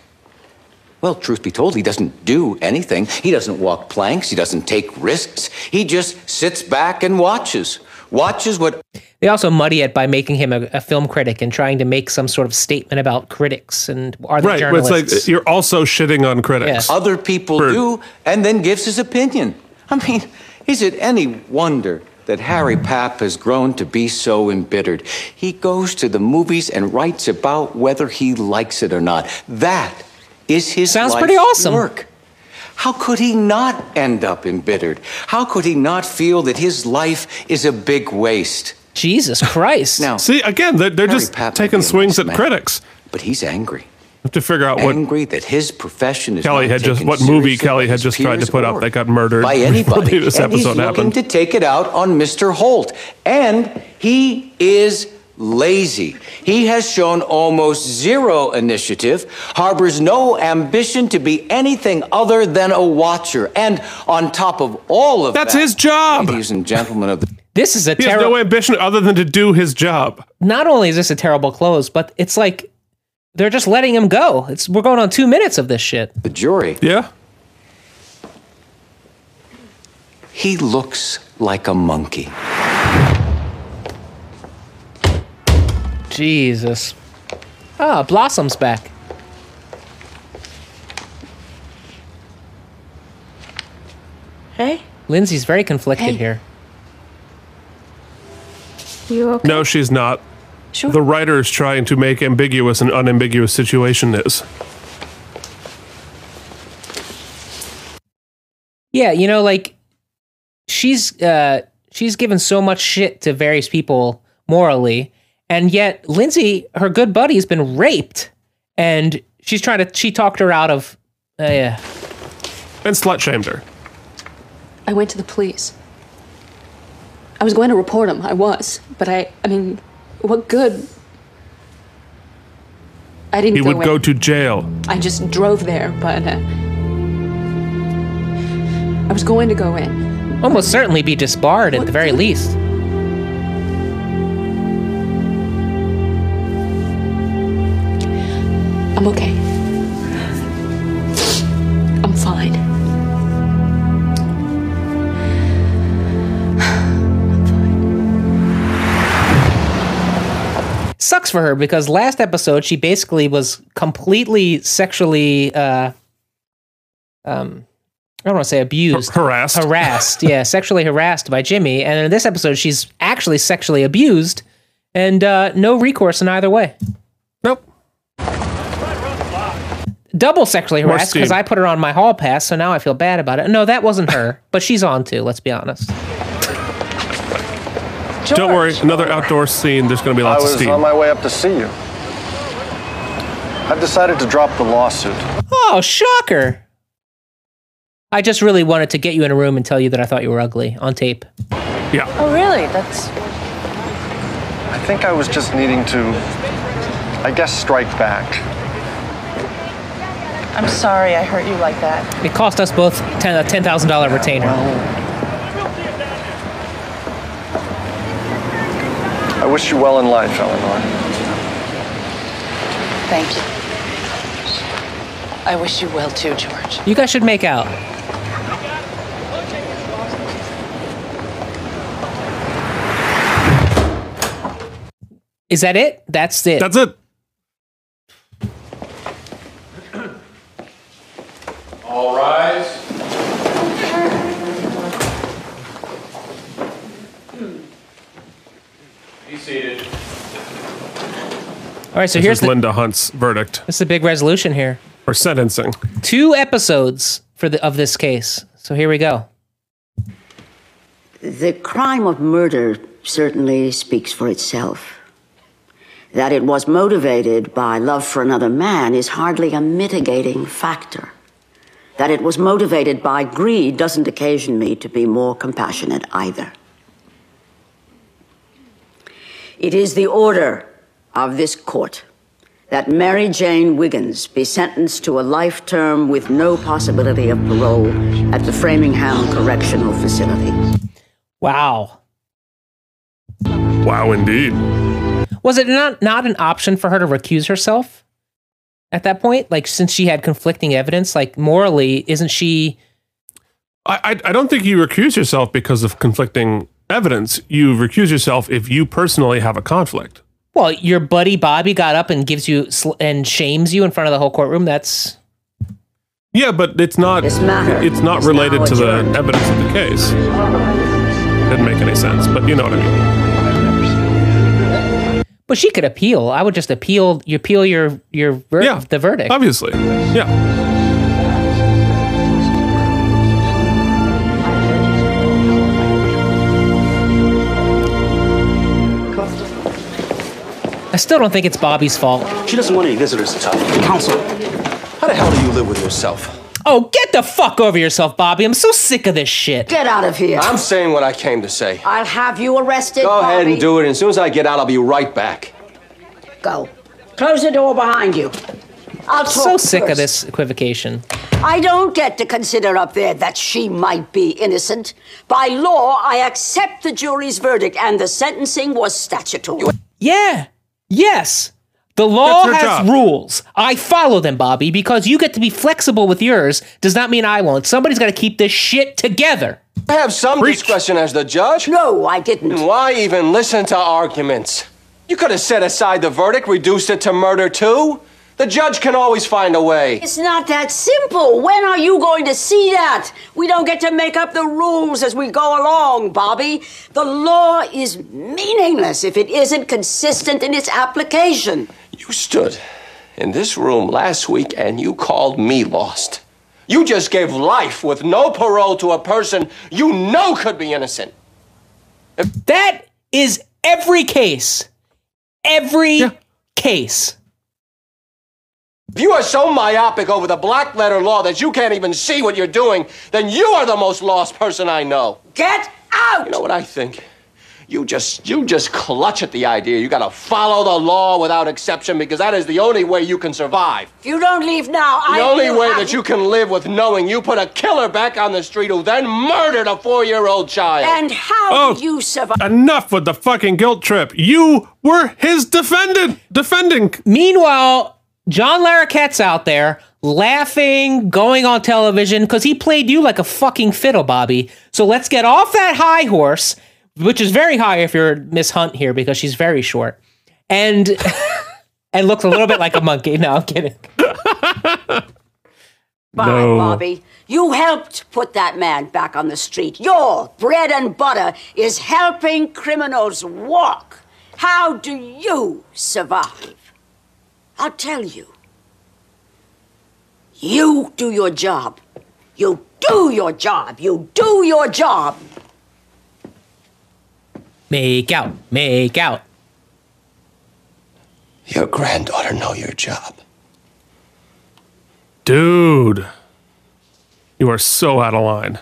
Speaker 19: well truth be told he doesn't do anything he doesn't walk planks he doesn't take risks he just sits back and watches watches what
Speaker 3: They also muddy it by making him a, a film critic and trying to make some sort of statement about critics and are they
Speaker 2: Right. but It's
Speaker 3: journalists?
Speaker 2: like uh, you're also shitting on critics.
Speaker 19: other people do and then gives his opinion i mean is it any wonder that harry papp has grown to be so embittered he goes to the movies and writes about whether he likes it or not that is his
Speaker 3: Sounds
Speaker 19: life's
Speaker 3: pretty awesome.
Speaker 19: work how could he not end up embittered how could he not feel that his life is a big waste
Speaker 3: jesus christ
Speaker 19: now
Speaker 2: See, again, they're, they're just taking swings at critics.
Speaker 19: But he's angry.
Speaker 2: Have to figure out what
Speaker 19: angry that his profession is
Speaker 2: Kelly
Speaker 19: not
Speaker 2: had just
Speaker 19: taken
Speaker 2: what movie
Speaker 19: seriously
Speaker 2: Kelly
Speaker 19: by
Speaker 2: had
Speaker 19: his
Speaker 2: just tried to
Speaker 19: peers
Speaker 2: put
Speaker 19: or
Speaker 2: up that got murdered [laughs]
Speaker 19: by
Speaker 2: before
Speaker 19: anybody.
Speaker 2: This
Speaker 19: and he's
Speaker 2: episode
Speaker 19: looking
Speaker 2: happened.
Speaker 19: to take it out on Mr. Holt. And he is lazy. He has shown almost zero initiative, harbors no ambition to be anything other than a watcher. And on top of all of
Speaker 2: That's
Speaker 19: that,
Speaker 2: his job.
Speaker 19: Ladies and gentlemen of the
Speaker 3: This is a
Speaker 2: He has
Speaker 3: terri-
Speaker 2: no ambition other than to do his job.
Speaker 3: not only is this a terrible close, but it's like they're just letting him go. It's we're going on two minutes of this shit.
Speaker 19: the jury.
Speaker 2: Yeah.
Speaker 19: He looks like a monkey.
Speaker 3: Jesus. Ah, Blossom's back.
Speaker 17: Hey,
Speaker 3: Lindsay's very conflicted here.
Speaker 17: you okay?
Speaker 2: No, she's not. The writer is trying to make ambiguous an unambiguous situation is.
Speaker 3: Yeah, you know, like she's uh she's given so much shit to various people morally, and yet Lindsay, her good buddy, has been raped, and she's trying to she talked her out of uh, yeah.
Speaker 2: And slut shamed her.
Speaker 17: I went to the police. I was going to report him. I was, but I. I mean, what good? I didn't.
Speaker 2: He
Speaker 17: go
Speaker 2: would
Speaker 17: in.
Speaker 2: go to jail.
Speaker 17: I just drove there, but uh, I was going to go in.
Speaker 3: Almost certainly be disbarred at the very least.
Speaker 17: I'm okay. I'm fine.
Speaker 3: Sucks for her because last episode she basically was completely sexually uh um I don't want to say abused.
Speaker 2: harassed. [laughs]
Speaker 3: Harassed, yeah, sexually harassed by Jimmy. And in this episode she's actually sexually abused and uh no recourse in either way.
Speaker 2: Nope.
Speaker 3: Double sexually
Speaker 2: More
Speaker 3: harassed because
Speaker 2: steam.
Speaker 3: I put her on my hall pass, so now I feel bad about it. No, that wasn't her, but she's on too, let's be honest.
Speaker 2: Don't worry, another outdoor scene. There's going to be
Speaker 6: I
Speaker 2: lots of
Speaker 6: was
Speaker 2: steam.
Speaker 6: on my way up to see you. I've decided to drop the lawsuit.
Speaker 3: Oh, shocker. I just really wanted to get you in a room and tell you that I thought you were ugly on tape.
Speaker 2: Yeah.
Speaker 10: Oh, really? That's.
Speaker 6: I think I was just needing to, I guess, strike back.
Speaker 10: I'm sorry I hurt you like that.
Speaker 3: It cost us both ten, a $10,000 retainer.
Speaker 6: I wish you well in life, Eleanor.
Speaker 10: Thank you. I wish you well too, George.
Speaker 3: You guys should make out. Is that it? That's it. That's
Speaker 2: it.
Speaker 14: All rise. Be seated.
Speaker 3: All right, so
Speaker 2: This
Speaker 3: here's
Speaker 2: is
Speaker 3: the,
Speaker 2: Linda Hunt's verdict
Speaker 3: this is a big resolution here.
Speaker 2: or sentencing.
Speaker 3: Two episodes for the of this case. So here we go.
Speaker 16: The crime of murder certainly speaks for itself. That it was motivated by love for another man is hardly a mitigating factor. That it was motivated by greed doesn't occasion me to be more compassionate either. It is the order of this court that Mary Jane Wiggins be sentenced to a life term with no possibility of parole at the Framingham Correctional Facility.
Speaker 3: Wow.
Speaker 2: Wow, indeed.
Speaker 3: Was it not not an option for her to recuse herself at that point? Like since she had conflicting evidence, like morally, isn't she
Speaker 2: I, I, I don't think you recuse yourself because of conflicting evidence. You recuse yourself if you personally have a conflict.
Speaker 3: well, your buddy Bobby got up and gives you sl- and shames you in front of the whole courtroom. That's
Speaker 2: Yeah, but it's not. It's not related to the evidence of the case. Didn't make any sense, but you know what I mean.
Speaker 3: but she could appeal. I would just appeal. You appeal your your ver- the verdict.
Speaker 2: Obviously, yeah.
Speaker 3: I still don't think it's Bobby's fault.
Speaker 11: She doesn't want any visitors at all. Counsel, how the hell do you live with yourself?
Speaker 3: Oh, get the fuck over yourself, Bobby. I'm so sick of this shit.
Speaker 11: Get
Speaker 16: out of here.
Speaker 11: I'm saying what I came to say.
Speaker 16: I'll have you arrested.
Speaker 11: Go ahead and
Speaker 16: Bobby.
Speaker 11: do it, and as soon as I get out, I'll be right back.
Speaker 16: Go. Close the door behind you. I'll talk
Speaker 3: So sick of
Speaker 16: first.
Speaker 3: this equivocation.
Speaker 16: I don't get to consider up there that she might be innocent. By law, I accept the jury's verdict, and the sentencing was statutory.
Speaker 3: Yeah. Yes. The law
Speaker 16: her
Speaker 3: has
Speaker 16: job.
Speaker 3: rules. I follow them, Bobby, because you get to be flexible with yours does not mean I won't. Somebody's got to keep this shit together.
Speaker 11: I have some discretion as the judge.
Speaker 16: No, I didn't.
Speaker 11: And why even listen to arguments? You could have set aside the verdict, reduced it to murder too. The judge can always find a way.
Speaker 16: It's not that simple. When are you going to see that? We don't get to make up the rules as we go along, Bobby. The law is meaningless if it isn't consistent in its application.
Speaker 11: You stood in this room last week and you called me lost. You just gave life with no parole to a person you know could be innocent.
Speaker 3: That is every case. Every case.
Speaker 11: If you are so myopic over the black letter law that you can't even see what you're doing, then you are the most lost person I know.
Speaker 16: Get out!
Speaker 11: You know what I think? You just you just clutch at the idea you gotta follow the law without exception because that is the only way you can survive.
Speaker 16: If you don't leave now,
Speaker 11: The
Speaker 16: I
Speaker 11: only
Speaker 16: will
Speaker 11: way
Speaker 16: have
Speaker 11: that you can live with knowing you put a killer back on the street who then murdered a four-year-old child.
Speaker 16: And how
Speaker 2: Oh.
Speaker 16: you survive?
Speaker 2: Enough with the fucking guilt trip. You were his defendant, defending.
Speaker 3: Meanwhile, Oh, John Larroquette's out there laughing, going on television because he played you like a fucking fiddle, Bobby. So let's get off that high horse, which is very high if you're Miss Hunt here because she's very short and [laughs] and looks a little bit like a monkey. No, I'm kidding.
Speaker 16: Bye,
Speaker 3: No.
Speaker 16: Bobby. You helped put that man back on the street. Your bread and butter is helping criminals walk. How do you survive? I'll tell you. You do your job. You do your job. You do your job.
Speaker 3: Make out. Make out.
Speaker 24: Your granddaughter know your job.
Speaker 2: Dude, you are so out of line.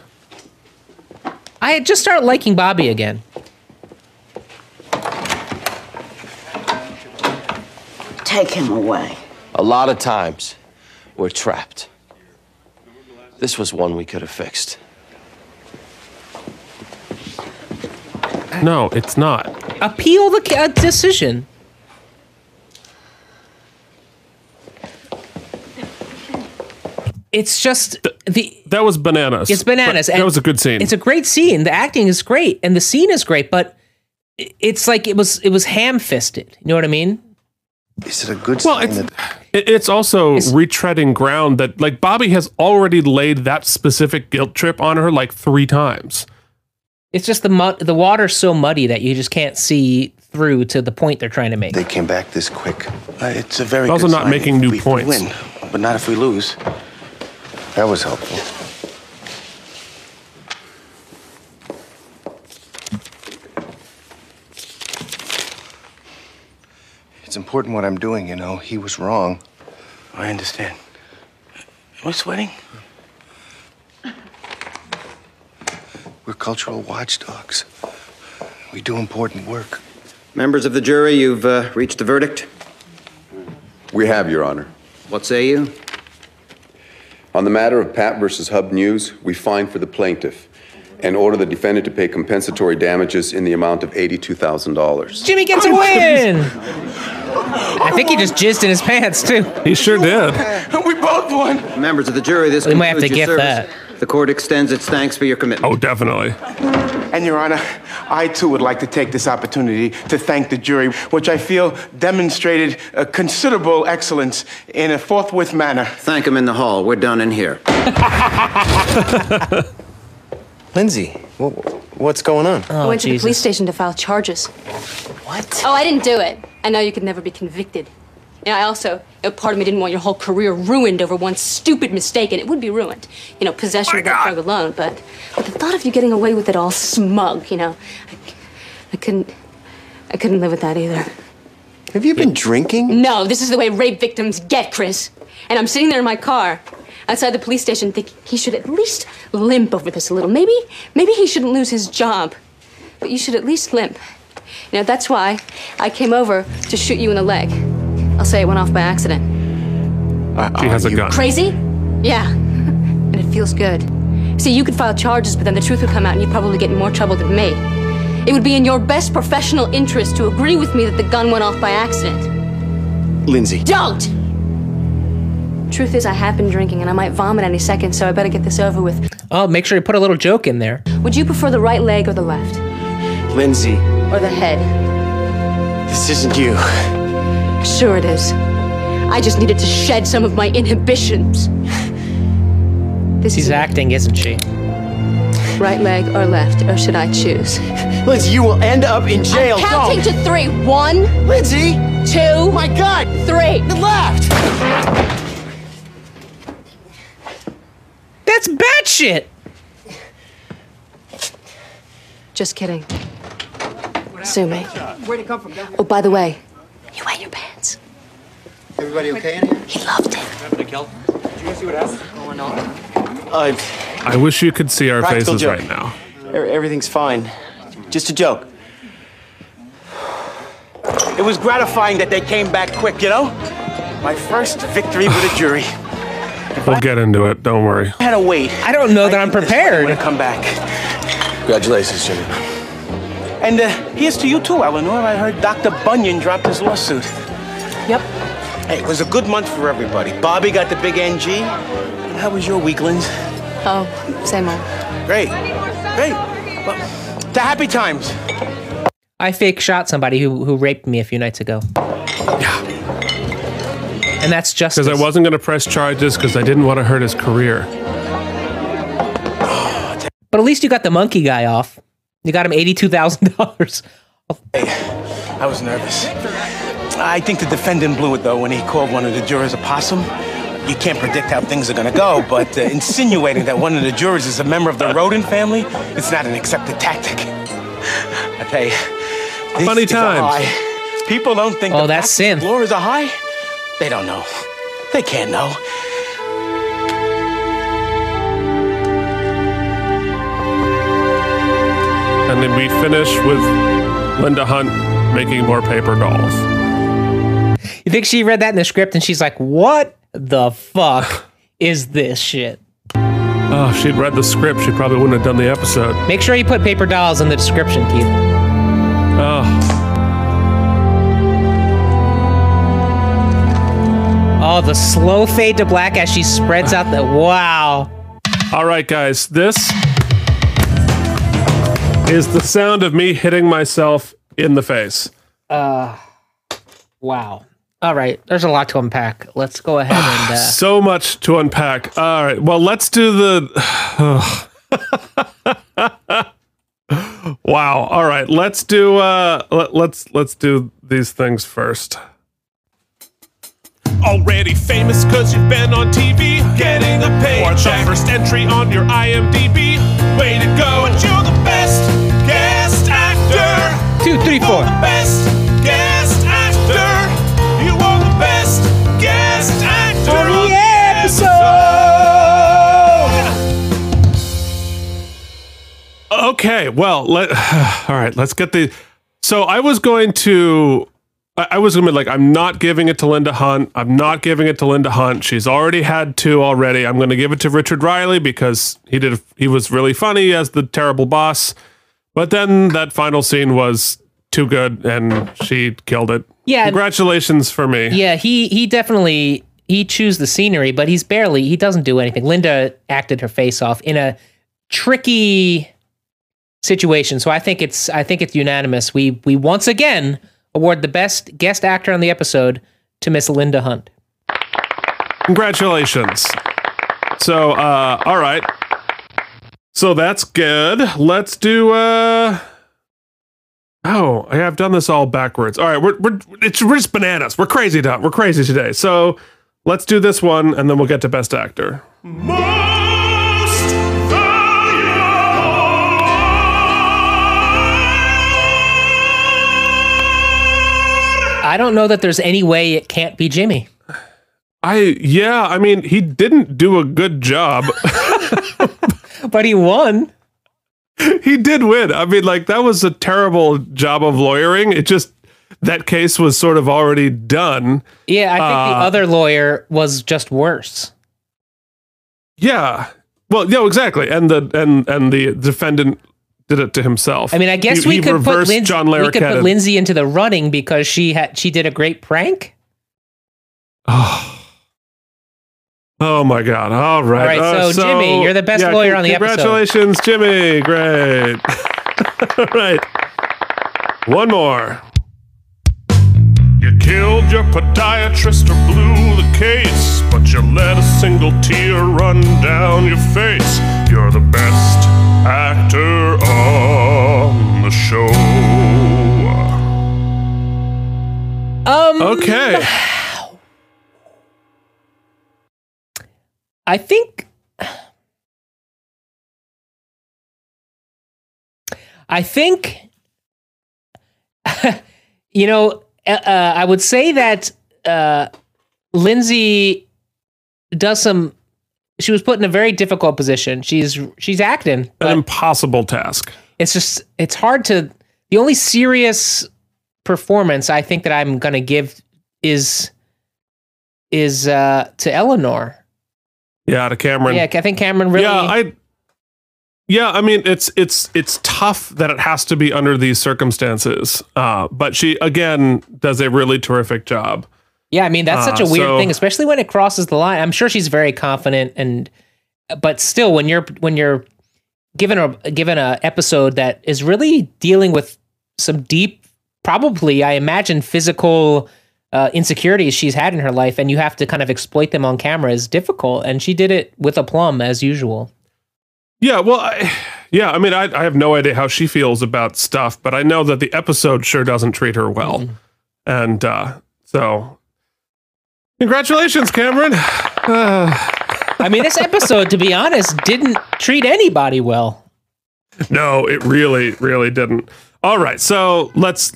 Speaker 3: I had just started liking Bobby again.
Speaker 16: Take him away.
Speaker 5: A lot of times, we're trapped. This was one we could have fixed.
Speaker 2: No, it's not.
Speaker 3: Appeal the ca- uh, decision. It's just the
Speaker 2: That was bananas.
Speaker 3: It's bananas.
Speaker 2: But
Speaker 3: and
Speaker 2: that was a good scene.
Speaker 3: It's a great scene. The acting is great, and the scene is great. But i- it's like it was it was ham fisted. You know what I mean?
Speaker 2: Is it a good well, it's, it- it's also retreading ground that like Bobby has already laid that specific guilt trip on her like three times.
Speaker 3: It's just the mud, the water's so muddy that you just can't see through to the point they're trying to make. They
Speaker 25: came back this quick.
Speaker 8: Uh,
Speaker 25: it's a very
Speaker 2: Also
Speaker 25: good
Speaker 2: not
Speaker 25: sign
Speaker 2: making
Speaker 25: if
Speaker 2: new
Speaker 25: we
Speaker 2: points.
Speaker 25: Win, but not if we lose. That was helpful.
Speaker 12: It's important what I'm doing, you know. He was wrong. I understand.
Speaker 25: Am I sweating?
Speaker 12: We're cultural watchdogs. We do important work.
Speaker 19: Members of the jury, you've uh, reached the verdict?
Speaker 7: We have, Your Honor.
Speaker 19: What say you?
Speaker 7: On the matter of Pat versus Hub News, we find for the plaintiff and order the defendant to pay compensatory damages in the amount of $82,000.
Speaker 3: Jimmy gets a win. I think he just jizzed in his pants too.
Speaker 2: He sure did.
Speaker 19: We both won. Members of the jury, this
Speaker 3: We might have
Speaker 19: concludes
Speaker 3: to
Speaker 19: your
Speaker 3: gift
Speaker 19: service. The court extends its thanks for your commitment.
Speaker 2: Oh, definitely.
Speaker 8: And, Your Honor, I too would like to take this opportunity to thank the jury, which I feel demonstrated a considerable excellence in a forthwith manner.
Speaker 19: Thank him in the hall. We're done in here.
Speaker 8: Lindsay, wh- what's going on?
Speaker 21: Oh,
Speaker 10: I went to the police station to file charges. What? Oh, I didn't do it. And now you could never be convicted. And I also, you know, part of me didn't want your whole career ruined over one stupid mistake, and it would be ruined. You know, possession of that drug alone, but, but the thought of you getting away with it all smug, you know, I, I couldn't, I couldn't live with that either.
Speaker 8: Have you been drinking?
Speaker 10: No, this is the way rape victims get, Chris. And I'm sitting there in my car outside the police station thinking he should at least limp over this a little. Maybe, maybe he shouldn't lose his job, but you should at least limp. You know, that's why I came over to shoot you in the leg. I'll say it went off by accident.
Speaker 2: she has a gun.
Speaker 10: Crazy? Yeah. [laughs] and it feels good. See, you could file charges, but then the truth would come out and you'd probably get in more trouble than me. It would be in your best professional interest to agree with me that the gun went off by accident.
Speaker 8: Lindsay.
Speaker 10: Don't! Truth is, I have been drinking and I might vomit any second, so I better get this over with.
Speaker 3: Oh, make sure you put a little joke in there.
Speaker 10: Would you prefer the right leg or the left?
Speaker 8: Lindsay,
Speaker 10: Or the head?
Speaker 8: this isn't you.
Speaker 10: Sure it is. I just needed to shed some of my inhibitions.
Speaker 3: She's acting, isn't she?
Speaker 10: Right leg or left, or should I choose?
Speaker 8: Lindsay, you will end up in jail.
Speaker 10: I'm counting
Speaker 8: Don't.
Speaker 10: to three. One.
Speaker 8: Lindsay! Oh
Speaker 10: Two.
Speaker 8: My God!
Speaker 10: Three.
Speaker 8: The left!
Speaker 3: That's batshit.
Speaker 10: Just kidding. Sue me.
Speaker 21: Where'd it come from?
Speaker 10: Oh, by the way, you wet your pants.
Speaker 19: Everybody okay in here?
Speaker 10: He loved it.
Speaker 21: Did you guys see what happened? Oh, no.
Speaker 8: Uh,
Speaker 2: I wish you could see our
Speaker 8: Practical
Speaker 2: faces
Speaker 8: joke.
Speaker 2: right now.
Speaker 8: e- everything's fine. Just a joke. It was gratifying that they came back quick, you know? My first victory with a jury.
Speaker 2: We'll get into it. Don't worry.
Speaker 8: I had to wait.
Speaker 3: I don't know that I'm prepared.
Speaker 8: to come back.
Speaker 7: Congratulations, Jimmy.
Speaker 8: And uh, here's to you too, Eleanor. I heard Dr. Bunyan dropped his lawsuit.
Speaker 10: Yep.
Speaker 8: Hey, it was a good month for everybody. Bobby got the big NG. And how was your week, Linz?
Speaker 10: Oh, same old.
Speaker 8: Great. Great. Well, to happy times.
Speaker 3: I fake shot somebody who, who raped me a few nights ago. And that's just
Speaker 2: because I wasn't going to press charges because I didn't want to hurt his career.
Speaker 3: But at least you got the monkey guy off. You got him eighty-two thousand dollars. [laughs]
Speaker 8: I was nervous. I think the defendant blew it though when he called one of the jurors a possum. You can't predict how things are gonna go, but uh, insinuating that one of the jurors is a member of the rodent family, it's not an accepted tactic. I tell you,
Speaker 2: Funny times.
Speaker 8: People don't think
Speaker 3: Oh,
Speaker 8: the
Speaker 3: that's
Speaker 8: vacuum
Speaker 3: sin.
Speaker 8: floor is a high. They don't know. They can't know.
Speaker 2: And then we finish with Linda Hunt making more paper dolls.
Speaker 3: You think she read that in the script and she's like, what the fuck is this shit?
Speaker 2: Oh, if she'd read the script, she probably wouldn't have done the episode.
Speaker 3: Make sure you put paper dolls in the description, Keith.
Speaker 2: Oh.
Speaker 3: Oh, the slow fade to black as she spreads out the. Wow.
Speaker 2: All right, guys, this is the sound of me hitting myself in the face.
Speaker 3: Uh, wow. All right. There's a lot to unpack. Let's go [sighs] ahead and. Uh,
Speaker 2: So much to unpack. All right, well, let's do the. [sighs] wow. All right, let's do. Uh, let, let's let's do these things first.
Speaker 12: Already famous cause you've been on TV, getting a paycheck. Or the first entry on your IMDb. Way to go, and you're the best guest actor.
Speaker 3: Two, three, four.
Speaker 12: The best guest actor. You are the best guest actor of the episode.
Speaker 2: Okay, well, let [sighs] all right, let's get the So I was going to I I was gonna be like, I'm not giving it to Linda Hunt. I'm not giving it to Linda Hunt. She's already had two already. I'm gonna give it to Richard Riley because he did he was really funny as the terrible boss. But then that final scene was too good and she killed it.
Speaker 3: Yeah.
Speaker 2: Congratulations for me.
Speaker 3: yeah, he he definitely he chews the scenery, but he's barely he doesn't do anything. Linda acted her face off in a tricky situation, so I think it's I think it's unanimous. We we once again award the best guest actor on the episode to Miss Linda Hunt.
Speaker 2: Congratulations. So, uh, all right. So that's good. Let's do. Uh... Oh, I have done this all backwards. All right, we're we're it's we're just bananas. We're crazy. Dot. We're crazy today. So let's do this one, and then we'll get to best actor.
Speaker 3: I don't know that there's any way it can't be Jimmy.
Speaker 2: I yeah. I mean, he didn't do a good job,
Speaker 3: [laughs] but he won.
Speaker 2: [laughs] He did win. I mean, like that was a terrible job of lawyering. It just that case was sort of already done.
Speaker 3: Yeah, I think
Speaker 2: Uh,
Speaker 3: the other lawyer was just worse.
Speaker 2: Yeah. Well, no, exactly. And the and and the defendant did it to himself.
Speaker 3: I mean, I guess
Speaker 2: He-
Speaker 3: we,
Speaker 2: he
Speaker 3: could put
Speaker 2: reversed
Speaker 3: Lindsay,
Speaker 2: John
Speaker 3: we could put
Speaker 2: Larroquette.
Speaker 3: Lindsay into the running because she had she did a great prank.
Speaker 2: Oh my God! All right.
Speaker 3: All right,
Speaker 2: Uh,
Speaker 3: so Jimmy, you're the best
Speaker 2: yeah,
Speaker 3: lawyer
Speaker 2: con-
Speaker 3: on the episode.
Speaker 2: Congratulations, Jimmy. Great. [laughs] All right. One more.
Speaker 12: You killed your podiatrist or blew the case, but you let a single tear run down your face. You're the best actor on the show.
Speaker 3: Um.
Speaker 2: Okay.
Speaker 3: I think. I think. [laughs] you know, uh, uh, I would say that uh, Lindsay does some. She was put in a very difficult position. She's she's acting.
Speaker 2: An impossible task.
Speaker 3: It's just it's hard to. The only serious performance I think that I'm gonna give is is uh, to Eleanor.
Speaker 2: Yeah, to Cameron.
Speaker 3: Yeah, I think Cameron really.
Speaker 2: Yeah, I. Yeah, I mean it's it's it's tough that it has to be under these circumstances. Uh, but she again does a really terrific job.
Speaker 3: Yeah, I mean that's such a
Speaker 2: Uh,
Speaker 3: weird
Speaker 2: so-
Speaker 3: thing, especially when it crosses the line. I'm sure she's very confident, and but still, when you're when you're given a given a episode that is really dealing with some deep, probably I imagine physical uh, insecurities she's had in her life, and you have to kind of exploit them on camera is difficult. And she did it with aplomb as usual.
Speaker 2: Yeah, well, I, yeah, I mean, I, I have no idea how she feels about stuff, but I know that the episode sure doesn't treat her well. And uh, so, congratulations, Cameron. [sighs]
Speaker 3: I mean, this episode, to be honest, didn't treat anybody well.
Speaker 2: no, it really, really didn't. All right, so let's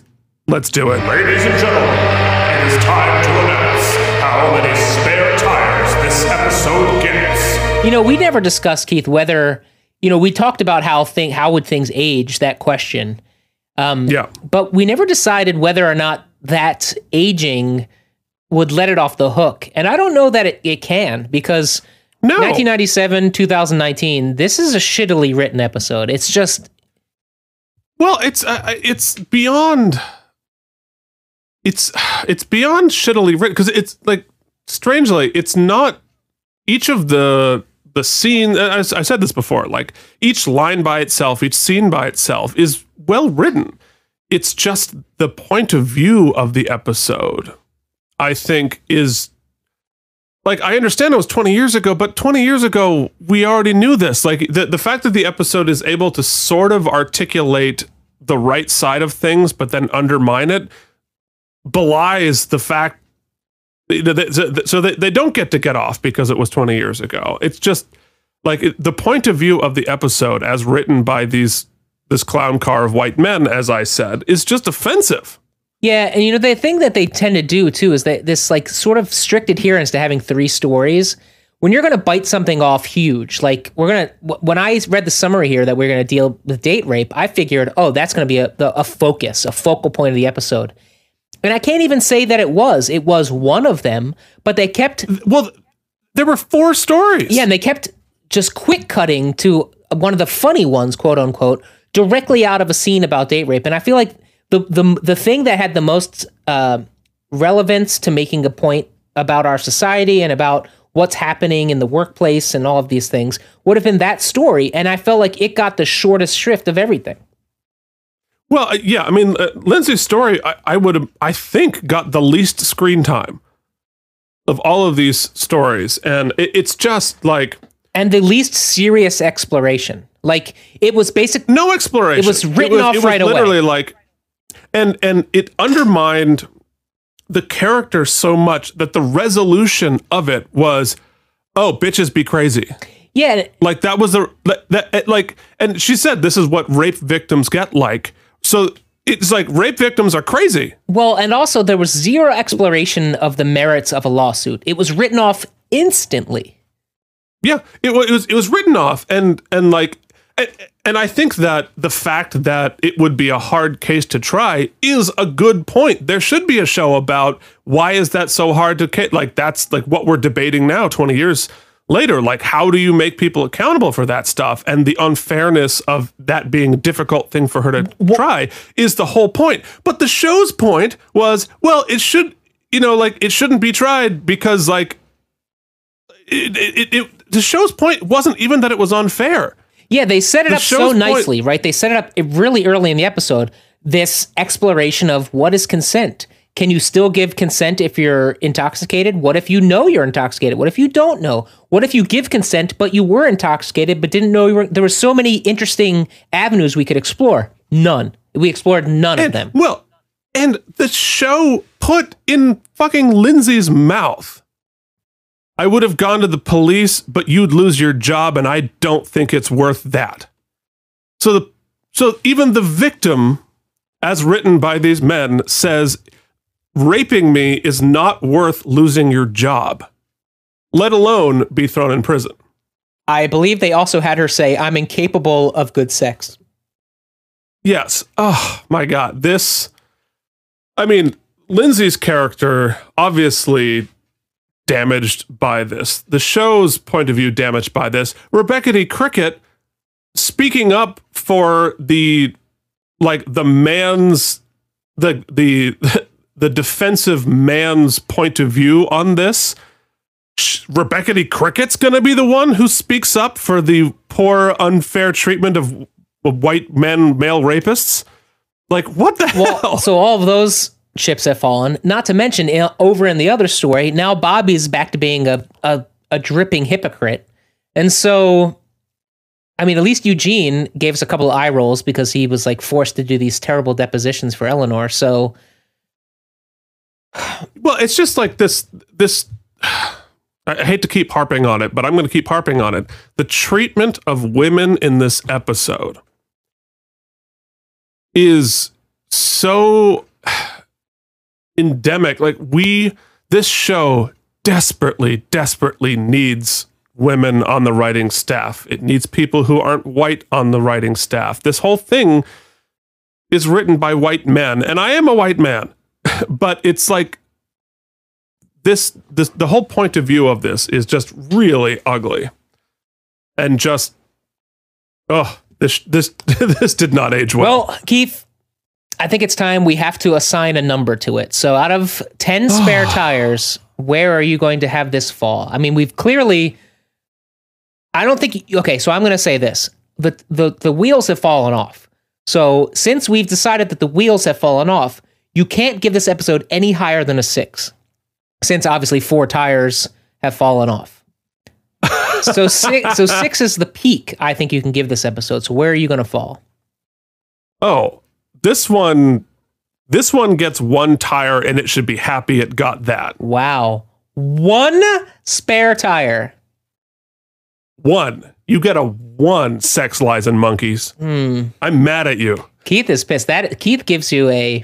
Speaker 2: let's do it.
Speaker 12: Ladies and gentlemen, it is time to announce how many spare tires this episode gets.
Speaker 3: You know, we never discussed Keith whether you know we talked about how thing how would things age that question. Um, yeah, but we never decided whether or not that aging would let it off the hook, and I don't know that it, it can because 1997, 2019. This is a shittily written episode. It's just
Speaker 2: Well, it's uh, uh, it's beyond it's [sighs] it's beyond shittily written because it's like strangely it's not each of the the scene uh, I, I said this before like each line by itself each scene by itself is well written it's just the point of view of the episode i think is like I understand it was 20 years ago, but 20 years ago we already knew this. Like the the fact that the episode is able to sort of articulate the right side of things but then undermine it belies the fact that- that- so they, they don't get to get off because it was 20 years ago. It's just like it, the point of view of the episode as written by these this clown car of white men as I said is just offensive.
Speaker 3: Yeah, and you know the thing that they tend to do too is that this like sort of strict adherence to having three stories. When you're going to bite something off huge, like we're gonna wh- when I read the summary here that we're going to deal with date rape, I figured, oh, that's going to be a, the, a focus, a focal point of the episode. And I can't even say that it was. It was one of them, but they kept
Speaker 2: well. There were four stories.
Speaker 3: Yeah, and they kept just quick cutting to one of the funny ones, quote unquote, directly out of a scene about date rape. And I feel like the the the thing that had the most uh, relevance to making a point about our society and about what's happening in the workplace and all of these things would have been that story. And I felt like it got the shortest shrift of everything.
Speaker 2: Well, uh, yeah, I mean, uh, Lindsay's story, I, I would, I think, got the least screen time of all of these stories, and it, it's just like,
Speaker 3: and the least serious exploration. Like it was basic.
Speaker 2: No exploration.
Speaker 3: It was written off
Speaker 2: it
Speaker 3: right away.
Speaker 2: Literally, like, and and it undermined the character so much that the resolution of it was, oh, bitches be crazy.
Speaker 3: Yeah.
Speaker 2: Like that was the that, that like, and she said this is what rape victims get like. So it's like rape victims are crazy.
Speaker 3: Well, and also there was zero exploration of the merits of a lawsuit. It was written off instantly.
Speaker 2: Yeah, it, wa- it was it was written off, and and like, and, and I think that the fact that it would be a hard case to try is a good point. There should be a show about why is that so hard to ca- like that's like what we're debating now, twenty years later. Like, how do you make people accountable for that stuff, and the unfairness of that being a difficult thing for her to try is the whole point. But the show's point was, well, it should. You know, like it shouldn't be tried because, like, it, it, it, the show's point wasn't even that it was unfair.
Speaker 3: Yeah, they set it
Speaker 2: The
Speaker 3: up so
Speaker 2: show's point-
Speaker 3: nicely, right? They set it up really early in the episode. This exploration of what is consent. Can you still give consent if you're intoxicated? What if you know you're intoxicated? What if you don't know? What if you give consent but you were intoxicated but didn't know you were? There were so many interesting avenues we could explore. None. We explored none of them.
Speaker 2: Well, and the show put in fucking Lindsay's mouth. I would have gone to the police, but you'd lose your job, and I don't think it's worth that. So the so even the victim, as written by these men, says raping me is not worth losing your job, let alone be thrown in prison.
Speaker 3: I believe they also had her say, "I'm incapable of good sex."
Speaker 2: Yes. Oh my god. This I mean, Lindsay's character obviously damaged by this. The show's point of view damaged by this. Rebecca D. Cricket speaking up for the like the man's the the [laughs] the defensive man's point of view on this. Sh- Rebecca D. Cricket's going to be the one who speaks up for the poor, unfair treatment of, of white men, male rapists. Like what the hell? [laughs]
Speaker 3: So all of those chips have fallen. Not to mention, you know, over in the other story, now Bobby's back to being a a, a dripping hypocrite, and so. I mean, at least Eugene gave us a couple of eye rolls because he was like forced to do these terrible depositions for Eleanor. So,
Speaker 2: Well, it's just like this. This [sighs] I hate to keep harping on it, but I'm going to keep harping on it. The treatment of women in this episode is so [sighs] endemic. Like we, this show desperately, desperately needs women on the writing staff. It needs people who aren't white on the writing staff. This whole thing is written by white men, and I am a white man, [laughs] but it's like this, this the whole point of view of this is just really ugly and just oh this this [laughs] this did not age well.
Speaker 3: Well, Keith, I think it's time we have to assign a number to it. So, out of 10 spare tires, where are you going to have this fall? I mean, we've clearly. I don't think. Okay, so I'm going to say this the, the, the wheels have fallen off. So, since we've decided that the wheels have fallen off, you can't give this episode any higher than a six, since obviously four tires have fallen off. so six, so six is the peak. I think you can give this episode. So where are you going to fall?
Speaker 2: Oh, this one, this one gets one tire, and it should be happy it got that.
Speaker 3: Wow, one spare tire.
Speaker 2: One, you get a one. Sex lies and monkeys.
Speaker 3: Hmm.
Speaker 2: I'm mad at you.
Speaker 3: Keith is pissed. That Keith gives you a.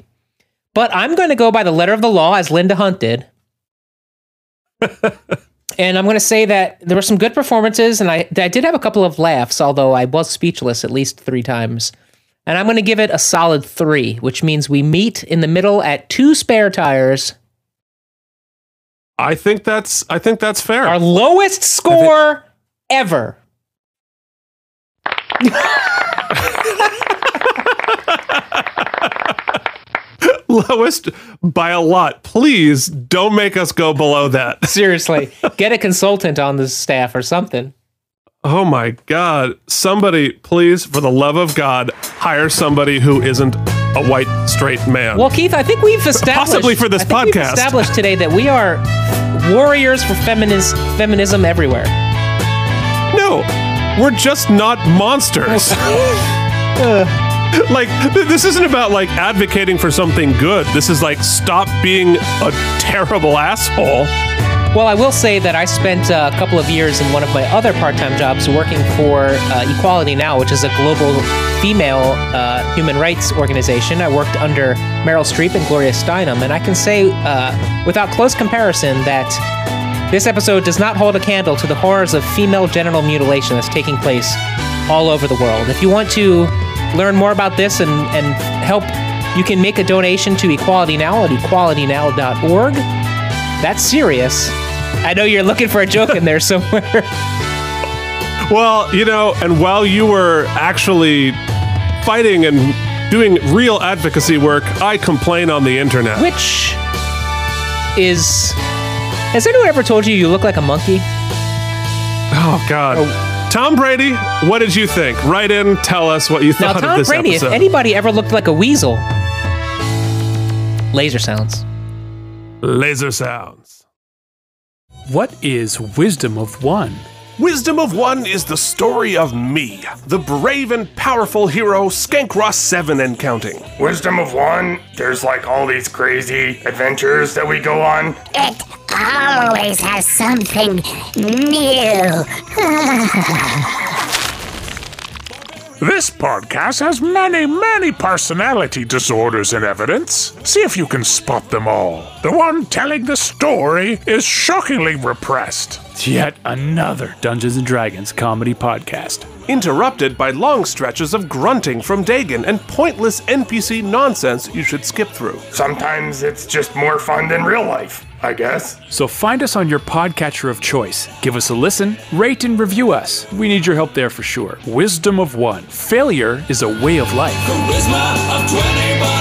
Speaker 3: But I'm going to go by the letter of the law, as Linda
Speaker 2: [laughs]
Speaker 3: Hunt did. and I'm going to say that there were some good performances, and I, I did have a couple of laughs, although I was speechless at least three times. And I'm going to give it a solid three, which means we meet in the middle at two spare tires.
Speaker 2: I think that's I think that's fair.
Speaker 3: Our lowest score ever.
Speaker 2: [laughs] Lowest by a lot. Please don't make us go below that. [laughs]
Speaker 3: Seriously, get a consultant on the staff or something.
Speaker 2: Oh my God. Somebody, please, for the love of God, hire somebody who isn't a white straight man.
Speaker 3: Well, Keith, I think we've
Speaker 2: [laughs]
Speaker 3: established
Speaker 2: Possibly for this
Speaker 3: I think we've
Speaker 2: podcast.
Speaker 3: established today that we are warriors for feminist feminism everywhere.
Speaker 2: No, we're just not
Speaker 3: [laughs]
Speaker 2: monsters. [laughs] like, th- this isn't about like advocating for something good. This is like stop being a terrible asshole.
Speaker 3: Well, I will say that I spent uh, a couple of years in one of my other part-time jobs working for uh, Equality Now, which is a global female uh, human rights organization. I worked under Meryl Streep and Gloria Steinem, and I can say, uh, without close comparison, that this episode does not hold a candle to the horrors of female genital mutilation that's taking place all over the world. If you want to learn more about this and, and help, you can make a donation to Equality Now at equalitynow.org. That's serious. I know you're looking for a joke in
Speaker 2: [laughs]
Speaker 3: there somewhere.
Speaker 2: Well, you know, and while you were actually fighting and doing real advocacy work, I complain on the internet.
Speaker 3: Which is. Has anyone ever told you you look like a monkey?
Speaker 2: Oh God. Tom Brady, what did you think? Write in, tell us what you
Speaker 3: Now,
Speaker 2: thought of
Speaker 3: Tom
Speaker 2: this
Speaker 3: Brady, if
Speaker 2: episode.
Speaker 3: anybody ever looked like a weasel, laser sounds.
Speaker 2: Laser sounds.
Speaker 26: What is Wisdom of One?
Speaker 2: Wisdom of One is the story of me, the brave and powerful hero Skank Ross 7 and counting.
Speaker 20: Wisdom of One, there's like all these crazy adventures that we go on.
Speaker 22: It always has something new. [laughs]
Speaker 27: This podcast has many, many personality disorders in evidence. See if you can spot them all. The one telling the story is shockingly repressed.
Speaker 26: Yet another Dungeons and Dragons comedy podcast.
Speaker 2: Interrupted by long stretches of grunting from Dagon and pointless NPC nonsense you should skip through.
Speaker 20: Sometimes it's just more fun than real life, I guess.
Speaker 26: So find us on your podcatcher of choice. Give us a listen, rate, and review us. We need your help there for sure. Wisdom of One Failure is a way of life.
Speaker 28: Charisma of 20, but